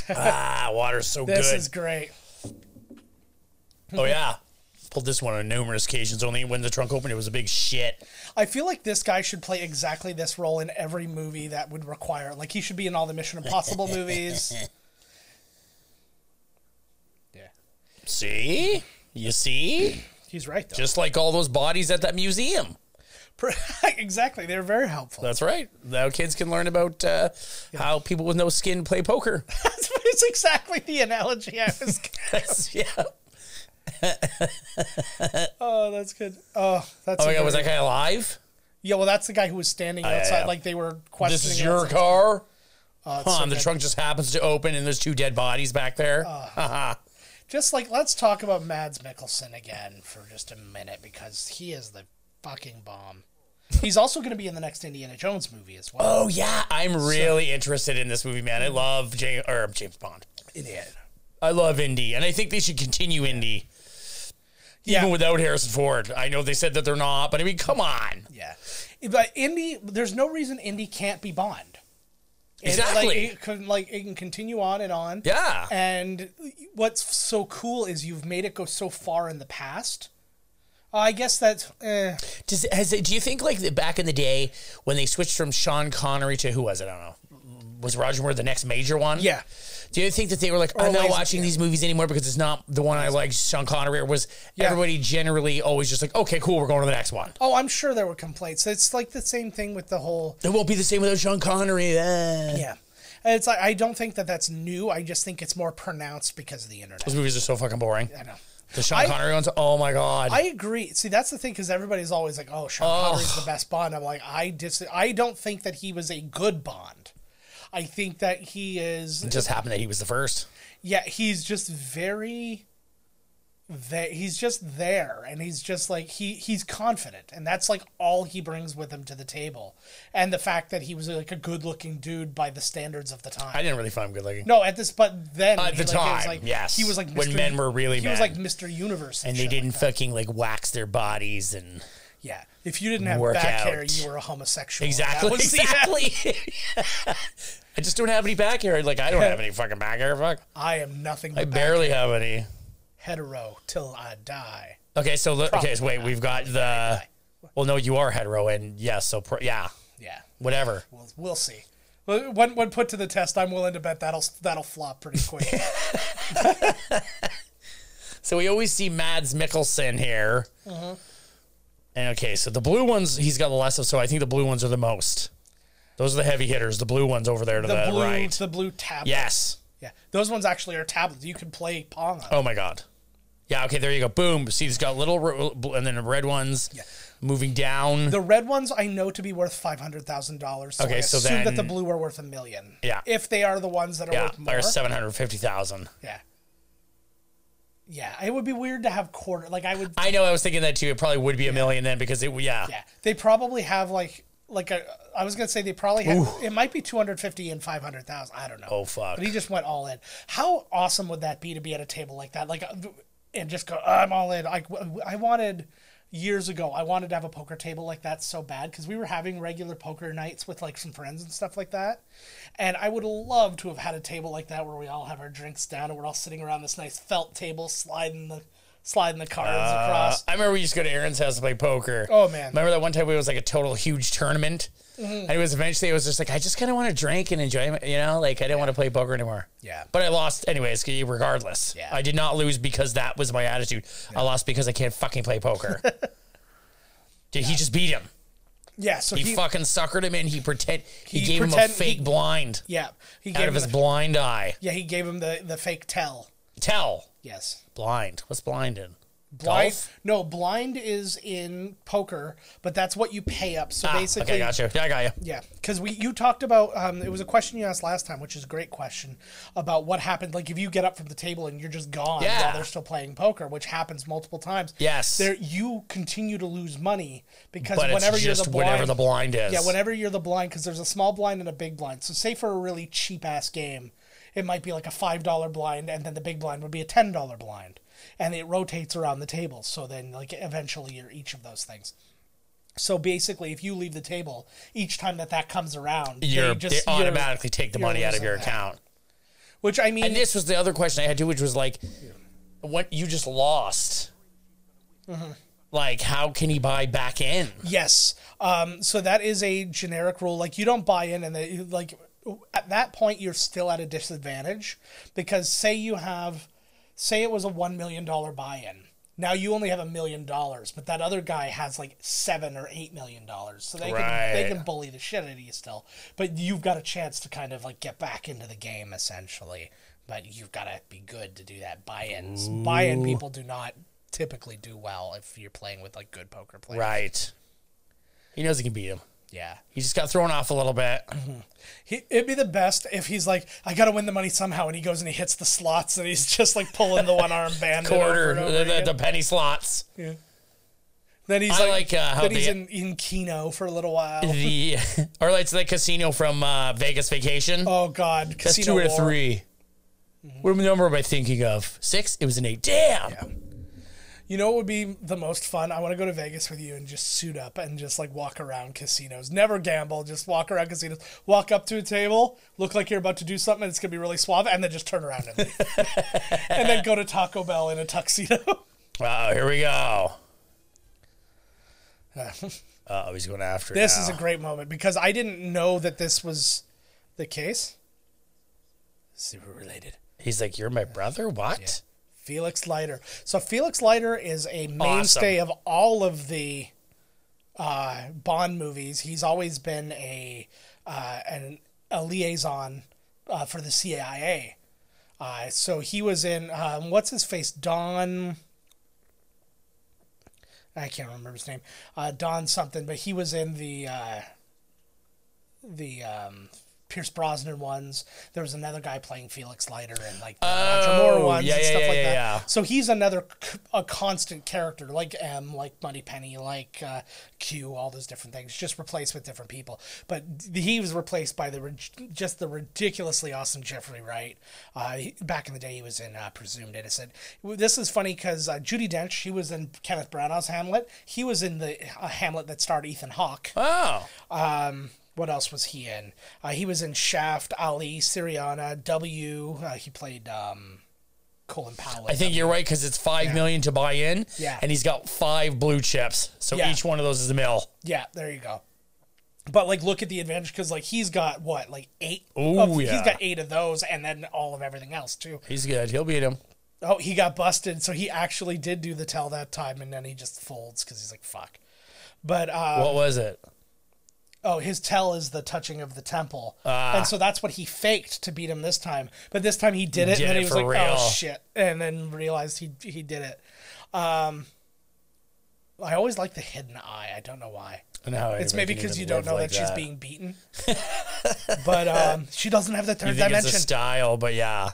S1: ah, water's so
S2: this
S1: good.
S2: is great.
S1: oh yeah. Pulled this one on numerous occasions. Only when the trunk opened, it was a big shit.
S2: I feel like this guy should play exactly this role in every movie that would require. Like he should be in all the Mission Impossible movies. Yeah,
S1: See? You see?
S2: he's right though.
S1: Just like all those bodies at that museum.
S2: exactly. They're very helpful.
S1: That's right. Now kids can learn about uh, how people with no skin play poker.
S2: That's it's exactly the analogy I was.
S1: yeah.
S2: oh, that's good. Oh, that's.
S1: Oh my god, was that
S2: amazing.
S1: guy alive?
S2: Yeah, well, that's the guy who was standing outside,
S1: yeah.
S2: like they were questioning.
S1: This is
S2: him
S1: your
S2: outside.
S1: car.
S2: Oh, it's
S1: Huh,
S2: so
S1: and the
S2: good.
S1: trunk just happens to open, and there's two dead bodies back there.
S2: Uh, Just like let's talk about Mads Mikkelsen again for just a minute because he is the fucking bomb. He's also going to be in the next Indiana Jones movie as well.
S1: oh yeah, I'm really interested in this movie, man. I love James or James Bond.
S2: Indiana.
S1: I love Indy, and I think they should continue Indy
S2: Yeah.
S1: even without Harrison Ford. I know they said that they're not, but I mean, come on.
S2: Yeah, but Indy, there's no reason Indy can't be Bond. It-
S1: Exactly.
S2: like, it can like it can continue on and on.
S1: Yeah.
S2: And what's so cool is you've made it go so far in the past. I guess that's eh.
S1: Does has it, do you think like the, back in the day when they switched from Sean Connery to who was it? I don't know. Was Roger Moore the next major one?
S2: yeah.
S1: Do you think that they were like, I'm not
S2: Lazenby,
S1: watching these movies anymore because it's not the one I like, Sean Connery? Or was
S2: Yeah.
S1: everybody generally always just like, okay, cool, we're going to the next one?
S2: Oh, I'm sure there were complaints. It's like the same thing with the whole
S1: It won't be the same without Sean Connery. eh.
S2: yeah. And It's like I don't think that that's new. I just think it's more pronounced because of the internet.
S1: Those movies are so fucking boring.
S2: I know.
S1: The Sean
S2: I-
S1: Connery ones, oh my God.
S2: I agree. See, that's the thing because everybody's always like, "Oh, Sean Connery's the best Bond." I'm like, I dis- I don't think that he was a good Bond. I think that he is.
S1: it just happened that he was the first.
S2: Yeah, he's just very. That he's just there, and he's just like he he's confident, and that's like all he brings with him to the table, and the fact that he was like a good-looking dude by the standards of the time.
S1: I didn't really find him good looking.
S2: no, at this, but then
S1: At
S2: he,
S1: the
S2: like, it was
S1: time,
S2: like,
S1: yes.
S2: he was like
S1: When men were really
S2: he was
S1: men.
S2: like Mister Universe,
S1: And they
S2: shit
S1: didn't
S2: like that.
S1: fucking like wax their bodies and
S2: Yeah. If you didn't have
S1: Work
S2: back
S1: out.
S2: hair, you were a homosexual.
S1: exactly,
S2: That was the-
S1: exactly. I just don't have any back hair. Like I don't have any fucking back hair. Fuck,
S2: I am nothing
S1: I
S2: but
S1: barely have any.
S2: hetero till I die.
S1: Okay, so look. Okay, so wait, we've got the. Well, no, you are hetero, and yes, so pro, yeah,
S2: Yeah.
S1: whatever.
S2: We'll, we'll see. Well, When, when put to the test, I'm willing to bet that'll that'll flop pretty quick.
S1: So we always see Mads Mikkelsen here.
S2: Mm-hmm.
S1: And okay, so the blue ones he's got the less of. So I think the blue ones are the most. Those are the heavy hitters. The blue ones over there to the,
S2: the blue
S1: right.
S2: the blue tablet.
S1: yes.
S2: Yeah. Those ones actually are tablets. You can play Pong on.
S1: Oh my god. Yeah. Okay. There you go. Boom. See, he's got little ro- bl- and then the red ones moving down.
S2: The red ones I know to be worth five hundred thousand dollars.
S1: Okay,
S2: I
S1: so
S2: assume that
S1: then-
S2: the blue are worth a million.
S1: Yeah.
S2: If they are the ones that are
S1: yeah.
S2: worth more.
S1: Or seven hundred fifty thousand.
S2: Yeah. Yeah. It would be weird to have quarter. Like I would.
S1: I know. I was thinking that too. It probably would be a million then because it. Yeah.
S2: Yeah, they probably have like like a. I was gonna say they probably have. It might be two hundred fifty and five hundred thousand. I don't know.
S1: Oh fuck.
S2: But he just went all in. How awesome would that be to be at a table like that? Like, uh, and just go. I'm all in. Like w- I wanted years ago. I wanted to have a poker table like that so bad because we were having regular poker nights with like some friends and stuff like that. And I would love to have had a table like that where we all have our drinks down and we're all sitting around this nice felt table, sliding the sliding the cards
S1: Uh,
S2: across.
S1: I remember we used to go to Aaron's house to play poker.
S2: Oh, man. Mm-hmm.
S1: Remember that one time we was like a total huge tournament, and it was eventually it was just like I just kind of want to drink and enjoy, my- you know, like I didn't want to play poker anymore.
S2: Yeah.
S1: But I lost anyways, regardless.
S2: Yeah.
S1: I did not lose because that was my attitude. I lost because I can't fucking play poker. Dude, he just beat him.
S2: Yeah, so
S1: He, fucking suckered him in. He pretend he,
S2: He
S1: gave him a
S2: pretend-
S1: fake
S2: he-
S1: blind
S2: Yeah, he
S1: out
S2: gave
S1: of
S2: him
S1: his
S2: the-
S1: blind eye.
S2: yeah he gave him the the fake tell.
S1: Tell
S2: Yes,
S1: blind. What's blind in?
S2: blind.
S1: Golf?
S2: No, blind is in poker, but that's what you pay up. So
S1: Ah,
S2: basically,
S1: okay, gotcha. Yeah, I got you.
S2: yeah, because we you talked about um, it was a question you asked last time, which is a great question about what happened. Like if you get up from the table and you're just gone
S1: Yeah.
S2: while they're still playing poker, which happens multiple times.
S1: Yes.
S2: there you continue to lose money because
S1: But
S2: whenever
S1: it's
S2: you're
S1: just
S2: the blind,
S1: whatever the blind is.
S2: Yeah, whenever you're the blind, because there's a small blind and a big blind. So, say for a really cheap ass game, it might be like a $5 blind, and then the big blind would be a $10 blind. And it rotates around the table. So then, like, eventually you're each of those things. So basically, if you leave the table, each time that that comes around,
S1: you're,
S2: they just
S1: they
S2: you're-
S1: automatically take the
S2: you're
S1: money out of
S2: losing
S1: your
S2: that.
S1: account.
S2: Which I mean,
S1: And this was the other question I had too, which was like, what you just lost.
S2: Mm-hmm.
S1: Like, how can he buy back in?
S2: Yes. Um, so that is a generic rule. Like you don't buy in, and they, like at that point you're still at a disadvantage because say you have, say it was a one million dollar buy-in. now you only have a million dollars, but that other guy has like seven or eight million dollars. So they can they
S1: Right.
S2: can bully the shit out of you still, but you've got a chance to kind of like get back into the game essentially. But you've got to be good to do that. Buy-ins, buy-in people do not typically do well if you're playing with like good poker players.
S1: Right. He knows he can beat him.
S2: Yeah.
S1: He just got thrown off a little bit.
S2: He, it'd be the best if he's like, I gotta win the money somehow, and he goes and he hits the slots, and he's just like pulling the one arm band Over
S1: Quarter
S2: and
S1: the,
S2: over
S1: the,
S2: again.
S1: the penny slots.
S2: then he's
S1: I
S2: like,
S1: like, uh, how
S2: then he's
S1: they-
S2: in in Keno for a little while.
S1: The or like the casino from uh, Vegas Vacation.
S2: Oh God,
S1: That's
S2: Casino
S1: two out of
S2: War. Mm-hmm.
S1: three. What number am I thinking of? Six? It was an eight. Damn.
S2: You know what would be the most fun? I want to go to Vegas with you and just suit up and just like walk around casinos. Never gamble, just walk around casinos. Walk up to a table, look like you're about to do something, and it's gonna be really suave, and then just turn around and leave. and then go to Taco Bell in a tuxedo.
S1: Wow, Oh, here we go. Uh oh, he's going after it
S2: This is
S1: now.
S2: a great moment because I didn't know that this was the case. Super related.
S1: He's like, You're my brother? What?
S2: Felix Leiter. So Felix Leiter is a mainstay of all of the uh, Bond movies. He's always been a uh, an a liaison uh, for the CIA. Uh, so he was in um, what's his face Don. I can't remember his name. Uh, Don something, but he was in the uh, the um, Pierce Brosnan ones. There was another guy playing Felix Leiter and like the Roger Moore ones
S1: Oh, yeah,
S2: and
S1: yeah,
S2: stuff
S1: yeah,
S2: like
S1: yeah,
S2: that.
S1: yeah.
S2: So he's another c- a constant character, like M, like Money Penny, like uh, Q, all those different things, just replaced with different people. But th- he was replaced by the rid- just the ridiculously awesome Jeffrey Wright. Uh, he- back in the day, he was in uh, Presumed Innocent. W- This is funny because uh, Judy Dench, she was in Kenneth Branagh's Hamlet. He was in the uh, Hamlet that starred Ethan Hawke.
S1: Oh.
S2: What else was he in? Uh, he was in Shaft, Ali, Syriana, W. Uh, he played um, Colin Powell.
S1: I think you're right because it's five million to buy in.
S2: Yeah.
S1: And he's got five blue chips. So
S2: Yeah.
S1: each one of those is a mill.
S2: Yeah, there you go. But like, look at the advantage because like he's got what like eight.
S1: Ooh,
S2: of- He's
S1: yeah.
S2: got eight of those, and then all of everything else too.
S1: He's good. He'll beat him.
S2: Oh, he got busted, so he actually did do the tell that time, and then he just folds because he's like fuck. But uh,
S1: What was it?
S2: oh, his tell is the touching of the temple,
S1: Ah.
S2: and so that's what he faked to beat him this time. But this time he did it,
S1: did
S2: and then
S1: it
S2: he was
S1: for
S2: like,
S1: real.
S2: "Oh shit!" and then realized he he did it. Um, I always like the hidden eye. I don't know why.
S1: No,
S2: It's maybe because you don't know that, she's being beaten. but um, she doesn't have the
S1: You
S2: third
S1: think
S2: dimension.
S1: it's a style, but yeah.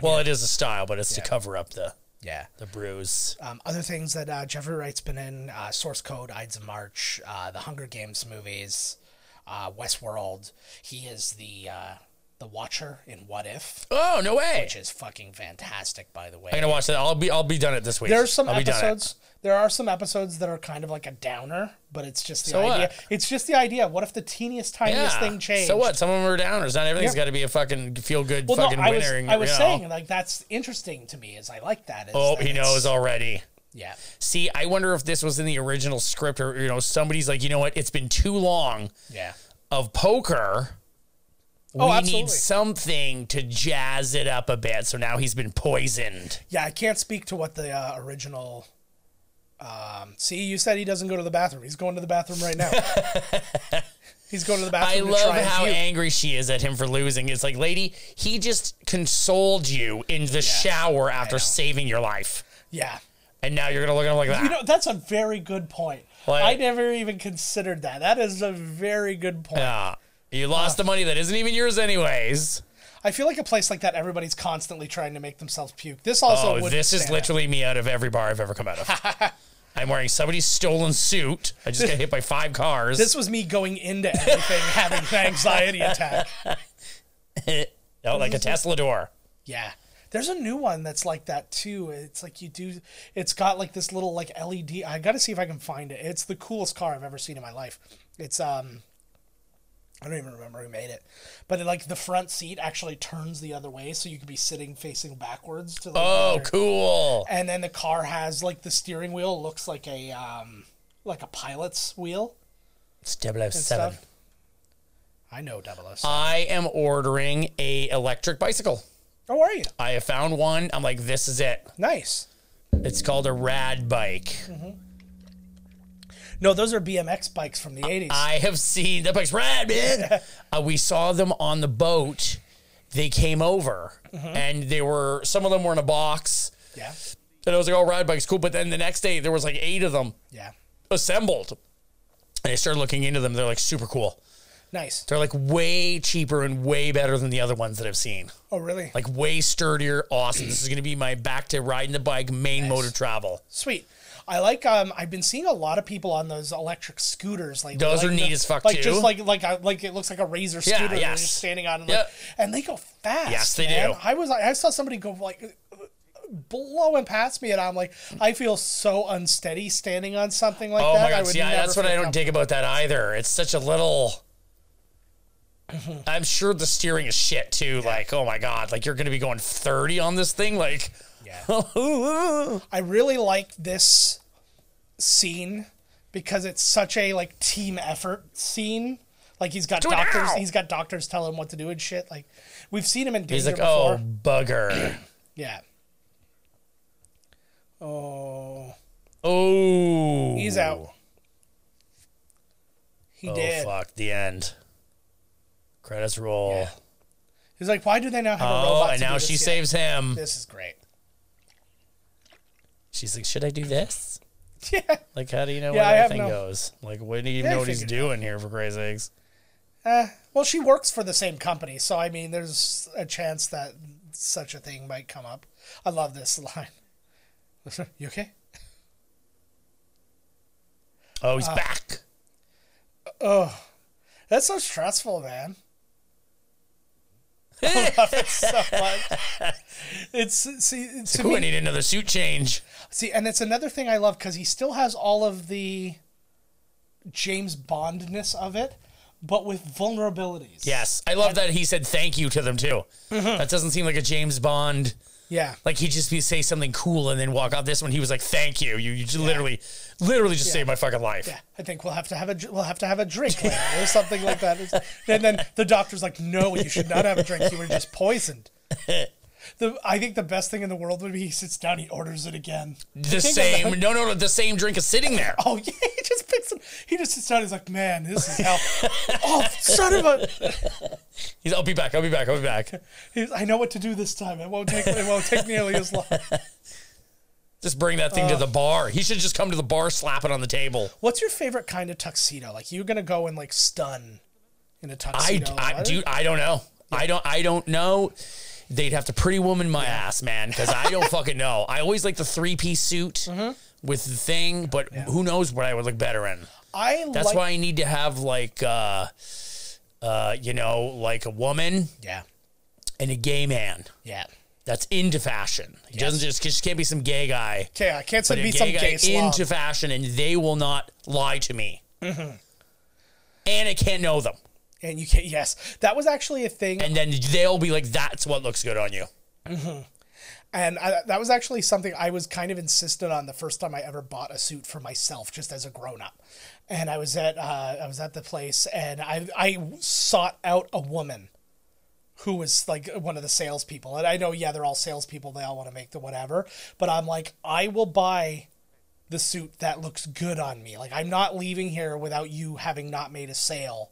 S1: Well, it is a style, but it's to cover up the
S2: yeah.
S1: the bruise.
S2: Um, other things that uh, Jeffrey Wright's been in uh, Source Code, Ides of March, uh, the Hunger Games movies, uh, Westworld. He is the uh, the Watcher in What If,
S1: Oh no way!
S2: which is fucking fantastic, by the way.
S1: I'm gonna watch that. I'll be I'll be done it this week.
S2: There are some
S1: I'll be done it.
S2: episodes. There are some episodes that are kind of like a downer, but it's just the
S1: So
S2: idea.
S1: what?
S2: It's just the idea. What if the teeniest, tiniest thing changed?
S1: So what? Some of them are downers. Not everything's
S2: Yeah.
S1: got to be a fucking feel good
S2: Well,
S1: fucking
S2: no, I was,
S1: winner. and,
S2: I was
S1: you know.
S2: saying like that's interesting to me. Is I like that. is
S1: Oh,
S2: that
S1: he
S2: it's-
S1: knows already.
S2: Yeah,
S1: See, I wonder if this was in the original script or you know somebody's like, you know what? It's been too long
S2: yeah.
S1: of poker.
S2: Oh,
S1: we
S2: absolutely.
S1: need something to jazz it up a bit. So now he's been poisoned.
S2: Yeah, I can't speak to what the uh, original. Um, see, you said he doesn't go to the bathroom. He's going to the bathroom right now. He's going to the
S1: I
S2: bathroom. to
S1: love
S2: try and
S1: how
S2: puke.
S1: angry she is at him for losing. It's like, lady, he just consoled you in the shower after saving your life.
S2: Yeah,
S1: And now you're gonna look at him like that.
S2: you know that's a very good point.
S1: Like-
S2: I never even considered that. That is a very good point.
S1: Yeah. You lost
S2: uh,
S1: the money that isn't even yours, anyways.
S2: I feel like a place like that, everybody's constantly trying to make themselves puke. This also.
S1: oh,
S2: wouldn't
S1: this is
S2: stand up.
S1: literally me out of every bar I've ever come out of. I'm wearing somebody's stolen suit. I just got hit by five cars.
S2: This was me going into everything having an anxiety attack.
S1: oh, like a Tesla door.
S2: Yeah. There's a new one that's like that too. It's like you do it's got like this little like LED. I got to see if I can find it. It's the coolest car I've ever seen in my life. It's um I don't even remember who made it. But it, like the front seat actually turns the other way so you could be sitting facing backwards to the
S1: Oh, cool.
S2: and then the car has like the steering wheel looks like a um like a pilot's wheel
S1: It's
S2: and
S1: 007.
S2: stuff. I know 007.
S1: I am ordering a electric bicycle.
S2: How Oh, are you?
S1: I have found one. I'm like, this is it.
S2: Nice.
S1: It's called a rad bike.
S2: No, those are BMX bikes from the 80s.
S1: I have seen that bike's rad, man. uh, we saw them on the boat. They came over, and they were some of them were in a box,
S2: yeah.
S1: and I was like, "Oh, rad bike's cool." But then the next day, there was like eight of them
S2: Yeah.
S1: assembled, and I started looking into them. They're like super cool.
S2: Nice.
S1: They're like way cheaper and way better than the other ones that I've seen.
S2: Oh, really?
S1: Like way sturdier, awesome. this is going to be my back to riding the bike main mode of travel.
S2: Sweet. I like. Um, I've been seeing a lot of people on those electric scooters. Like
S1: Those
S2: like
S1: are neat as fuck,
S2: Like
S1: too.
S2: just like like a, like it looks like a razor
S1: Yeah,
S2: scooter. Yeah,
S1: yes.
S2: You're standing on. And,
S1: Yep.
S2: like, and they go fast.
S1: Yes, they
S2: man.
S1: do.
S2: I was. I saw somebody go like uh, blowing past me, and I'm like, I feel so unsteady standing on something like
S1: Oh
S2: that.
S1: my
S2: I
S1: god,
S2: would
S1: see, I,
S2: never
S1: that's what I
S2: feel
S1: don't dig about that either. It's such a little. I'm sure the steering is shit too. Like, oh my god, like you're going to be going 30 on this thing. Like,
S2: I really like this scene because it's such a like team effort scene. Like he's got
S1: it
S2: doctors,
S1: now!
S2: he's got doctors tell him what to do and shit. Like we've seen him in danger
S1: he's like,
S2: before.
S1: oh bugger,
S2: Yeah. Oh,
S1: oh,
S2: he's out. He
S1: Oh
S2: did.
S1: fuck, the end. Credits roll.
S2: Yeah. He's like, why do they now have a
S1: Oh,
S2: robot?
S1: and
S2: to do
S1: now
S2: this
S1: she
S2: yet?
S1: saves him.
S2: This is great.
S1: She's like, should I do this?
S2: Yeah.
S1: Like, how do you know
S2: Yeah, I
S1: where that
S2: have
S1: thing
S2: no-
S1: goes? Like, when do you even
S2: Yeah, I
S1: know what he's
S2: figured it out.
S1: doing here for Christ's sakes?
S2: Eh, Well, she works for the same company, so I mean, there's a chance that such a thing might come up. I love this line. you okay?
S1: Oh,
S2: Uh,
S1: he's back.
S2: That's so stressful, man. I love it so much. It's see to
S1: Ooh, I
S2: me,
S1: need another suit change.
S2: see, and it's another thing I love because he still has all of the James Bondness of it, but with vulnerabilities.
S1: Yes, I love that he said thank you to them too.
S2: Mm-hmm.
S1: That doesn't seem like a James Bond.
S2: Yeah.
S1: Like he'd just be say something cool and then walk out. This one, he was like, "Thank you, you, you just literally, literally just saved my fucking life."
S2: Yeah, I think we'll have to have a we'll have to have a drink later or something like that. It's- And then the doctor's like, "No, you should not have a drink. You were just poisoned." The I think the best thing in the world would be he sits down, he orders it again.
S1: The same, no, no, no, the same drink is sitting there.
S2: Oh yeah, he just picks him. He just sits down. He's like, "Man, this is hell." oh, son of a!
S1: He's, I'll be back. I'll be back. I'll be back.
S2: He's, I know what to do this time. It won't take it won't take nearly as long.
S1: Just bring that thing to the bar. He should just come to the bar, slap it on the table.
S2: What's your favorite kind of tuxedo? Like you're gonna go and like stun in a
S1: I,
S2: tuxedo.
S1: I dude, I don't know. I don't, I don't know. They'd have to pretty woman my ass, man, because I don't fucking know. I always like the three piece suit
S2: Mm-hmm.
S1: with the thing, but who knows what I would look better in.
S2: I
S1: That's
S2: like,
S1: why I need to have like uh uh you know, like a woman
S2: Yeah,
S1: and a gay man
S2: yeah.
S1: that's into fashion. He doesn't just just can't be some gay guy.
S2: Okay, I can't
S1: But a
S2: be
S1: gay
S2: some
S1: guy
S2: gay slob.
S1: into fashion and they will not lie to me.
S2: Mm-hmm.
S1: And I can't know them.
S2: And you can't. Yes, that was actually a thing, and,
S1: And then they'll be like, that's what looks good on you.
S2: I, that was actually something I was kind of insistent on the first time I ever bought a suit for myself, just as a grown up. And I was at uh, I was at the place, and I I sought out a woman who was like one of the salespeople. And I know, yeah, they're all salespeople; they all want to make the whatever. But I'm like, I will buy the suit that looks good on me. Like I'm not leaving here without you having not made a sale.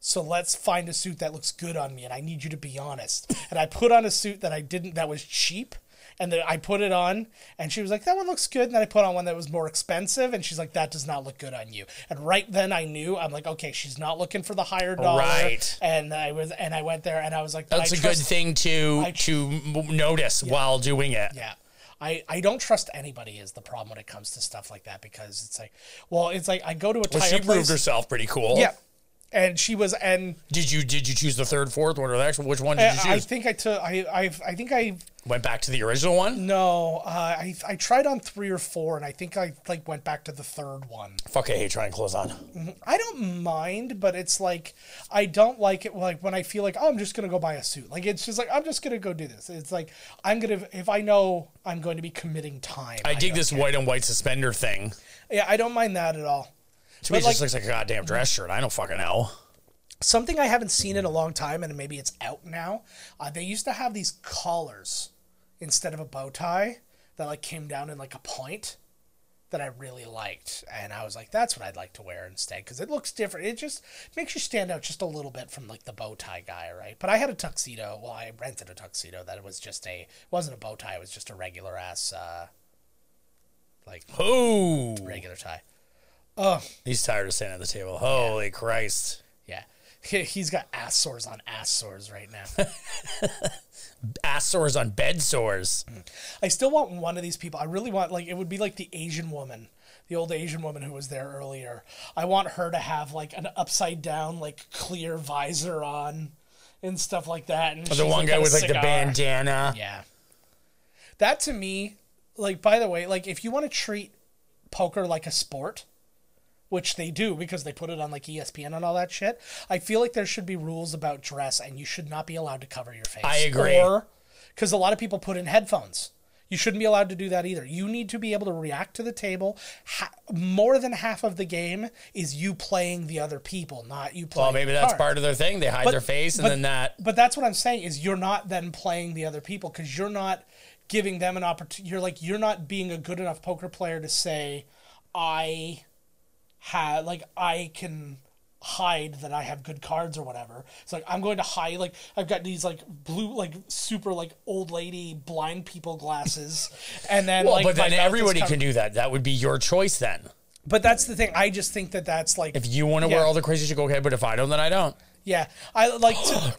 S2: So let's find a suit that looks good on me and I need you to be honest. And I put on a suit that I didn't that was cheap and then I put it on and she was like that one looks good and then I put on one that was more expensive and she's like that does not look good on you. And right then I knew I'm like okay, she's not looking for the higher dollar.
S1: Right.
S2: And I was and I went there and I was like
S1: That's
S2: a
S1: a good thing to
S2: I-
S1: to m- notice while doing it.
S2: yeah. I, I don't trust anybody is the problem when it comes to stuff like that because it's like well it's like I go to a tire
S1: Well, she
S2: place
S1: proved herself pretty cool.
S2: yeah and she was and
S1: Did you did you choose the third, fourth, one, or the next one? Which one did you choose?
S2: I think I took I I've, I think Uh, I
S1: Went back to the original one.
S2: No, uh, I I tried on three or four, and I think I like went back to the third one.
S1: Fuck, I hate trying clothes on.
S2: I don't mind, but it's like I don't like it. Like when I feel like oh, I'm just gonna go buy a suit. Like it's just like I'm just gonna go do this. It's like I'm gonna if I know I'm going to be committing time.
S1: I dig
S2: don't
S1: this
S2: care.
S1: white and white suspender thing.
S2: Yeah, I don't mind that at all.
S1: To me, it
S2: But,
S1: just
S2: like-
S1: looks like a goddamn dress shirt. I don't fucking know.
S2: Something I haven't seen in a long time, and maybe it's out now. Uh, they used to have these collars instead of a bow tie that like came down in like a point that I really liked, and I was like, that's what I'd like to wear instead because it looks different. It just makes you stand out just a little bit from like the bow tie guy, right? But I had a tuxedo. Well, I rented a tuxedo that was just a wasn't a bow tie. It was just a regular ass, uh, like
S1: Oh,
S2: regular tie.
S1: he's tired of sitting at the table. Holy Christ!
S2: Yeah, he's got ass sores on ass sores right now.
S1: Ass sores on bed sores.
S2: I still want one of these people. I really want like it would be like the Asian woman, the old Asian woman who was there earlier. I want her to have like an upside down like clear visor on and stuff like that. And
S1: The one guy with like the
S2: bandana.
S1: bandana.
S2: Yeah. That to me, like by the way, like if you want to treat poker like a sport, which they do because they put it on like E ESPN and all that shit, I feel like there should be rules about dress and you should not be allowed to cover your face.
S1: I agree.
S2: cuz a lot of people put in headphones. You shouldn't be allowed to do that either. You need to be able to react to the table. Ha- more than half of the game is you playing the other people, not you playing.
S1: Well, Oh, maybe that's
S2: part of.
S1: part of their thing. They hide their face, and
S2: but-
S1: then that.
S2: But that's what I'm saying is you're not then playing the other people because you're not giving them an opportunity. You're like you're not being a good enough poker player to say, I have like I can hide that I have good cards or whatever. It's like I'm going to hide like I've got these like blue like super like old lady blind people glasses, and then
S1: Well,
S2: like
S1: but
S2: my
S1: then
S2: mouth is
S1: everybody
S2: covered-
S1: can do that. That would be your choice then.
S2: But that's the thing. I just think that that's like
S1: If you want to
S2: Yeah.
S1: wear all the crazy shit, go ahead. But if I don't, then I don't. Oh.
S2: Yeah, I like to.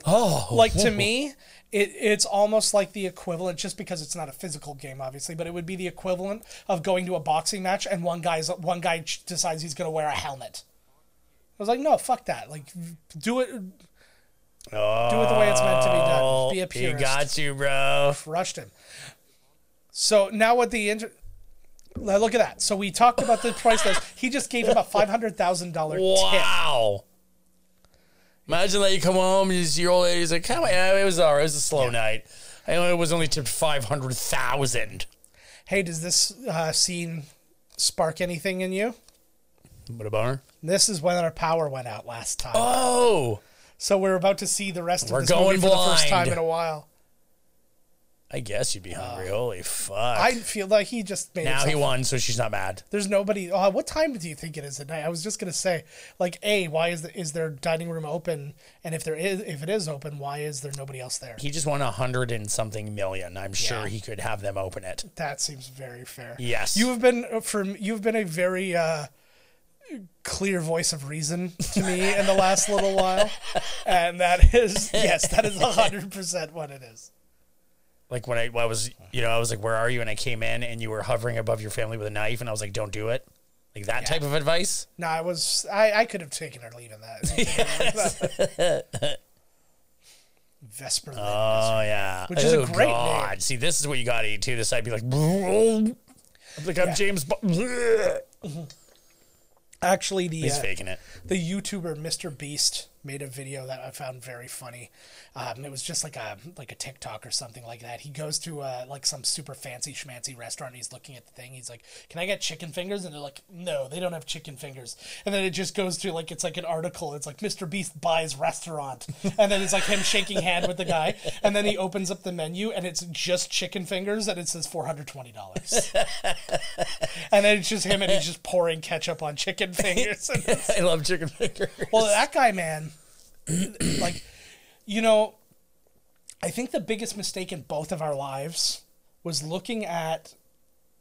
S2: like to me, it it's almost like the equivalent, just because it's not a physical game, obviously, but it would be the equivalent of going to a boxing match and one guy's one guy ch- decides he's gonna wear a helmet. I was like, no, fuck that. Like, do it. do it the way it's meant to be done. Be a
S1: Oh, He
S2: purist.
S1: got you, bro.
S2: Rushed him. So now what the inter. Now Look at that. So we talked about the price list. He just gave him a five hundred thousand dollar tip.
S1: Wow. Imagine that you come home, you see your old lady's like, "Come on, yeah, it was all right. It was a slow night. I only was only tipped five hundred thousand.
S2: Hey, does this uh, scene spark anything in you?
S1: What a bummer.
S2: This is when our power went out last time.
S1: Oh,
S2: So we're about to see the rest
S1: We're
S2: of this
S1: going
S2: movie for the first
S1: blind.
S2: time in a while.
S1: I guess you'd be hungry. Holy fuck!
S2: I feel like he just made
S1: now
S2: himself-
S1: he won, Ah. so she's not mad.
S2: There's nobody. Oh, what time do you think it is at night? I was just gonna say, like, a why is the, is their dining room open? And if there is, if it is open, why is there nobody else there?
S1: He just won a hundred and something million. I'm sure
S2: Yeah.
S1: he could have them open it.
S2: That seems very fair.
S1: Yes.
S2: you have been uh, from you've been a very uh, clear voice of reason to me in the last little while, and that is yes, that is hundred percent what it is.
S1: Like when I, when I was, you know, I was like, "Where are you?" And I came in, and you were hovering above your family with a knife, and I was like, "Don't do it." Like that type of advice.
S2: No, I was I, I could have taken her leave in that. Vesper Lynn.
S1: Oh yeah,
S2: Which is a
S1: Oh,
S2: great name.
S1: See, this is what you got to eat too. This I'd be like, like I'm James. Bo-
S2: Actually, the
S1: He's
S2: uh,
S1: faking it.
S2: the YouTuber Mr Beast made a video that I found very funny. Um, it was just like a like a TikTok or something like that. He goes to uh, like some super fancy schmancy restaurant. He's looking at the thing. He's like, "Can I get chicken fingers?" And they're like, "No, they don't have chicken fingers." And then it just goes to like it's like an article. It's like Mr Beast buys restaurant, and then it's like him shaking hand with the guy, and then he opens up the menu and it's just chicken fingers, and it says four hundred twenty dollars. and then it's just him, and he's just pouring ketchup on chicken fingers. And it's
S1: I love chicken fingers.
S2: well, that guy, man, like, you know, I think the biggest mistake in both of our lives was looking at,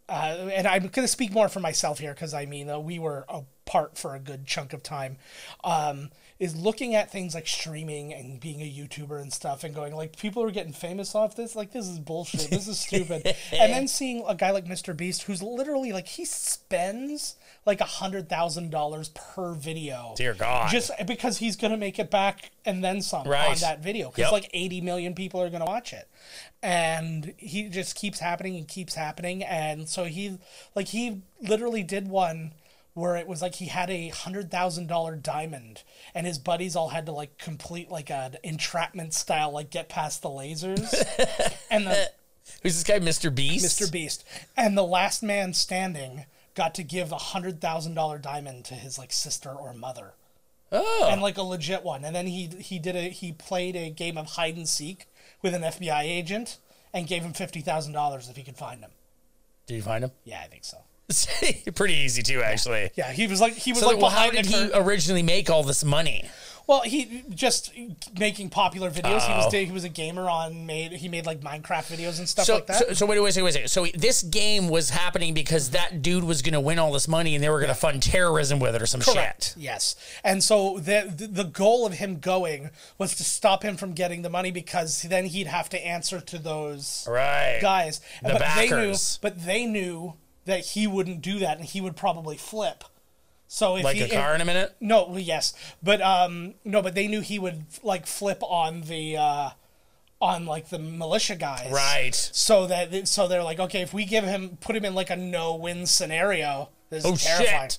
S2: uh, and I'm going to speak more for myself here because I mean, uh, we were apart for a good chunk of time, um, is looking at things like streaming and being a YouTuber and stuff and going, like, people are getting famous off this. Like, this is bullshit. This is stupid. and then seeing a guy like Mr. Beast who's literally like, he spends like a $100,000 per video
S1: Dear God.
S2: just because he's going to make it back and then some on
S1: Right.
S2: that video because
S1: Yep.
S2: like 80 million people are going to watch it and he just keeps happening and keeps happening and so he like he literally did one where it was like he had a hundred thousand dollar diamond and his buddies all had to like complete like an entrapment style like get past the lasers and the
S1: Who's this guy, Mr. Beast?
S2: Mr. Beast. And the last man standing got to give a hundred thousand dollar diamond to his like sister or mother. Oh. And like a legit one. And then he he did a he played a game of hide and seek with an FBI agent and gave him fifty thousand dollars if he could find him.
S1: Did you find him?
S2: Yeah, I think so.
S1: Pretty easy too, actually.
S2: Yeah, he was like he was
S1: So,
S2: like
S1: well, how did
S2: behind the
S1: he
S2: curtain.
S1: originally make all this money?
S2: Well, he just making popular videos. He
S1: Oh.
S2: was he was a gamer on made he made like Minecraft videos and stuff
S1: So,
S2: like that.
S1: so, so wait, wait, wait, wait. a second. So this game was happening because that dude was going to win all this money, and they were going to fund terrorism with it or some shit.
S2: Yes. And so the the goal of him going was to stop him from getting the money because then he'd have to answer to those
S1: Right.
S2: guys.
S1: The
S2: but they knew
S1: backers.
S2: but they knew that he wouldn't do that and he would probably flip. So if
S1: Like
S2: he,
S1: a car
S2: if-
S1: in a minute.
S2: no, well, yes, but um, no, but they knew he would like flip on the uh, on like the militia guys,
S1: Right.
S2: So that so they're like, okay, if we give him put him in like a no win scenario, this is
S1: Oh,
S2: terrifying.
S1: shit.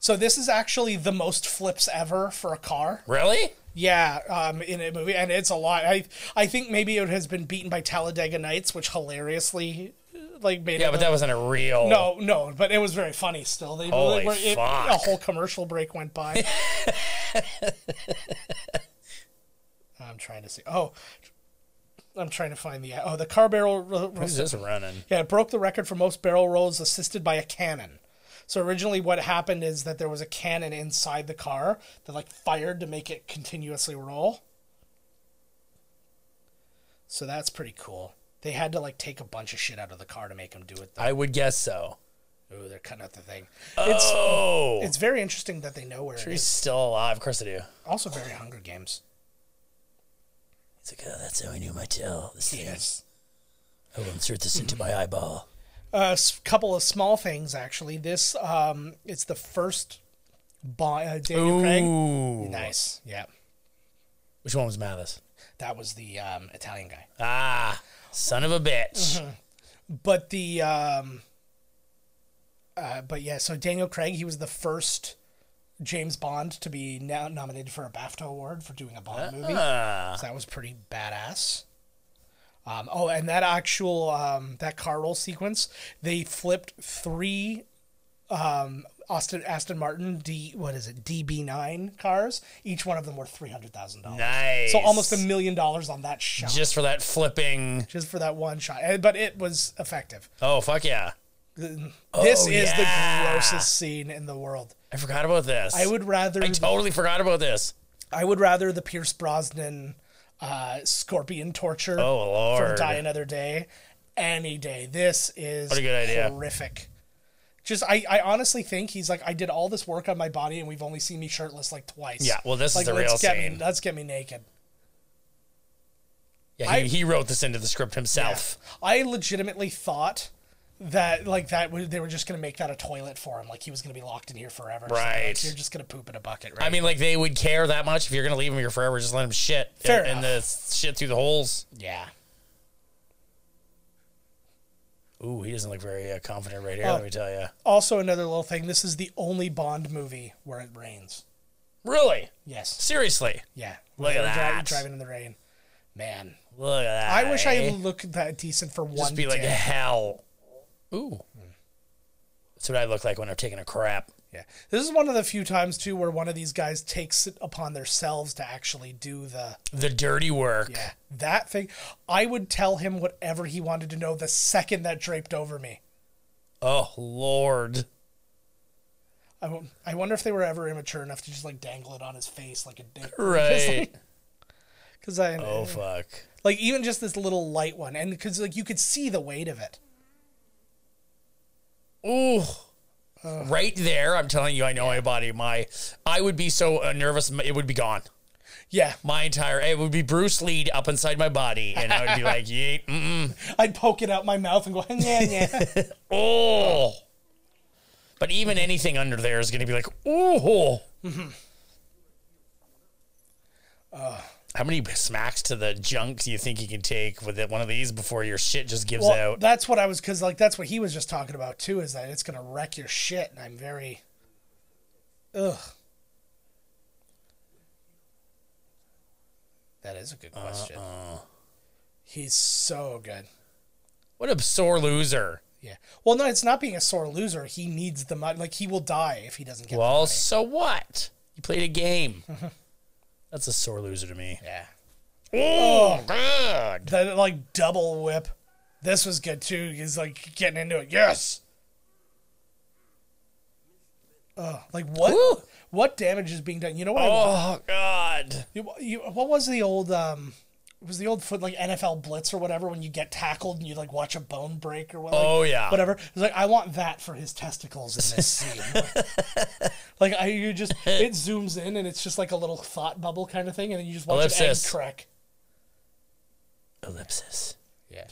S2: So this is actually the most flips ever for a car.
S1: Really?
S2: Yeah, um, in a movie, and it's a lot. I I think maybe it has been beaten by Talladega Nights, which hilariously like made
S1: Yeah,
S2: it
S1: but
S2: a-
S1: that wasn't a real.
S2: Uh-huh. no, no, but it was very funny still. They,
S1: Holy
S2: they were- it-
S1: fuck.
S2: A whole commercial break went by. I'm trying to see. Oh, I'm trying to find the. Oh, the car barrel. ro- ro-
S1: Who's this running?
S2: yeah, it broke the record for most barrel rolls assisted by a cannon. So originally, what happened is that there was a cannon inside the car that like fired to make it continuously roll. So that's pretty cool. They had to like take a bunch of shit out of the car to make them do it. Though.
S1: I would guess so.
S2: Ooh, they're cutting out the thing.
S1: Oh,
S2: It's very interesting that they know where it
S1: he's
S2: is.
S1: still alive. Of course I do.
S2: Also, very Hunger Games.
S1: He's like, oh, that's how I knew my tail. This thing.
S2: Yes.
S1: I will insert this into
S2: Mm.
S1: my eyeball.
S2: A Uh, s- couple of small things actually. This um, it's the first Bond uh, Daniel
S1: Ooh.
S2: Craig. Nice. Yeah,
S1: Which one was Mathis?
S2: that was the um, Italian guy.
S1: Ah, son of a bitch.
S2: Mm-hmm. But the um, uh, but yeah, so Daniel Craig, he was the first James Bond to be now nominated for a BAFTA award for doing a Bond movie.
S1: Ah.
S2: So that was pretty badass. Um, oh, and that actual um, that car roll sequence, they flipped three um, Austin Aston Martin D what is it DB nine cars. Each one of them worth three hundred thousand dollars.
S1: Nice.
S2: So almost a million dollars on that shot, just,
S1: just for that flipping.
S2: for that one shot. And- But it was effective.
S1: Oh fuck yeah!
S2: this is
S1: Oh, yeah.
S2: the grossest scene in the world.
S1: I forgot about this.
S2: I would rather
S1: I totally forgot about this.
S2: I would rather the Pierce Brosnan uh, scorpion torture
S1: Oh,
S2: from
S1: Lord.
S2: Die Another Day any day. This is
S1: a good idea.
S2: horrific. Just I, I honestly think he's like I did all this work on my body and we've only seen me shirtless like twice.
S1: Yeah, well, this is
S2: like,
S1: the
S2: let's
S1: real
S2: get Me,
S1: scene.
S2: let's get me naked.
S1: Yeah, he,
S2: I-
S1: he wrote this into the script himself.
S2: I legitimately thought that like that would they were just gonna make that a toilet for him like he was gonna be locked in here forever. So, like,
S1: Right.
S2: you're just gonna poop in a bucket. Right.
S1: I mean, like they would care that much if you're gonna leave him here forever. Just let him shit
S2: Fair
S1: and, and the shit through the holes.
S2: yeah.
S1: Ooh, he doesn't look very uh, confident right here.
S2: Oh.
S1: Let me tell you.
S2: Also another little thing. This is the only Bond movie where it rains.
S1: Really?
S2: Yes.
S1: Seriously?
S2: Yeah.
S1: Look
S2: You're
S1: at
S2: dri-
S1: that.
S2: Driving in the rain. Man.
S1: Look at that.
S2: I wish I
S1: eh?
S2: looked that decent for one
S1: just be like
S2: day.
S1: hell. Ooh. That's what I look like when I'm taking a crap.
S2: yeah. This is one of the few times too where one of these guys takes it upon themselves to actually do the
S1: The dirty work.
S2: yeah, that thing. I would tell him whatever he wanted to know the second that draped over me.
S1: Oh lord.
S2: I, wo- I wonder if they were ever immature enough to just like dangle it on his face like a dick.
S1: Right.
S2: Cuz I
S1: oh fuck.
S2: like even just this little light one and cuz like you could see the weight of it.
S1: Ooh. Right there, I'm telling you, I know my body. My, I would be so uh, nervous, m- it would be gone.
S2: Yeah.
S1: My entire, it would be Bruce Lee up inside my body, and I would be like, "Yeet, mm,
S2: I'd poke it out my mouth and go, "Yeah, yeah."
S1: oh!" But even anything under there is going to be like, "Ooh." How many smacks to the junk do you think you can take with it, one of these before your shit just gives
S2: Well,
S1: out?
S2: that's what I was because like that's what he was just talking about too is that it's gonna wreck your shit, and I'm very, ugh. That is a good question.
S1: Uh-uh.
S2: He's so good.
S1: what a sore loser!
S2: Yeah. Well, no, it's not being a sore loser. He needs the money. Like he will die if he doesn't get.
S1: Well, so what? You played a game. That's a sore loser to me.
S2: the- yeah.
S1: Oh, God.
S2: That like double whip. This was good too. He's like getting into it. Yes. Oh, like what?
S1: Woo.
S2: What damage is being done? You know what? I-
S1: Oh God!
S2: You, you, what was the old um? It was the old foot like NFL blitz or whatever when you get tackled and you like watch a bone break or whatever.
S1: Oh, yeah.
S2: whatever. It's like I want that for his testicles in this scene. like I, you just it zooms in and it's just like a little thought bubble kind of thing, and then you just watch an egg
S1: Ellipsis.
S2: trek.
S1: Ellipsis.
S2: Yeah,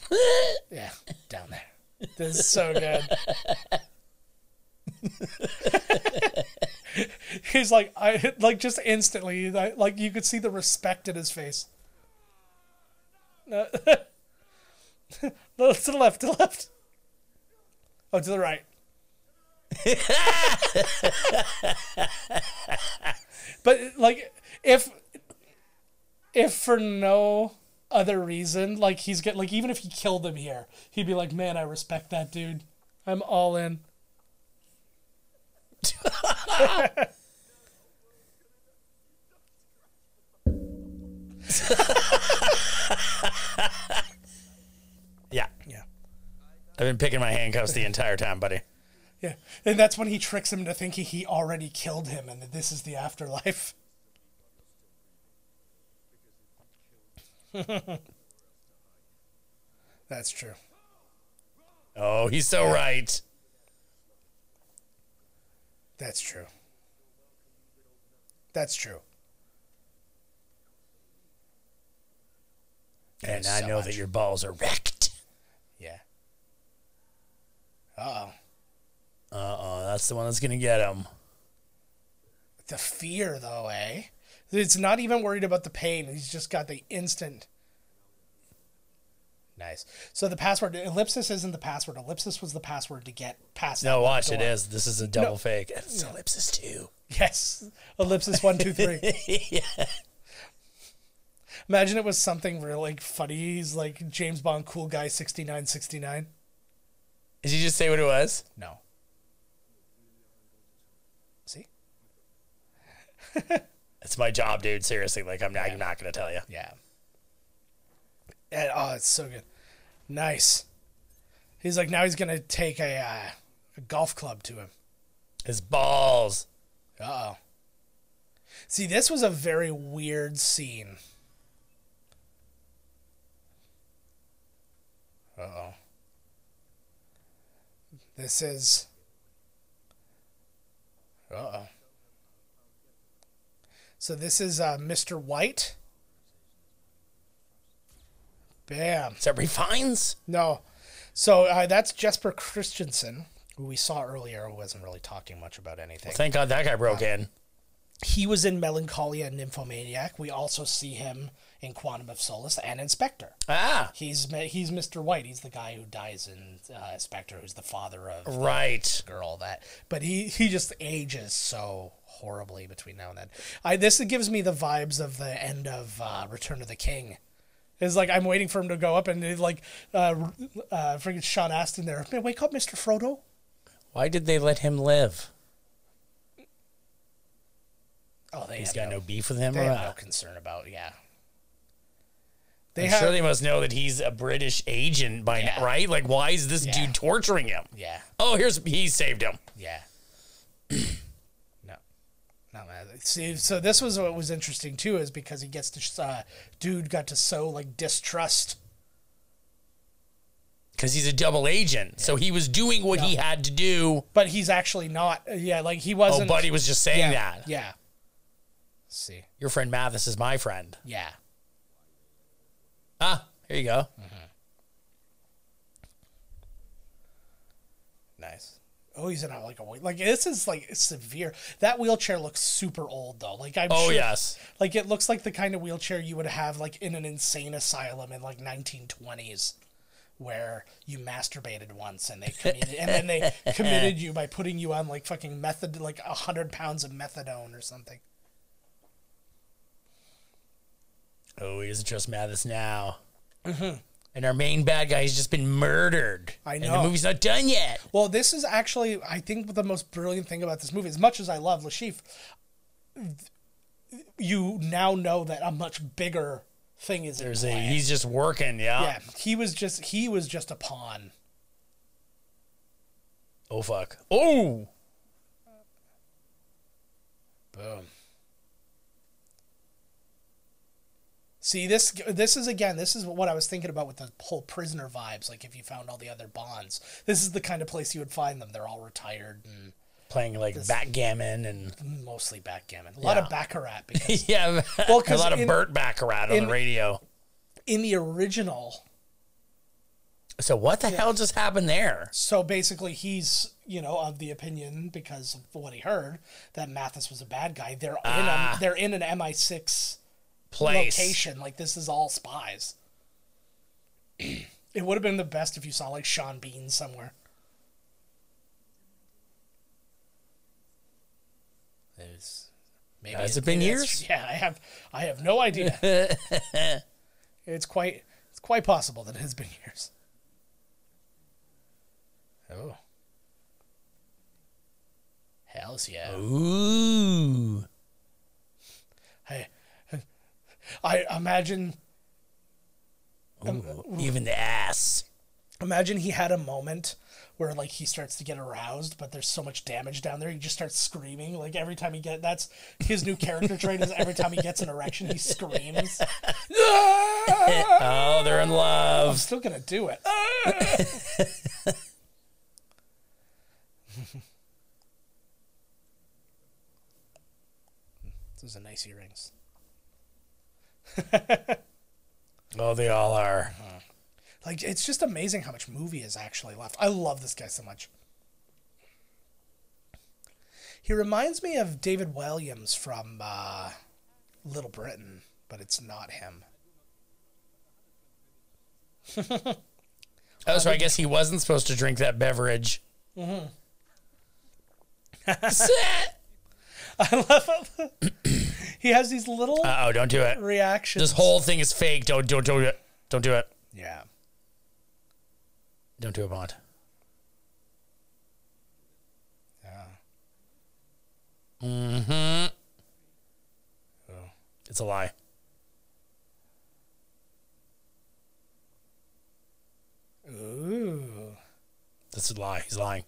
S2: yeah, down there. This is so good. He's like, I like just instantly, like like, you could see the respect in his face. No. No, to the left, to the left. Oh, to the right. but like, if if for no other reason, like he's get like even if he killed him here, he'd be like, man, I respect that dude. I'm all in.
S1: Yeah,
S2: Yeah.
S1: I've been picking my handcuffs the entire time, buddy.
S2: Yeah, and that's when he tricks him to thinking he already killed him and that this is the afterlife. that's true.
S1: Oh, he's so right.
S2: That's true. That's true.
S1: And I know that your balls are wrecked.
S2: Yeah.
S1: Uh-oh, that's the one that's gonna get him.
S2: The fear, though, eh? It's not even worried about the pain. He's just got the instant. Nice. So the password ellipsis isn't the password. Ellipsis was the password to get past.
S1: No,
S2: that
S1: watch.
S2: door.
S1: It eh? is. This is a double fake. It's ellipsis too.
S2: Yes. Ellipsis one, two, three. Imagine it was something real like funny. He's like James Bond cool guy sixty nine sixty nine.
S1: Did you just say what it was?
S2: No. See?
S1: It's my job, dude. Seriously, like I'm, I'm not gonna tell you.
S2: Yeah. And, oh, it's so good. Nice. He's like now he's gonna take a, uh, a golf club to him.
S1: His balls.
S2: Uh oh. See, this was a very weird scene. Uh oh. This is. Uh oh. So this is uh, Mr. White. Bam.
S1: Is that refines?
S2: No. So uh, that's Jesper Christensen, who we saw earlier, who wasn't really talking much about anything
S1: Thank God that guy broke in.
S2: he was in Melancholia and Nymphomaniac. We also see him in Quantum of Solace and Inspector.
S1: Ah,
S2: He's mi- he's Mr. White. He's the guy who dies in uh, Inspector, who's the father of the
S1: right.
S2: girl that. But he he just ages so horribly between now and then. I this gives me the vibes of the end of uh, Return of the King. It's like I'm waiting for him to go up and they, like uh, uh, freaking Sean Astin there. Man, wake up, Mr. Frodo.
S1: Why did they let him live?
S2: Oh, they
S1: He's
S2: have
S1: got
S2: no,
S1: no beef with him,
S2: they
S1: or
S2: have no
S1: what?
S2: concern about yeah. They
S1: I'm sure they must know that he's a British agent by
S2: Yeah.
S1: now, right? Like, why is this
S2: Yeah.
S1: dude torturing him?
S2: yeah.
S1: Oh, here's he saved him.
S2: Yeah. no. Not mad. See, so this was what was interesting too, is because he gets to s- uh, dude got to sow like distrust.
S1: because he's a double agent. So he was doing what he had to do.
S2: But he's actually not. Yeah, like he
S1: Oh,
S2: wasn't.
S1: buddy was just saying
S2: yeah,
S1: that.
S2: Yeah. See.
S1: Your friend Mathis is my friend.
S2: Yeah.
S1: Ah, here you go.
S2: Nice. Oh, he's in a, like a wheel- like this is like severe. That wheelchair looks super old though. Like I'm.
S1: Oh
S2: sure,
S1: yes,
S2: Like it looks like the kind of wheelchair you would have like in an insane asylum in like 1920s, where you masturbated once and they committed, and then they committed you by putting you on like fucking method like a hundred pounds of methadone or something.
S1: Oh, he doesn't trust Mathis now. Mm-hmm. And our main bad guy has just been murdered.
S2: I
S1: And
S2: know.
S1: the movie's not done yet.
S2: Well, this is actually I think the most brilliant thing about this movie. As much as I love Lashif, you now know that a much bigger thing is
S1: There's a, he's just working, yeah.
S2: yeah he was just he was just a pawn
S1: Oh fuck. Oh.
S2: boom see this this is again this is what i was thinking about with the whole prisoner vibes like if you found all the other bonds this is the kind of place you would find them they're all retired and
S1: Playing like backgammon and
S2: mostly backgammon a lot of baccarat because
S1: yeah,
S2: Well,
S1: a
S2: 'cause
S1: lot of
S2: in-
S1: Burt Baccarat on
S2: in-
S1: the radio.
S2: in the original
S1: So what the hell just happened there?
S2: So basically, he's you know of the opinion because of what he heard that Mathis was a bad guy. They're in a, they're in an MI six
S1: Place.
S2: location. Like this is all spies. it would have been the best if you saw like Sean Bean somewhere. Maybe
S1: Has it been
S2: maybe
S1: years?
S2: that's- Yeah, I have I have no idea. it's quite it's quite possible that it has been years. Oh. Hells yeah.
S1: Ooh.
S2: I, I imagine
S1: Even the ass.
S2: imagine he had a moment where like he starts to get aroused but there's so much damage down there he just starts screaming like every time he get that's his new character trait is every time he gets an erection he screams
S1: Oh, they're in love.
S2: i'm still gonna do it Ah! those are nice earrings
S1: Oh, they all are.
S2: like it's just amazing how much movie is actually left i love this guy so much he reminds me of david williams from uh, little britain but it's not him
S1: Oh, so I guess he wasn't supposed to drink that beverage.
S2: he has these little
S1: Oh, don't do it.
S2: reactions
S1: This whole thing is fake. Don't don't don't do it. Don't do it.
S2: yeah
S1: Don't do it, Bond.
S2: yeah
S1: Mm-hmm. Oh. It's a lie.
S2: ooh
S1: That's a lie. He's lying.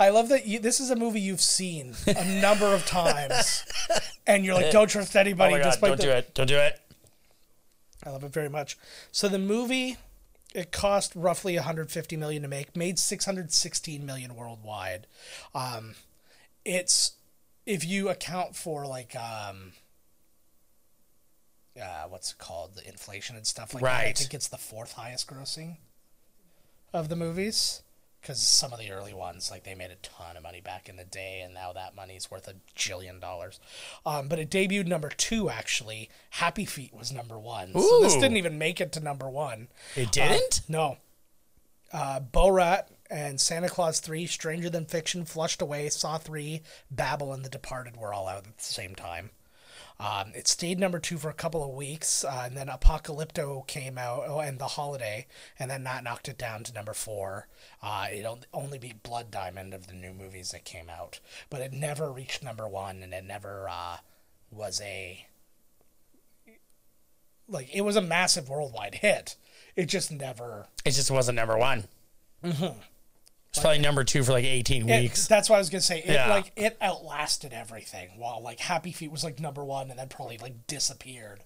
S2: i love that you, this is a movie you've seen a number of times and you're like don't trust
S1: Oh
S2: anybody
S1: my god!
S2: despite
S1: Don't
S2: the,
S1: do it. Don't do it.
S2: I love it very much. So the movie, it cost roughly 150 million to make, made 616 million worldwide. Um, it's if you account for like um, uh, what's it called, the inflation and stuff like that. I
S1: Right.
S2: think it's the fourth highest grossing of the movies. Because some of the early ones, like they made a ton of money back in the day, and now that money's worth a jillion dollars. Um, but it debuted number two, actually. Happy Feet was number one. So this
S1: Ooh.
S2: didn't even make it to number one.
S1: It didn't.
S2: No. Uh, Borat and Santa Claus 3, Stranger Than Fiction, Flushed Away, Saw 3, Babel, and The Departed were all out at the same time. Um, it stayed number two for a couple of weeks, uh, and then Apocalypto came out, oh, and The Holiday, and then that knocked it down to number four. Uh, it on- only beat Blood Diamond of the new movies that came out, but it never reached number one, and it never uh, was a like it was a massive worldwide hit. It just never
S1: Uh, It just wasn't number one.
S2: Mm-hmm.
S1: It's probably number two for like eighteen
S2: it-
S1: weeks.
S2: that's what I was gonna say. It
S1: Yeah.
S2: like it outlasted everything. While like Happy Feet was like number one, and then probably like disappeared.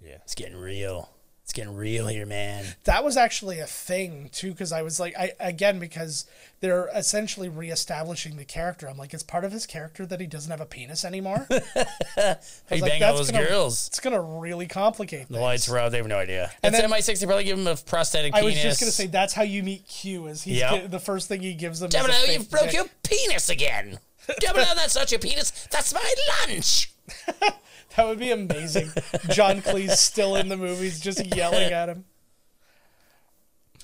S1: It's getting real. It's getting real here, man.
S2: That was actually a thing too, because I was like, I again because they're essentially reestablishing the character. I'm like, it's part of his character that he doesn't have a penis anymore. I was
S1: Hey,
S2: like,
S1: bang all
S2: that's
S1: those
S2: gonna-
S1: girls.
S2: It's gonna really complicate.
S1: The lights were out. They have no idea.
S2: And
S1: And
S2: then-
S1: MI6, they probably give him a prosthetic
S2: I
S1: penis.
S2: was just gonna say that's how you meet Q. Is he's
S1: Yep.
S2: gi- the first thing he gives them? is a
S1: Domino,
S2: fake
S1: you've broke
S2: dick.
S1: your penis again. Domino, that's not your penis. That's my lunch.
S2: That would be amazing. John Cleese still in the movies, just yelling at him.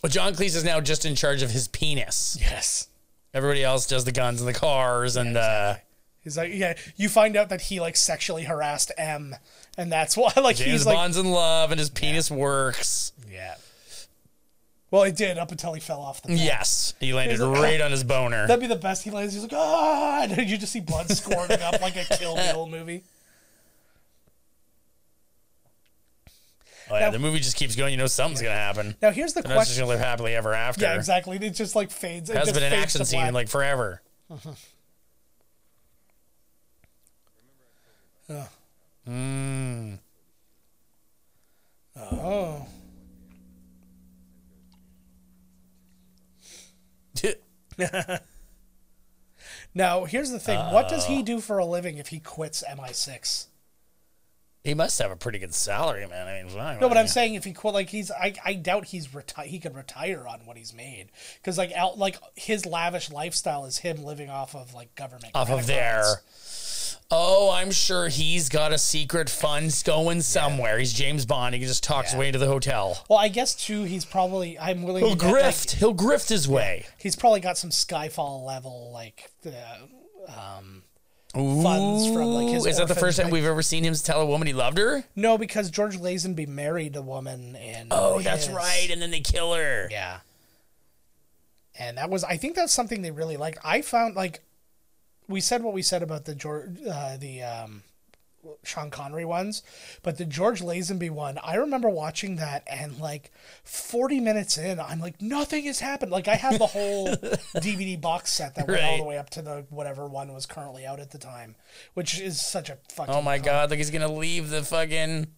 S1: Well, John Cleese is now just in charge of his penis.
S2: Yes.
S1: Everybody else does the guns and the cars and uh,
S2: He's like, yeah. You find out that he like sexually harassed M, and that's why like
S1: James
S2: he's like,
S1: Bond's in love and his penis works.
S2: yeah. Well, it did up until he fell off the. Bed.
S1: Yes, he landed
S2: He's like, "Ah."
S1: right on his boner.
S2: That'd be the best he lands. He's like, ah, and you just see blood squirting up like a Kill Bill movie.
S1: Oh, yeah,
S2: Now-
S1: the movie just keeps going. You know something's gonna happen.
S2: Now here's the
S1: They're not just
S2: question.
S1: gonna live happily ever after.
S2: Yeah, exactly. It just like fades. It
S1: Has
S2: just
S1: been an
S2: fades
S1: action
S2: to
S1: scene
S2: black.
S1: in like forever.
S2: Hmm. oh, now here's the thing. what does
S1: uh,
S2: he do for a living if he quits MI6?
S1: he must have a pretty good salary, man. I mean, fine,
S2: No, but I'm
S1: yeah.
S2: saying if he quit, like he's, I, I doubt he's reti- He could retire on what he's made because like out, like his lavish lifestyle is him living off of like government
S1: off of
S2: credit
S1: there.
S2: cards.
S1: Oh, I'm sure he's got a secret funds going somewhere. He's James Bond. He can just talk his way into the hotel.
S2: Well, I guess too. He's probably. I'm willing.
S1: He'll
S2: to bet, like,
S1: grift. He'll grift his way.
S2: he's probably got some Skyfall level like uh, um, funds from like his.
S1: Ooh, is that the
S2: orphan-
S1: first time we've ever seen him tell a woman he loved her?
S2: No, because George Lazenby married a woman and
S1: Oh, that's right. And then they kill her.
S2: Yeah. And that was I think that's something they really liked. I found like we said what we said about the George uh, the um Sean Connery ones, but the George Lazenby one, I remember watching that and like 40 minutes in, I'm like, nothing has happened. Like, I had the whole DVD box set that went all
S1: Right.
S2: the way up to the whatever one was currently out at the time, which is such a fucking.
S1: Oh my god! Like he's gonna leave the fucking.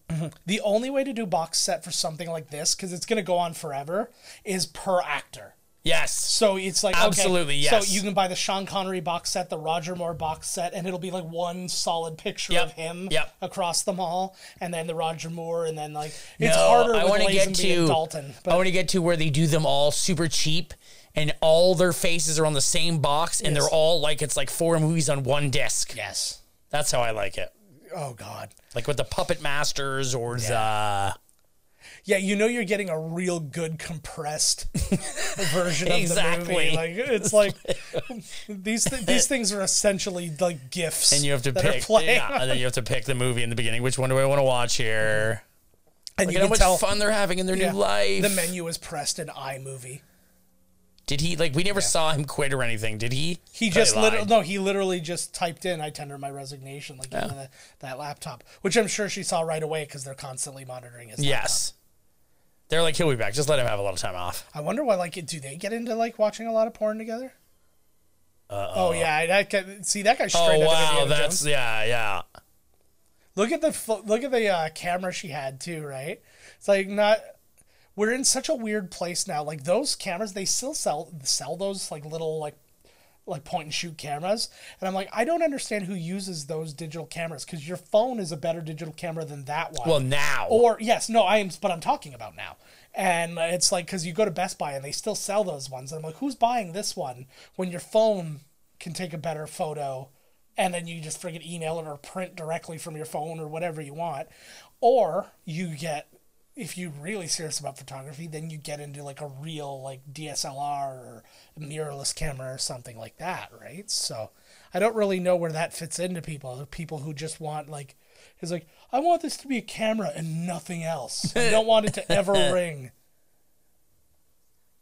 S2: The only way to do box set for something like this, because it's going to go on forever, is per actor.
S1: Yes.
S2: So it's like okay,
S1: Absolutely, yes.
S2: So you can buy the Sean Connery box set, the Roger Moore box set, and it'll be like one solid picture
S1: Yep,
S2: of him
S1: yep.
S2: across them all, and then the Roger Moore, and then like it's
S1: No,
S2: harder.
S1: I
S2: with
S1: want to get
S2: Lazenby
S1: to
S2: and Dalton, but
S1: I want to get to where they do them all super cheap, and all their faces are on the same box, and they're all like it's like four movies on one disc.
S2: yes.
S1: That's how I like it.
S2: Oh God.
S1: Like with the Puppet Masters or
S2: Yeah, you know you're getting a real good compressed version of the
S1: Exactly.
S2: movie. Like it's like these th- these things are essentially like gifts,
S1: the. And you have to
S2: that
S1: pick.
S2: Are playing.
S1: Yeah, and then you have to pick the movie in the beginning. Which one do I want to watch here?
S2: and
S1: Look
S2: you
S1: at how
S2: can
S1: much
S2: tell
S1: fun they're having in their
S2: yeah,
S1: new life.
S2: The menu is pressed in iMovie.
S1: Did he like? We never saw him quit or anything. Did he?
S2: He
S1: Probably
S2: just
S1: lied.
S2: literally no, he literally just typed in "I tender my resignation," like into the, that laptop, which I'm sure she saw right away because they're constantly monitoring his.
S1: Yes. They're like, he'll be back. Just let him have a little time off.
S2: laptop. I wonder why. Like, do they get into like watching a lot of porn together? oh yeah, I- that guy, see that guy straight
S1: Oh
S2: out
S1: wow,
S2: of Indiana
S1: that's
S2: Jones.
S1: yeah, yeah.
S2: Look at the fo- look at the uh, camera she had too, right? It's like not. We're in such a weird place now. Like those cameras, they still sell sell those like little like like point and shoot cameras, and I'm like, I don't understand who uses those digital cameras because your phone is a better digital camera than that one.
S1: Well, now.
S2: Or yes, no, I am, but I'm talking about now. And it's like because you go to Best Buy and they still sell those ones. And I'm like, who's buying this one when your phone can take a better photo, and then you just friggin' email it or print directly from your phone or whatever you want, or you get. If you're really serious about photography, then you get into like a real like DSLR or mirrorless camera or something like that, right? So I don't really know where that fits into people. The people who just want like He's like, I want this to be a camera and nothing else. I don't want it to ever ring.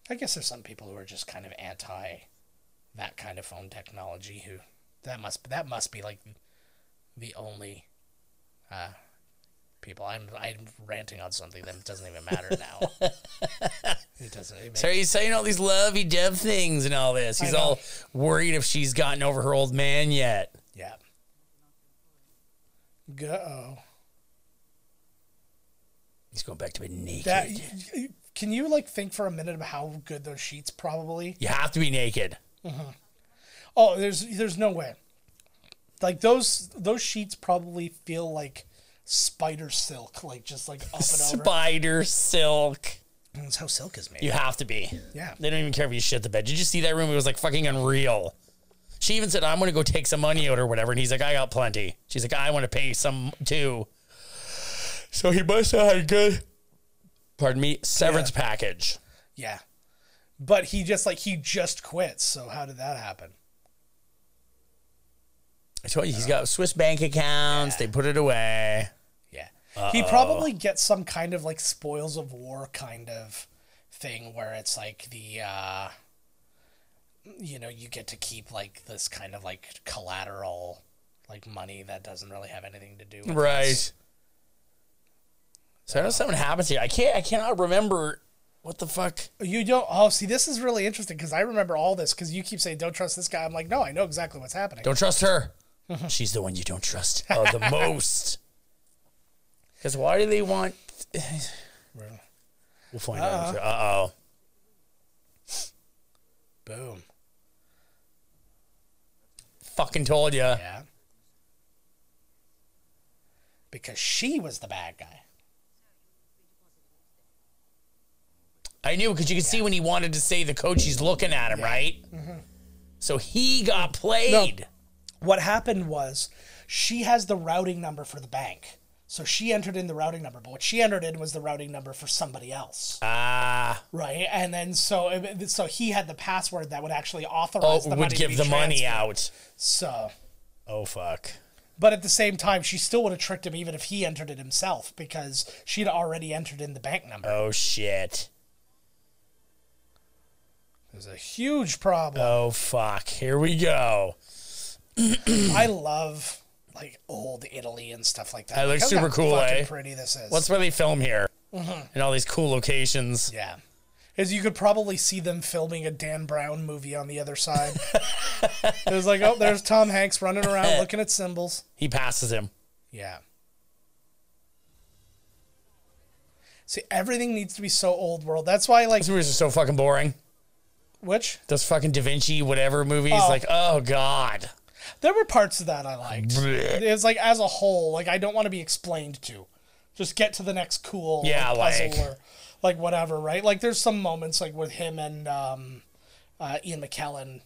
S2: I guess there's some people who are just kind of anti that kind of phone technology who that must that must be like the only uh people I'm I'm ranting on something that doesn't even matter now. it doesn't it
S1: So he's saying all these lovey dove things and all this. He's
S2: know.
S1: all worried if she's gotten over her old man yet.
S2: Yeah. Go.
S1: He's going back to being naked.
S2: That can you like think for a minute of how good those sheets probably
S1: you have to be naked.
S2: Oh, there's there's no way. Like those those sheets probably feel like spider silk, like just like up and over.
S1: Spider silk.
S2: That's how silk is made.
S1: You have to be.
S2: Yeah.
S1: They don't even care if you shit the bed. Did you see that room? It was like fucking unreal. She even said, I'm going to go take some money out or whatever. And he's like, I got plenty. She's like, I want to pay some too. So he must have had a good, pardon me, severance package.
S2: Yeah. But he just like he just quits. So how did that happen?
S1: I told you, he's got Swiss bank accounts. They put it away.
S2: Yeah. He probably gets some kind of like spoils of war kind of thing where it's like the uh you know, you get to keep like this kind of like collateral like money that doesn't really have anything to do with this.
S1: Right. So I know something happens here. I can't. I cannot remember what the fuck.
S2: You don't. Oh, see, this is really interesting because I remember all this because you keep saying, don't trust this guy. I'm like, no, I know exactly what's happening.
S1: Don't trust her. She's the one you don't trust uh, the most. Because why do they want? we'll find out. Uh oh.
S2: Boom.
S1: Fucking told you.
S2: Yeah. Because she was the bad guy.
S1: I knew because you could see when he wanted to say the coach, he's looking at him, right? So he got played.
S2: What happened was she has the routing number for the bank. So she entered in the routing number, but what she entered in was the routing number for somebody else. Ah. Right. And then so so he had the password that would actually
S1: Oh,
S2: authorize the money
S1: would
S2: to
S1: give
S2: be
S1: the money
S2: transferred.
S1: out.
S2: So
S1: Oh fuck.
S2: but at the same time she still would have tricked him even if he entered it himself because she'd already entered in the bank number.
S1: Oh shit.
S2: It was a huge problem.
S1: Oh fuck. Here we go.
S2: I love like old Italy and stuff like that.
S1: That looks
S2: Look how
S1: super cool,
S2: fucking
S1: eh?
S2: pretty this is.
S1: That's why they film here in all these cool locations.
S2: Yeah. Is you could probably see them filming a Dan Brown movie on the other side. it was like, oh, there's Tom Hanks running around looking at symbols.
S1: He passes him.
S2: Yeah. See, everything needs to be so old world. That's why, like,
S1: These movies are so fucking boring.
S2: which
S1: Those fucking Da Vinci whatever movies.
S2: Oh.
S1: Like oh god.
S2: there were parts of that I liked.
S1: Blech.
S2: It's like as a whole, like I don't want to be explained to. Just get to the next cool
S1: Yeah,
S2: like, puzzle
S1: like-
S2: or like whatever, right? Like there's some moments like with him and um, uh, Ian McKellen, and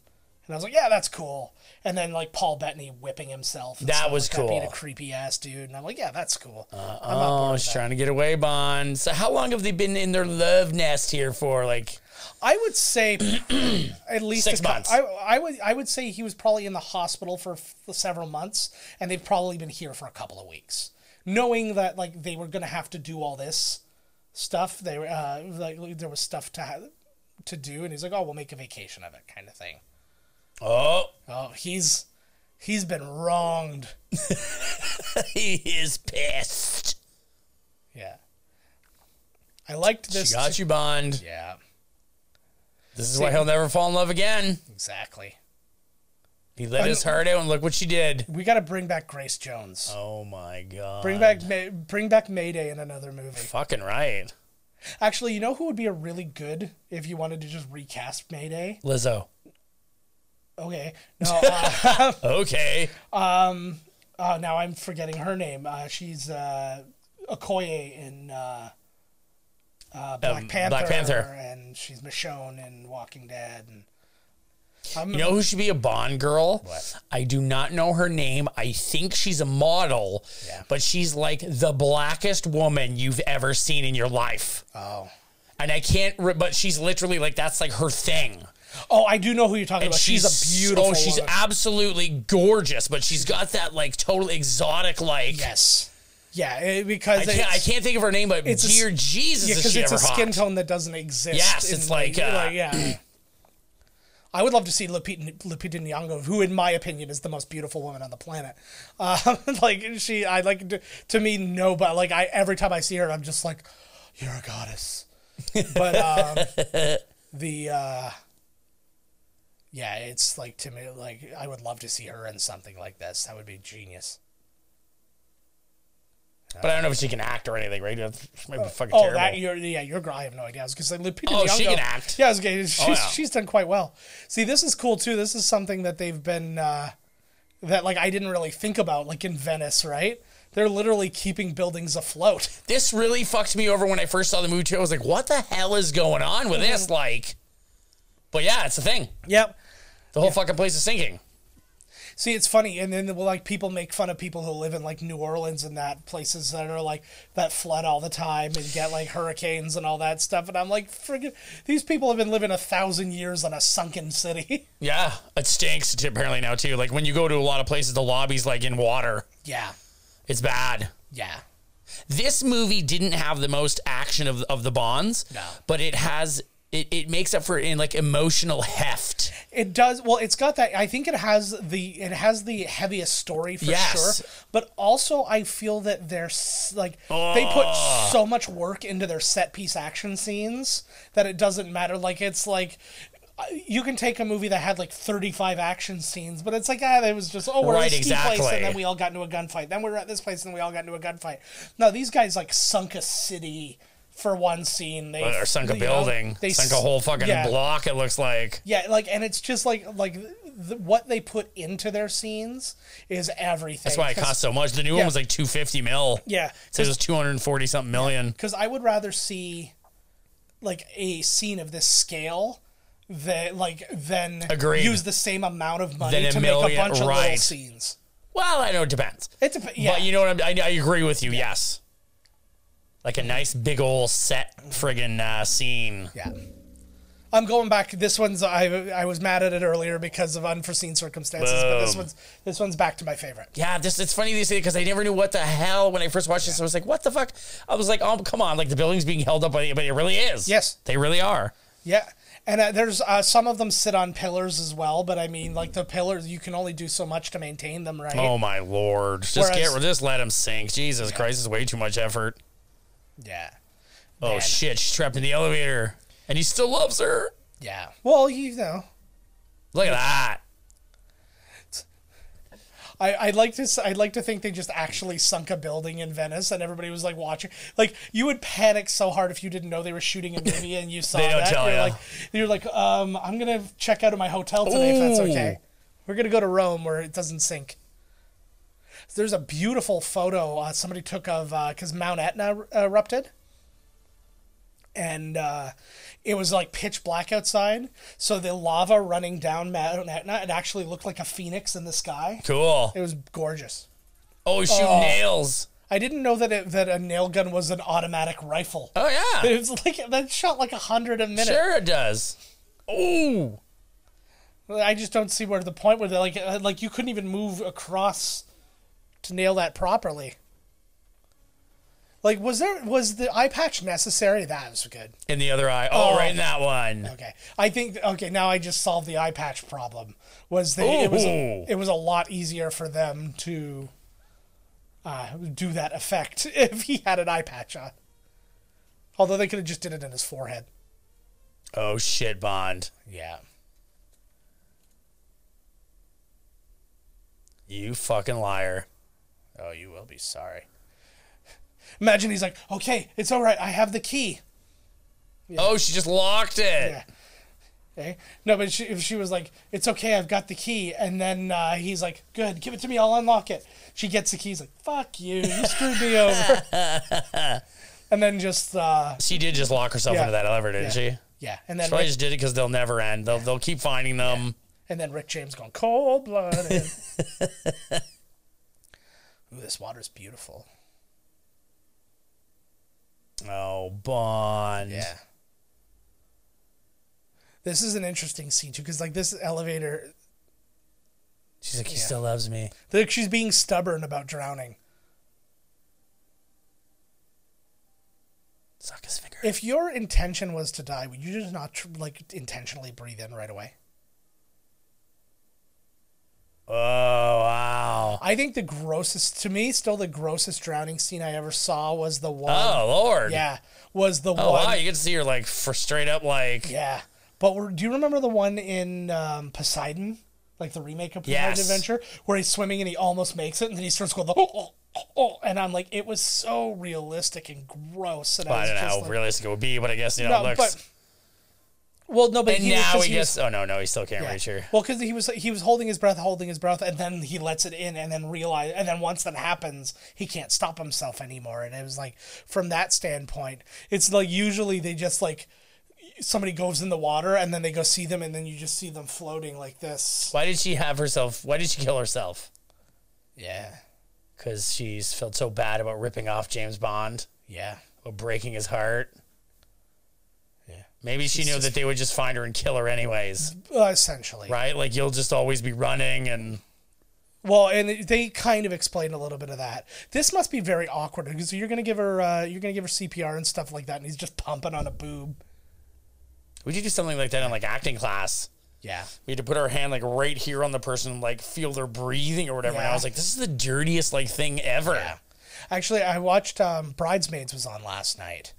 S2: I was like, yeah, that's cool. And then like Paul Bettany whipping himself. and
S1: That
S2: stuff
S1: was
S2: like being
S1: cool.
S2: a creepy ass dude, and I'm like, yeah, that's cool.
S1: Oh, she's trying to get away, Bond. So how long have they been in their love nest here for? Like
S2: I would say at least
S1: Six
S2: a cou-
S1: months.
S2: I, I would I would say he was probably in the hospital for f- several months, and they've probably been here for a couple of weeks, knowing that like they were going to have to do all this stuff. They were, uh, like there was stuff to ha- to do, and he's like, "Oh, we'll make a vacation of it," kind of thing.
S1: oh,
S2: Oh, he's he's been wronged.
S1: he is pissed.
S2: Yeah, I liked this.
S1: She got you, Bond.
S2: Yeah,
S1: This is why he'll never fall in love again.
S2: exactly.
S1: He let his heart out, and look what she did.
S2: We got to bring back Grace Jones.
S1: Oh my god.
S2: Bring back May- bring back Mayday in another movie.
S1: Fucking right,
S2: Actually, you know who would be a really good if you wanted to just recast Mayday?
S1: Lizzo.
S2: Okay, no, uh,
S1: Okay.
S2: uh, now I'm forgetting her name. Uh, she's uh, Okoye in uh, uh, Black, Panther,
S1: Um, Black Panther.
S2: and she's Michonne in Walking Dead. And I'm,
S1: You know who should be a Bond girl? I do not know her name. I think she's a model, but she's like the blackest woman you've ever seen in your life.
S2: oh,
S1: And I can't, re- but she's literally like, that's like her thing.
S2: oh, I do know who you're talking
S1: And
S2: about.
S1: she's,
S2: She's, a beautiful.
S1: Oh, she's
S2: woman.
S1: absolutely gorgeous, but she's got that like total exotic, like.
S2: yes, yeah, it-
S1: I
S2: because
S1: can't, I
S2: it's-
S1: can't think of her name, but
S2: it's a s-
S1: dear Jesus,
S2: Yeah,
S1: is
S2: because
S1: she
S2: it's
S1: ever
S2: a skin
S1: hot.
S2: tone that doesn't exist.
S1: Yes,
S2: in
S1: it's
S2: the-
S1: like, uh,
S2: yeah. I would love to see Lupita, Lupita Nyong'o, who, in my opinion, is the most beautiful woman on the planet. Uh, like she, I like to, to me, no, but like I, every time I see her, I'm just like, you're a goddess. But um, the, uh, yeah, it's like to me, like I would love to see her in something like this. That would be genius.
S1: But I don't know if she can act or anything, right? She might be fucking
S2: Oh,
S1: terrible.
S2: that you're yeah, you're gr- I have no idea. I was gonna say Lupita
S1: Oh,
S2: Nyong'o.
S1: she can act. Oh,
S2: Yeah, I was gonna, she's
S1: yeah.
S2: she's done quite well. See, this is cool too. This is something that they've been uh, that like I didn't really think about, like in Venice, right? They're literally keeping buildings afloat.
S1: this really fucked me over when I first saw the movie. Too. I was like, "What the hell is going on with
S2: Mm-hmm.
S1: this?" Like, but yeah, it's a thing.
S2: Yep.
S1: The whole fucking place is sinking.
S2: See, it's funny, and then well, like people make fun of people who live in like New Orleans and that places that are like that flood all the time and get like hurricanes and all that stuff. And I'm like, friggin', these people have been living a thousand years on a sunken city.
S1: Yeah, it stinks t- apparently now too. Like when you go to a lot of places, the lobby's like in water.
S2: yeah,
S1: It's bad.
S2: yeah.
S1: This movie didn't have the most action of of the Bonds,
S2: No.
S1: but it has it, it makes up for in like emotional heft.
S2: It does well. It's got that. I think it has the it has the heaviest story for
S1: Yes.
S2: sure. But also, I feel that they're s- like they put so much work into their set piece action scenes that it doesn't matter. Like it's like uh, you can take a movie that had like thirty five action scenes, but it's like ah, it was just oh we're
S1: Right,
S2: at a ski place
S1: exactly.
S2: and then we all got into a gunfight. Then we were at this place and we all got into a gunfight. No, these guys like sunk a city. For one scene, they
S1: Or sunk a
S2: you know,
S1: building,
S2: oh, they
S1: sunk a
S2: s-
S1: whole fucking
S2: yeah.
S1: block. It looks like
S2: Yeah, like, and it's just like like the, what they put into their scenes is everything.
S1: that's why it cost so much. The new one
S2: yeah.
S1: was like two fifty mil.
S2: Yeah,
S1: so it was two hundred and forty something million.
S2: because I would rather see like a scene of this scale that like than
S1: Agreed.
S2: use the same amount of money
S1: Than a
S2: to make a
S1: million-
S2: bunch of little
S1: right.
S2: scenes.
S1: Well, I know it depends.
S2: It's a yeah.
S1: But you know what? I'm, I, I agree with you. Yes. Like a nice big old set friggin' uh, scene.
S2: Yeah. I'm going back. This one's I I was mad at it earlier because of unforeseen circumstances, but this
S1: Boom.
S2: one's this one's back to my favorite.
S1: Yeah, this it's funny these days because I never knew what the hell when I first watched this. I was like, "What the fuck?" I was like, "Oh, come on!" Like the building's being held up by, the, but it really is.
S2: Yes.
S1: they really are.
S2: Yeah, and uh, there's uh, some of them sit on pillars as well, but I mean, like the pillars, you can only do so much to maintain them, right?
S1: Oh my lord! Just
S2: Whereas-
S1: get just let him sink. Jesus Christ, it's way too much effort.
S2: Yeah,
S1: Oh
S2: Man.
S1: shit! She's trapped in the elevator, and he still loves her.
S2: yeah. Well, you know,
S1: Look at that.
S2: I, I'd like to s- I'd like to think they just actually sunk a building in Venice, and everybody was like watching. Like you would panic so hard if you didn't know they were shooting a movie and you saw
S1: They don't
S2: that.
S1: tell
S2: you're
S1: ya.
S2: like you're like, um, I'm gonna check out of my hotel today if that's
S1: Ooh.
S2: okay. We're gonna go to Rome where it doesn't sink. There's a beautiful photo uh, somebody took of because Mount Etna er, erupted. and uh, it was like pitch black outside. So the lava running down Mount Etna, it actually looked like a phoenix in the sky.
S1: Cool.
S2: It was gorgeous.
S1: Oh, shoot nails.
S2: I didn't know that it, that a nail gun was an automatic rifle.
S1: Oh yeah.
S2: It was like that shot like a hundred a minute.
S1: Sure it does. Ooh.
S2: I just don't see where the point where they like uh, like you couldn't even move across to nail that properly. Like was there was the eye patch necessary? That was good.
S1: In the other eye. Oh,
S2: Oh.
S1: right in that one.
S2: Okay, I think okay. Now I just solved the eye patch problem. Was they it was
S1: Ooh.
S2: a, it was a lot easier for them to uh, do that effect if he had an eye patch on. Although they could have just did it in his forehead.
S1: Oh shit, Bond.
S2: Yeah.
S1: You fucking liar.
S2: Oh, you will be sorry. Imagine he's like, okay, it's all right. I have the key.
S1: Oh, she just locked it.
S2: Yeah. Okay. Eh? No, but she, if she was like, it's okay, I've got the key, and then uh, he's like, good, give it to me, I'll unlock it. She gets the key. He's like, fuck you, you screwed me over. and then just, uh,
S1: She did just lock herself
S2: Yeah.
S1: into that elevator, didn't she?
S2: yeah, and then
S1: Probably
S2: Rick,
S1: just did it because they'll never end. They'll they'll keep finding them.
S2: and then Rick James going cold blooded. Ooh, this water's beautiful.
S1: Oh, Bond.
S2: This is an interesting scene too, because like this elevator,
S1: She's like, he still loves me.
S2: like she's being stubborn about drowning.
S1: Suck his finger.
S2: If your intention was to die, would you just not tr- like intentionally breathe in right away?
S1: Oh wow.
S2: I think the grossest to me, still the grossest drowning scene I ever saw was the one.
S1: Oh Lord.
S2: Um, yeah, was the
S1: Oh
S2: one.
S1: wow, you can see her like for straight up like
S2: Yeah, but we're, do you remember the one in um, Poseidon, like the remake of Poseidon
S1: Yes.
S2: Adventure, where he's swimming and he almost makes it, and then he starts going, oh, oh, oh, oh," and I'm like, it was so realistic and gross, and
S1: Well, I
S2: I was
S1: don't know
S2: just
S1: how
S2: like,
S1: realistic it would be, but I guess you know
S2: no,
S1: it looks.
S2: but. Well, no, but
S1: and
S2: he was-
S1: now
S2: 'cause
S1: he
S2: he was-
S1: gets. Oh no, no, he still can't
S2: Yeah.
S1: reach her.
S2: Well, because he was he was holding his breath, holding his breath, and then he lets it in, and then realize, and then once that happens, he can't stop himself anymore. And it was like from that standpoint, it's like usually they just like somebody goes in the water, and then they go see them, and then you just see them floating like this.
S1: Why did she have herself? Why did she kill herself?
S2: Yeah,
S1: Because she's felt so bad about ripping off James Bond,
S2: yeah,
S1: about breaking his heart.
S2: Yeah.
S1: Maybe she knew that they would just find her and kill her anyways,
S2: uh, essentially.
S1: right? Like you'll just always be running and
S2: Well, and they kind of explain a little bit of that. This must be very awkward because you're gonna give her uh, you're gonna give her CPR and stuff like that, and he's just pumping on a boob.
S1: We should do something like that in like acting class.
S2: Yeah.
S1: We had to put our hand like right here on the person, and, like feel their breathing or whatever. And I
S2: Yeah.
S1: was like, this is the dirtiest like thing ever.
S2: Actually, I watched um, Bridesmaids was on last night,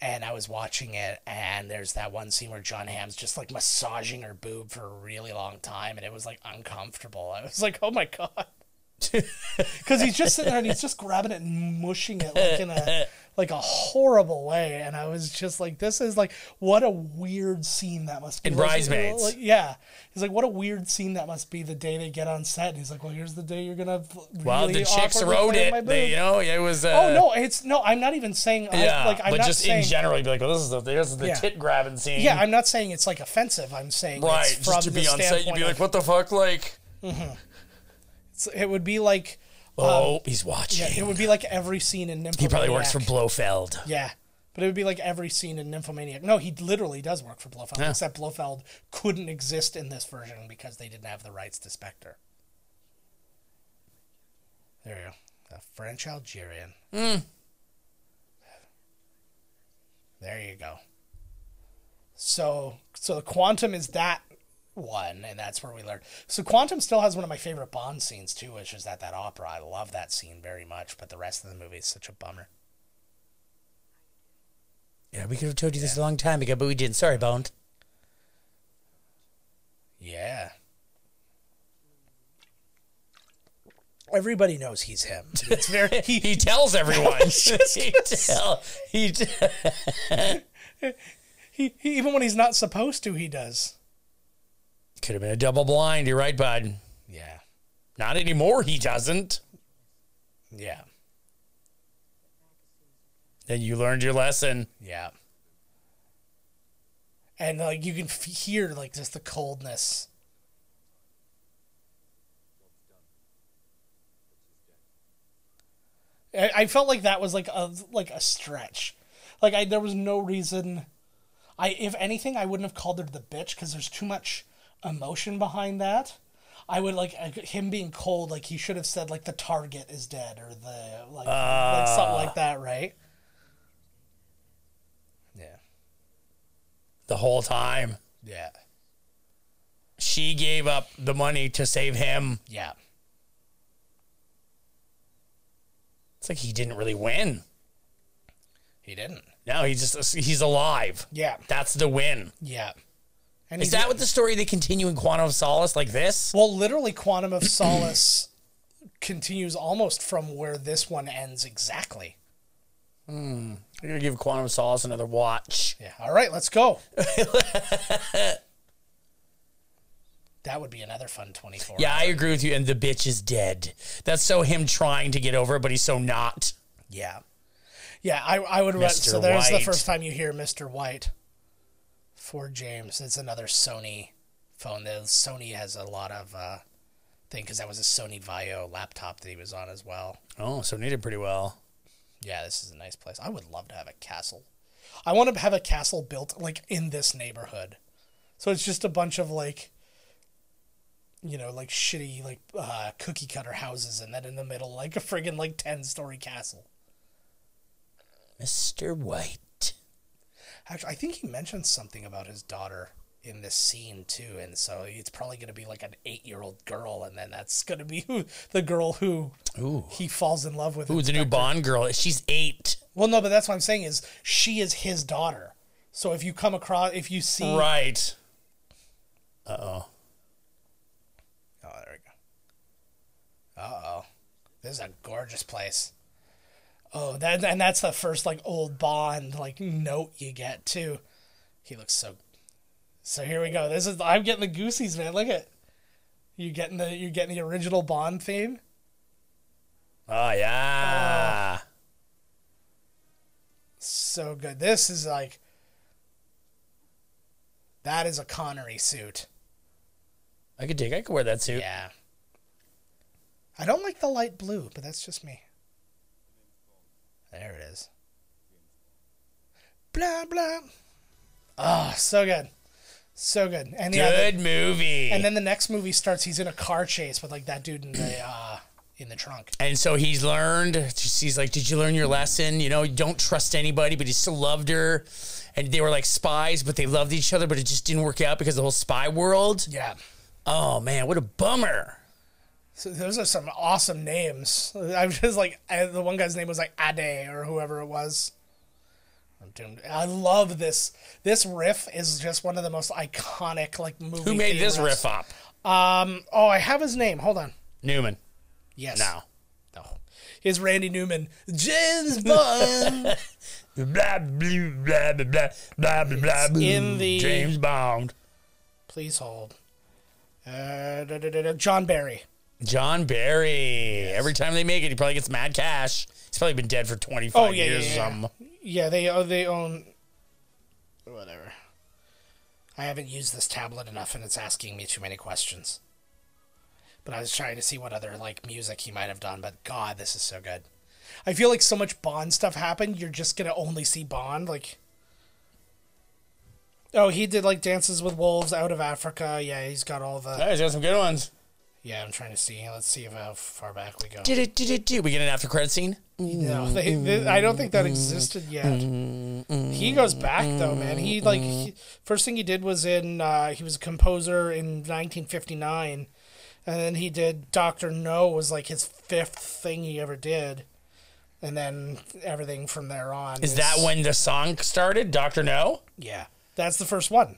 S2: and I was watching it, and there's that one scene where John Hamm's just like massaging her boob for a really long time, and it was like uncomfortable. I was like, oh my god, because he's just sitting there and he's just grabbing it and mushing it like in a like a horrible way, and I was just like, this is like what a weird scene that must be.
S1: In
S2: Like,
S1: Bridesmaids.
S2: like, yeah, he's like, what a weird scene that must be the day they get on set, and he's like, well, here's the day you're gonna.
S1: Well, the
S2: really
S1: chicks
S2: awkwardly
S1: wrote
S2: play my
S1: it. They,
S2: boob."
S1: you know, it was. Uh,
S2: Oh no, it's no. I'm not even saying.
S1: Yeah,
S2: I, like I'm
S1: but
S2: not
S1: just in
S2: saying.
S1: general, you'd be like, well, this is the this is the
S2: Yeah.
S1: tit grabbing scene.
S2: yeah, I'm not saying it's like offensive. I'm saying
S1: right.
S2: It's from
S1: Just to
S2: the
S1: be on set, you'd be
S2: standpoint
S1: like,
S2: of-
S1: what the fuck, like.
S2: it's- it would be like
S1: Oh, he's watching.
S2: Um, yeah, it would be like every scene in Nymphomaniac.
S1: he probably works for Blofeld.
S2: Yeah, but it would be like every scene in Nymphomaniac. No, he literally does work for Blofeld,
S1: Yeah.
S2: except Blofeld couldn't exist in this version because they didn't have the rights to Spectre. There you go. A French Algerian. There you go. So so the quantum is that one, and that's where we learned. So quantum still has one of my favorite Bond scenes too, which is at that opera. I love that scene very much, but the rest of the movie is such a bummer.
S1: Yeah, we could have told you this a long time ago, but we didn't. Sorry, Bond.
S2: Yeah. Everybody knows he's him. It's very he,
S1: He tells everyone. he tell, he t-
S2: he, he even when he's not supposed to, he does.
S1: could have been a double blind. You're right, bud.
S2: Yeah.
S1: Not anymore. He doesn't.
S2: Yeah.
S1: Then you learned your lesson.
S2: Yeah. And like you can f- hear like just the coldness. I, I felt like that was like a like a stretch. Like I there was no reason I if anything I wouldn't have called her the bitch cuz there's too much emotion behind that. I would like uh, him being cold like he should have said like the target is dead or the like, like something like that, right? Yeah.
S1: The whole time,
S2: Yeah.
S1: she gave up the money to save him.
S2: Yeah.
S1: It's like he didn't really win.
S2: He didn't.
S1: No, he just he's alive.
S2: Yeah.
S1: That's the win.
S2: Yeah. And
S1: Is
S2: he did-
S1: that what the story they continue in Quantum of Solace like this?
S2: Well, literally, Quantum of Solace continues almost from where this one ends exactly.
S1: We're gonna give Quantum of Solace another watch.
S2: Yeah. All right, let's go. that would be another fun 24.
S1: Yeah, I agree with you. And the bitch is dead. That's so him trying to get over it, but he's so not.
S2: Yeah. Yeah, I, I would. Re- so
S1: Mr.
S2: there's the
S1: White.
S2: first time you hear Mr. White for James. It's another Sony phone. The Sony has a lot of uh, thing because that was a Sony Vaio laptop that he was on as well.
S1: Oh, so needed pretty well.
S2: Yeah, this is a nice place. I would love to have a castle. I want to have a castle built like in this neighborhood. So it's just a bunch of like you know, like shitty like uh cookie cutter houses and then in the middle like a friggin' like 10 story castle.
S1: Mr. White.
S2: Actually, I think he mentioned something about his daughter in this scene too, and so it's probably going to be like an eight-year-old girl, and then that's going to be who the girl who he falls in love with.
S1: Ooh, the new Bond girl. She's eight.
S2: Well, no, but that's what I'm saying is she is his daughter. So if you come across, if you see,
S1: Right.
S2: oh, there we go. Uh oh, this is a gorgeous place. Oh, that and that's the first like old Bond like note you get too. He looks so. So here we go. This is I'm getting the goosies, man. Look at you getting the you're getting the original Bond theme.
S1: Oh yeah.
S2: So good. This is like that is a Connery suit.
S1: I could dig. I could wear that suit.
S2: Yeah. I don't like the light blue, but that's just me. There it is. Blah blah. Oh, so good. So good. And yeah, the-
S1: Good movie.
S2: and then the next movie starts he's in a car chase with like that dude in the uh in the trunk.
S1: And so he's learned. He's like, "Did you learn your lesson? You know, you don't trust anybody." But he still loved her, and they were like spies, but they loved each other. But it just didn't work out because of the whole spy world.
S2: Yeah.
S1: Oh man, what a bummer!
S2: So those are some awesome names. I was just like, I, the one guy's name was like Ade or whoever it was. I'm doing- I love this. This riff is just one of the most iconic like movie.
S1: Who made
S2: theme
S1: this
S2: riffs.
S1: riff up?
S2: Oh, I have his name. Hold on.
S1: Newman.
S2: Yes.
S1: No.
S2: No. Here's Randy Newman. James Bond.
S1: Blah blah blah blah blah blah blah. blah blah.
S2: in the-
S1: James Bond.
S2: Please hold. Uh, da, da, da, da, John Barry.
S1: John Barry. Every time they make it, he probably gets mad cash. He's probably been dead for 25
S2: Oh, yeah,
S1: years
S2: yeah,
S1: or
S2: yeah.
S1: something.
S2: Yeah, they oh, they own whatever. I haven't used this tablet enough, and it's asking me too many questions. But I was trying to see what other like music he might have done. But God, this is so good. I feel like so much Bond stuff happened. You're just gonna only see Bond. Like, oh, he did like Dances with Wolves, Out of Africa. Yeah, he's got all the.
S1: Alright, he's got some good ones.
S2: Yeah, I'm trying to see. Let's see if how far back we go.
S1: Did it, did it, did We get an after credit scene? Mm-hmm.
S2: No, they, they, I don't think that existed yet. He goes back though, man.
S1: Mm-hmm.
S2: He like he, first thing he did was in uh, he was a composer in 1959, and then he did Doctor No was like his fifth thing he ever did, and then everything from there on
S1: Is that when the song started? Dr. No?
S2: Yeah, that's the first one.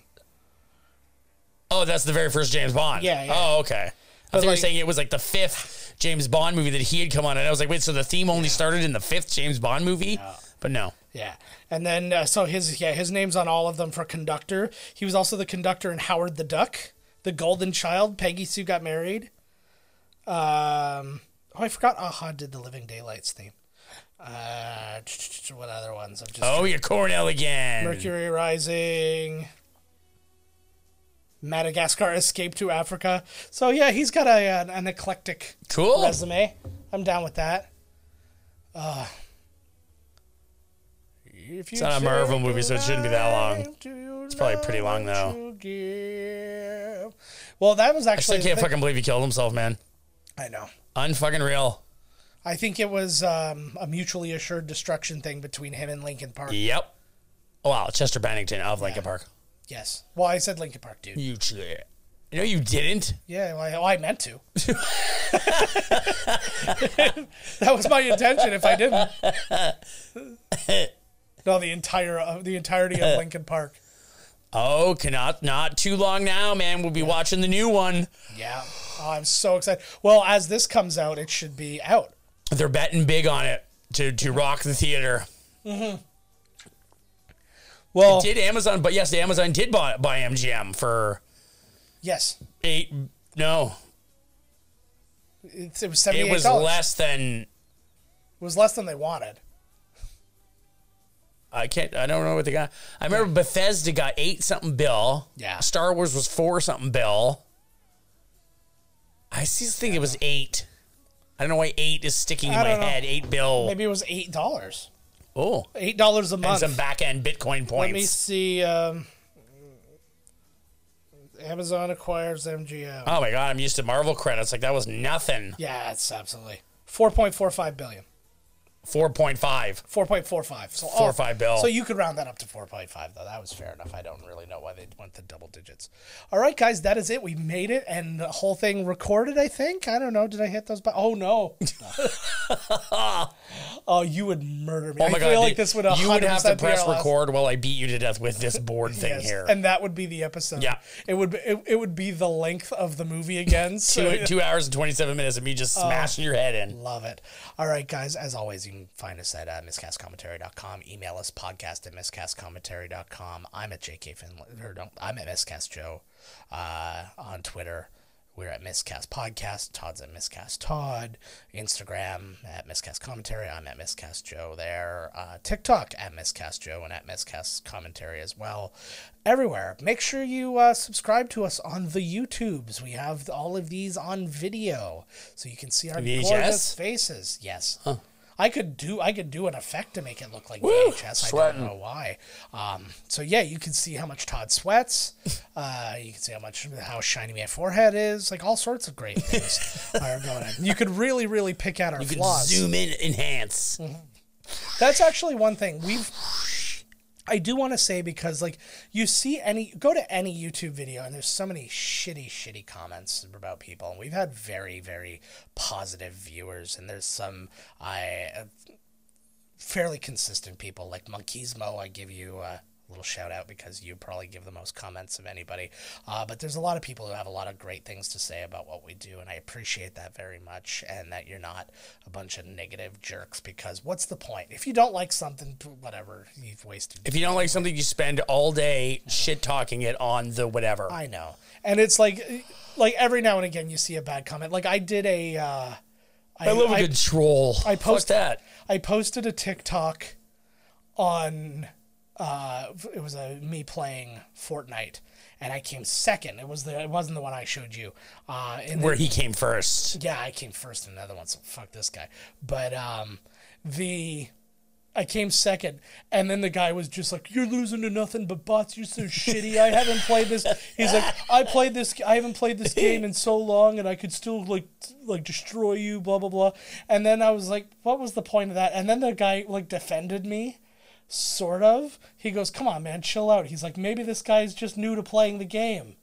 S1: Oh, that's the very first James Bond.
S2: Yeah, yeah.
S1: Oh, okay. I thought you were
S2: like-
S1: saying it was like the fifth James Bond movie that he had come on. And I was like, wait, so the theme only started in the fifth James Bond movie? But no.
S2: Yeah, and then uh, so his yeah his name's on all of them for conductor. He was also the conductor in Howard the Duck, The Golden Child, Peggy Sue Got Married. Um, oh, I forgot. Aha did the Living Daylights theme. Uh, what other ones? I'm just
S1: Oh, you're Cornell again.
S2: Mercury Rising, Madagascar Escape to Africa. So yeah, he's got a an, an eclectic
S1: Cool.
S2: resume. I'm down with that. Uh, if
S1: It's not a Marvel movie, so it shouldn't be that long.
S2: It's
S1: probably pretty long, though.
S2: Well, that was
S1: I still
S2: actually.
S1: can't fucking believe he killed himself, man.
S2: I know.
S1: Unfucking real.
S2: I think it was um, a mutually assured destruction thing between him and Lincoln Park.
S1: Yep. Wow, Chester Bennington of Lincoln Park.
S2: Yes. Well, I said Lincoln Park, dude.
S1: You ch- No, you didn't.
S2: Yeah, well, I, well, I meant to. that was my intention. If I didn't, no, the entire uh, the entirety of Lincoln Park.
S1: Oh, cannot not too long now, man. We'll be watching the new one.
S2: Yeah, oh, I'm so excited. Well, as this comes out, it should be out.
S1: They're betting big on it to to rock the theater.
S2: Well,
S1: Did Amazon? But yes, Amazon did buy, buy MGM for
S2: yes,
S1: eight. No,
S2: it's, it was seventy
S1: it
S2: eight
S1: was
S2: dollars.
S1: less than.
S2: It was less than they wanted.
S1: I can't. I don't know what they got. I remember Bethesda got eight something bill.
S2: Yeah.
S1: Star Wars was four something bill. I just think it was eight. I don't know why eight is sticking in
S2: I
S1: my
S2: don't know.
S1: head. Eight bill.
S2: Maybe it was eight dollars.
S1: Oh,
S2: Eight dollars a
S1: and
S2: month.
S1: some back end Bitcoin
S2: Let me
S1: points.
S2: see. Um, Amazon acquires MGM.
S1: Oh my god, I'm used to Marvel credits. Like that was nothing.
S2: yeah, it's absolutely four point four five billion.
S1: Four point five.
S2: Four point four five. So
S1: Four oh. five bill.
S2: Oh, So you could round that up to four point five, though. That was fair enough. I don't really know why they went the double digits. All right, guys, that is it. We made it, and the whole thing recorded. I think. I don't know. Did I hit those? Bu- oh no. oh, you would murder me.
S1: Oh my
S2: I
S1: god,
S2: feel like
S1: the-
S2: this would
S1: you would have to
S2: 100% be our
S1: press
S2: last-
S1: record while I beat you to death with this board thing
S2: Yes,
S1: here.
S2: and that would be the episode.
S1: Yeah.
S2: it would. Be, it, it would be the length of the movie again. So
S1: two, two hours and twenty seven minutes of me just
S2: Oh.
S1: smashing your head in.
S2: Love it. All right, guys. As always, you can find us at uh, miscastcommentary.com. Email us podcast at miscastcommentary.com. I'm at JK Finley, or no, I'm at miscast Joe uh, on Twitter. We're at miscast podcast. Todd's at miscast Todd. Instagram at miscast commentary. I'm at miscast Joe there. Uh, TikTok at miscast Joe and at miscast commentary as well. Everywhere. Make sure you uh, subscribe to us on the YouTubes. We have all of these on video, so you can see our
S1: VHS?
S2: gorgeous faces. Yes. I could do I could do an effect to make it look like
S1: Woo!
S2: VHS. I
S1: Sweating.
S2: don't know why. Um, so yeah, you can see how much Todd sweats. Uh, you can see how much how shiny my forehead is. Like all sorts of great things are going on. You could really really pick out our
S1: You can
S2: flaws.
S1: zoom in, enhance.
S2: Mm. That's actually one thing we've. I do want to say because like you see any go to any YouTube video and there's so many shitty shitty comments about people and we've had very very positive viewers and there's some I fairly consistent people like Monkeyzmo. I give you a little shout out because you probably give the most comments of anybody. Uh, but there's a lot of people who have a lot of great things to say about what we do, and I appreciate that very much. And that you're not a bunch of negative jerks because what's the point? If you don't like something, p- whatever, you've wasted.
S1: If you don't like something, you spend all day shit talking it on the whatever.
S2: I know, and it's like, like every now and again you see a bad comment. Like I did a. Uh,
S1: I love a good troll.
S2: I
S1: Fuck
S2: post-
S1: that.
S2: I posted a TikTok on uh it was a me playing Fortnite and I came second. It was the it wasn't the one I showed you. Uh in the-
S1: Where he came first.
S2: yeah, I came first in another one, so fuck this guy. But um the I came second, and then the guy was just like, "You're losing to nothing but bots. You're so shitty. I haven't played this." He's like, "I played this. I haven't played this game in so long, and I could still like t- like destroy you." Blah blah blah. And then I was like, "What was the point of that?" And then the guy like defended me, sort of. He goes, "Come on, man, chill out." He's like, "Maybe this guy's just new to playing the game."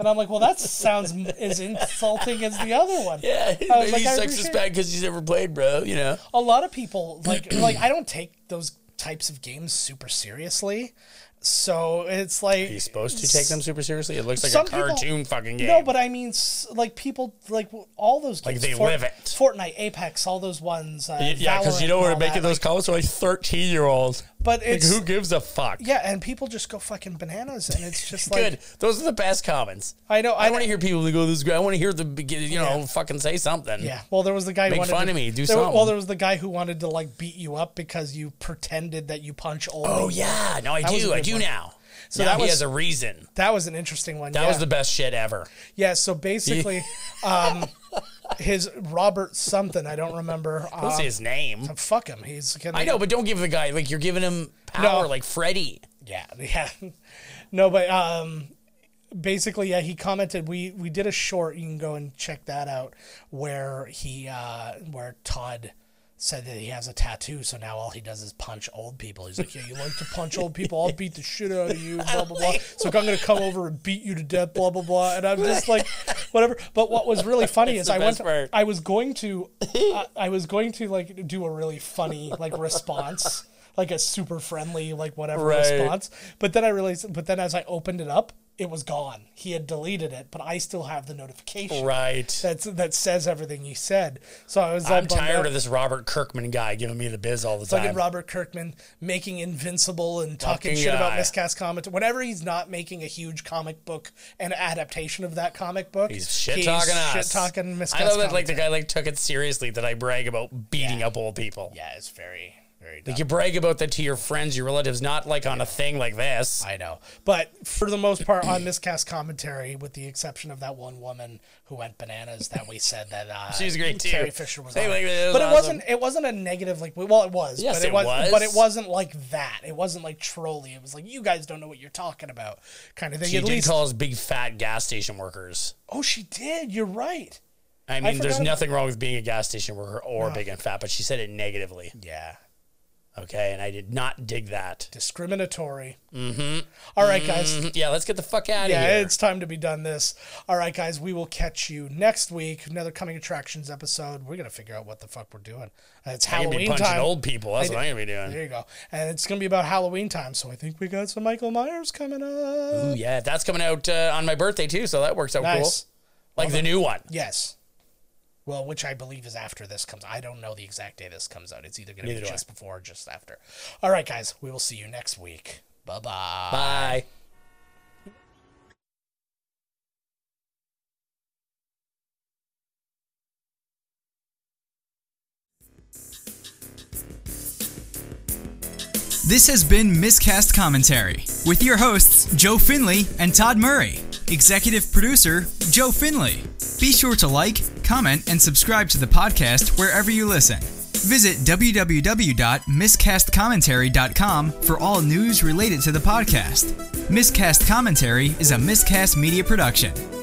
S2: And I'm like, well, that sounds m- as insulting as the other one.
S1: Yeah,
S2: I was
S1: maybe
S2: like,
S1: he
S2: I
S1: sucks his
S2: appreciate-
S1: bad because he's never played, bro. You know,
S2: a lot of people like like I don't take those types of games super seriously. So it's like
S1: he's supposed to take them super seriously. It looks like
S2: Some
S1: a
S2: people-
S1: cartoon fucking game.
S2: No, but I mean, s- like people, like all those games,
S1: they live it.
S2: Fortnite, Apex, all those ones. Uh,
S1: Y- yeah, because you
S2: Valorant
S1: don't want
S2: and
S1: to
S2: all
S1: make
S2: that,
S1: it those comments to like thirteen year olds.
S2: But
S1: Like,
S2: it's
S1: who gives a fuck?
S2: yeah, and people just go fucking bananas, and it's just like
S1: Good. Those are the best comments.
S2: I know.
S1: I,
S2: I,
S1: want to
S2: hear.
S1: hear people who go this. is great." I want to hear the beginning. You know, fucking say something.
S2: Yeah. Well, there was the guy who
S1: Make
S2: wanted
S1: fun
S2: to,
S1: of me, do
S2: there, Well,
S1: something.
S2: there was the guy who wanted to like beat you up because you pretended that you punch old.
S1: Oh yeah. No, I
S2: was a
S1: do. I
S2: good
S1: do
S2: one.
S1: now.
S2: So
S1: So now
S2: that
S1: he
S2: was-
S1: has a reason.
S2: That was an interesting one.
S1: That
S2: yeah.
S1: was the best shit ever.
S2: Yeah, so basically, um, his Robert something, I don't remember.
S1: Don't
S2: Um,
S1: say his name.
S2: fuck him. He's gonna,
S1: I know, but don't give the guy like you're giving him power like Freddy.
S2: Yeah, yeah. No, but um, basically, yeah, he commented. We we did a short. You can go and check that out where he uh, where Todd said that he has a tattoo. So now all he does is punch old people. He's like, yeah, you like to punch old people. I'll beat the shit out of you. Blah blah blah. So I'm gonna come over and beat you to death. Blah blah blah. And I'm just like, whatever. But what was really funny is
S1: the
S2: I went.
S1: best part.
S2: I was going to, I, I was going to like do a really funny like response, like a super friendly like whatever
S1: Right.
S2: response. But then I realized, but then as I opened it up, it was gone. He had deleted it, but I still have the notification
S1: Right.
S2: that's that says everything he said. So I was all
S1: I'm
S2: bummed out.
S1: tired of this Robert Kirkman guy giving me the biz all the
S2: Fucking
S1: time.
S2: Robert Kirkman making Invincible and talking
S1: Fucking
S2: shit about
S1: guy.
S2: miscast comic. Whenever he's not making a huge comic book and adaptation of that comic book,
S1: He's shit talking us.
S2: Shit talking miscast.
S1: I love that
S2: comic.
S1: like the guy like took it seriously that I brag about beating up old people.
S2: Yeah, it's very very.
S1: Like you brag about that to your friends, your relatives, not like on a thing like this.
S2: I know. But for the most part, on miscast commentary, with the exception of that one woman who went bananas, that we said that uh,
S1: She was great, too.
S2: Carrie Fisher was,
S1: Hey,
S2: on.
S1: like, it was
S2: but it
S1: awesome.
S2: wasn't. It wasn't a negative. Like, well, it was.
S1: Yes,
S2: but it,
S1: it
S2: was,
S1: was.
S2: But it wasn't like that. It wasn't like trolly. It was like you guys don't know what you're talking about, kind of thing.
S1: She
S2: At
S1: did
S2: least.
S1: call us big fat gas station workers.
S2: oh, she did. You're right.
S1: I mean, there's
S2: forgot about-
S1: nothing wrong with being a gas station worker or big and fat, but she said it negatively.
S2: Yeah.
S1: Okay, and I did not dig that.
S2: Discriminatory. Mm-hmm. All right, guys.
S1: Yeah, let's get the fuck out of
S2: yeah,
S1: here.
S2: it's time to be done this. All right, guys, we will catch you next week. Another coming attractions episode. We're gonna figure out what the fuck we're doing. Uh, It's
S1: I'm gonna be
S2: Halloween
S1: punching
S2: time.
S1: old people. That's
S2: I
S1: what
S2: did-
S1: I'm gonna be doing.
S2: There you go. And it's gonna be about Halloween time. So I think we got some Michael Myers coming up.
S1: Ooh, yeah, that's coming out uh, on my birthday too, so that works out
S2: Nice.
S1: cool. Like the new one.
S2: Yes. Well, which I believe is after this comes. I don't know the exact day this comes out. It's either gonna
S1: Neither
S2: be
S1: do I.
S2: just before or just after. All right, guys, we will see you next week. Bye bye.
S1: Bye.
S7: This has been Miscast Commentary with your hosts, Joe Finley and Todd Murray. Executive producer, Joe Finley. Be sure to like, comment, and subscribe to the podcast wherever you listen. Visit www.miscastcommentary.com for all news related to the podcast. Miscast Commentary is a miscast media production.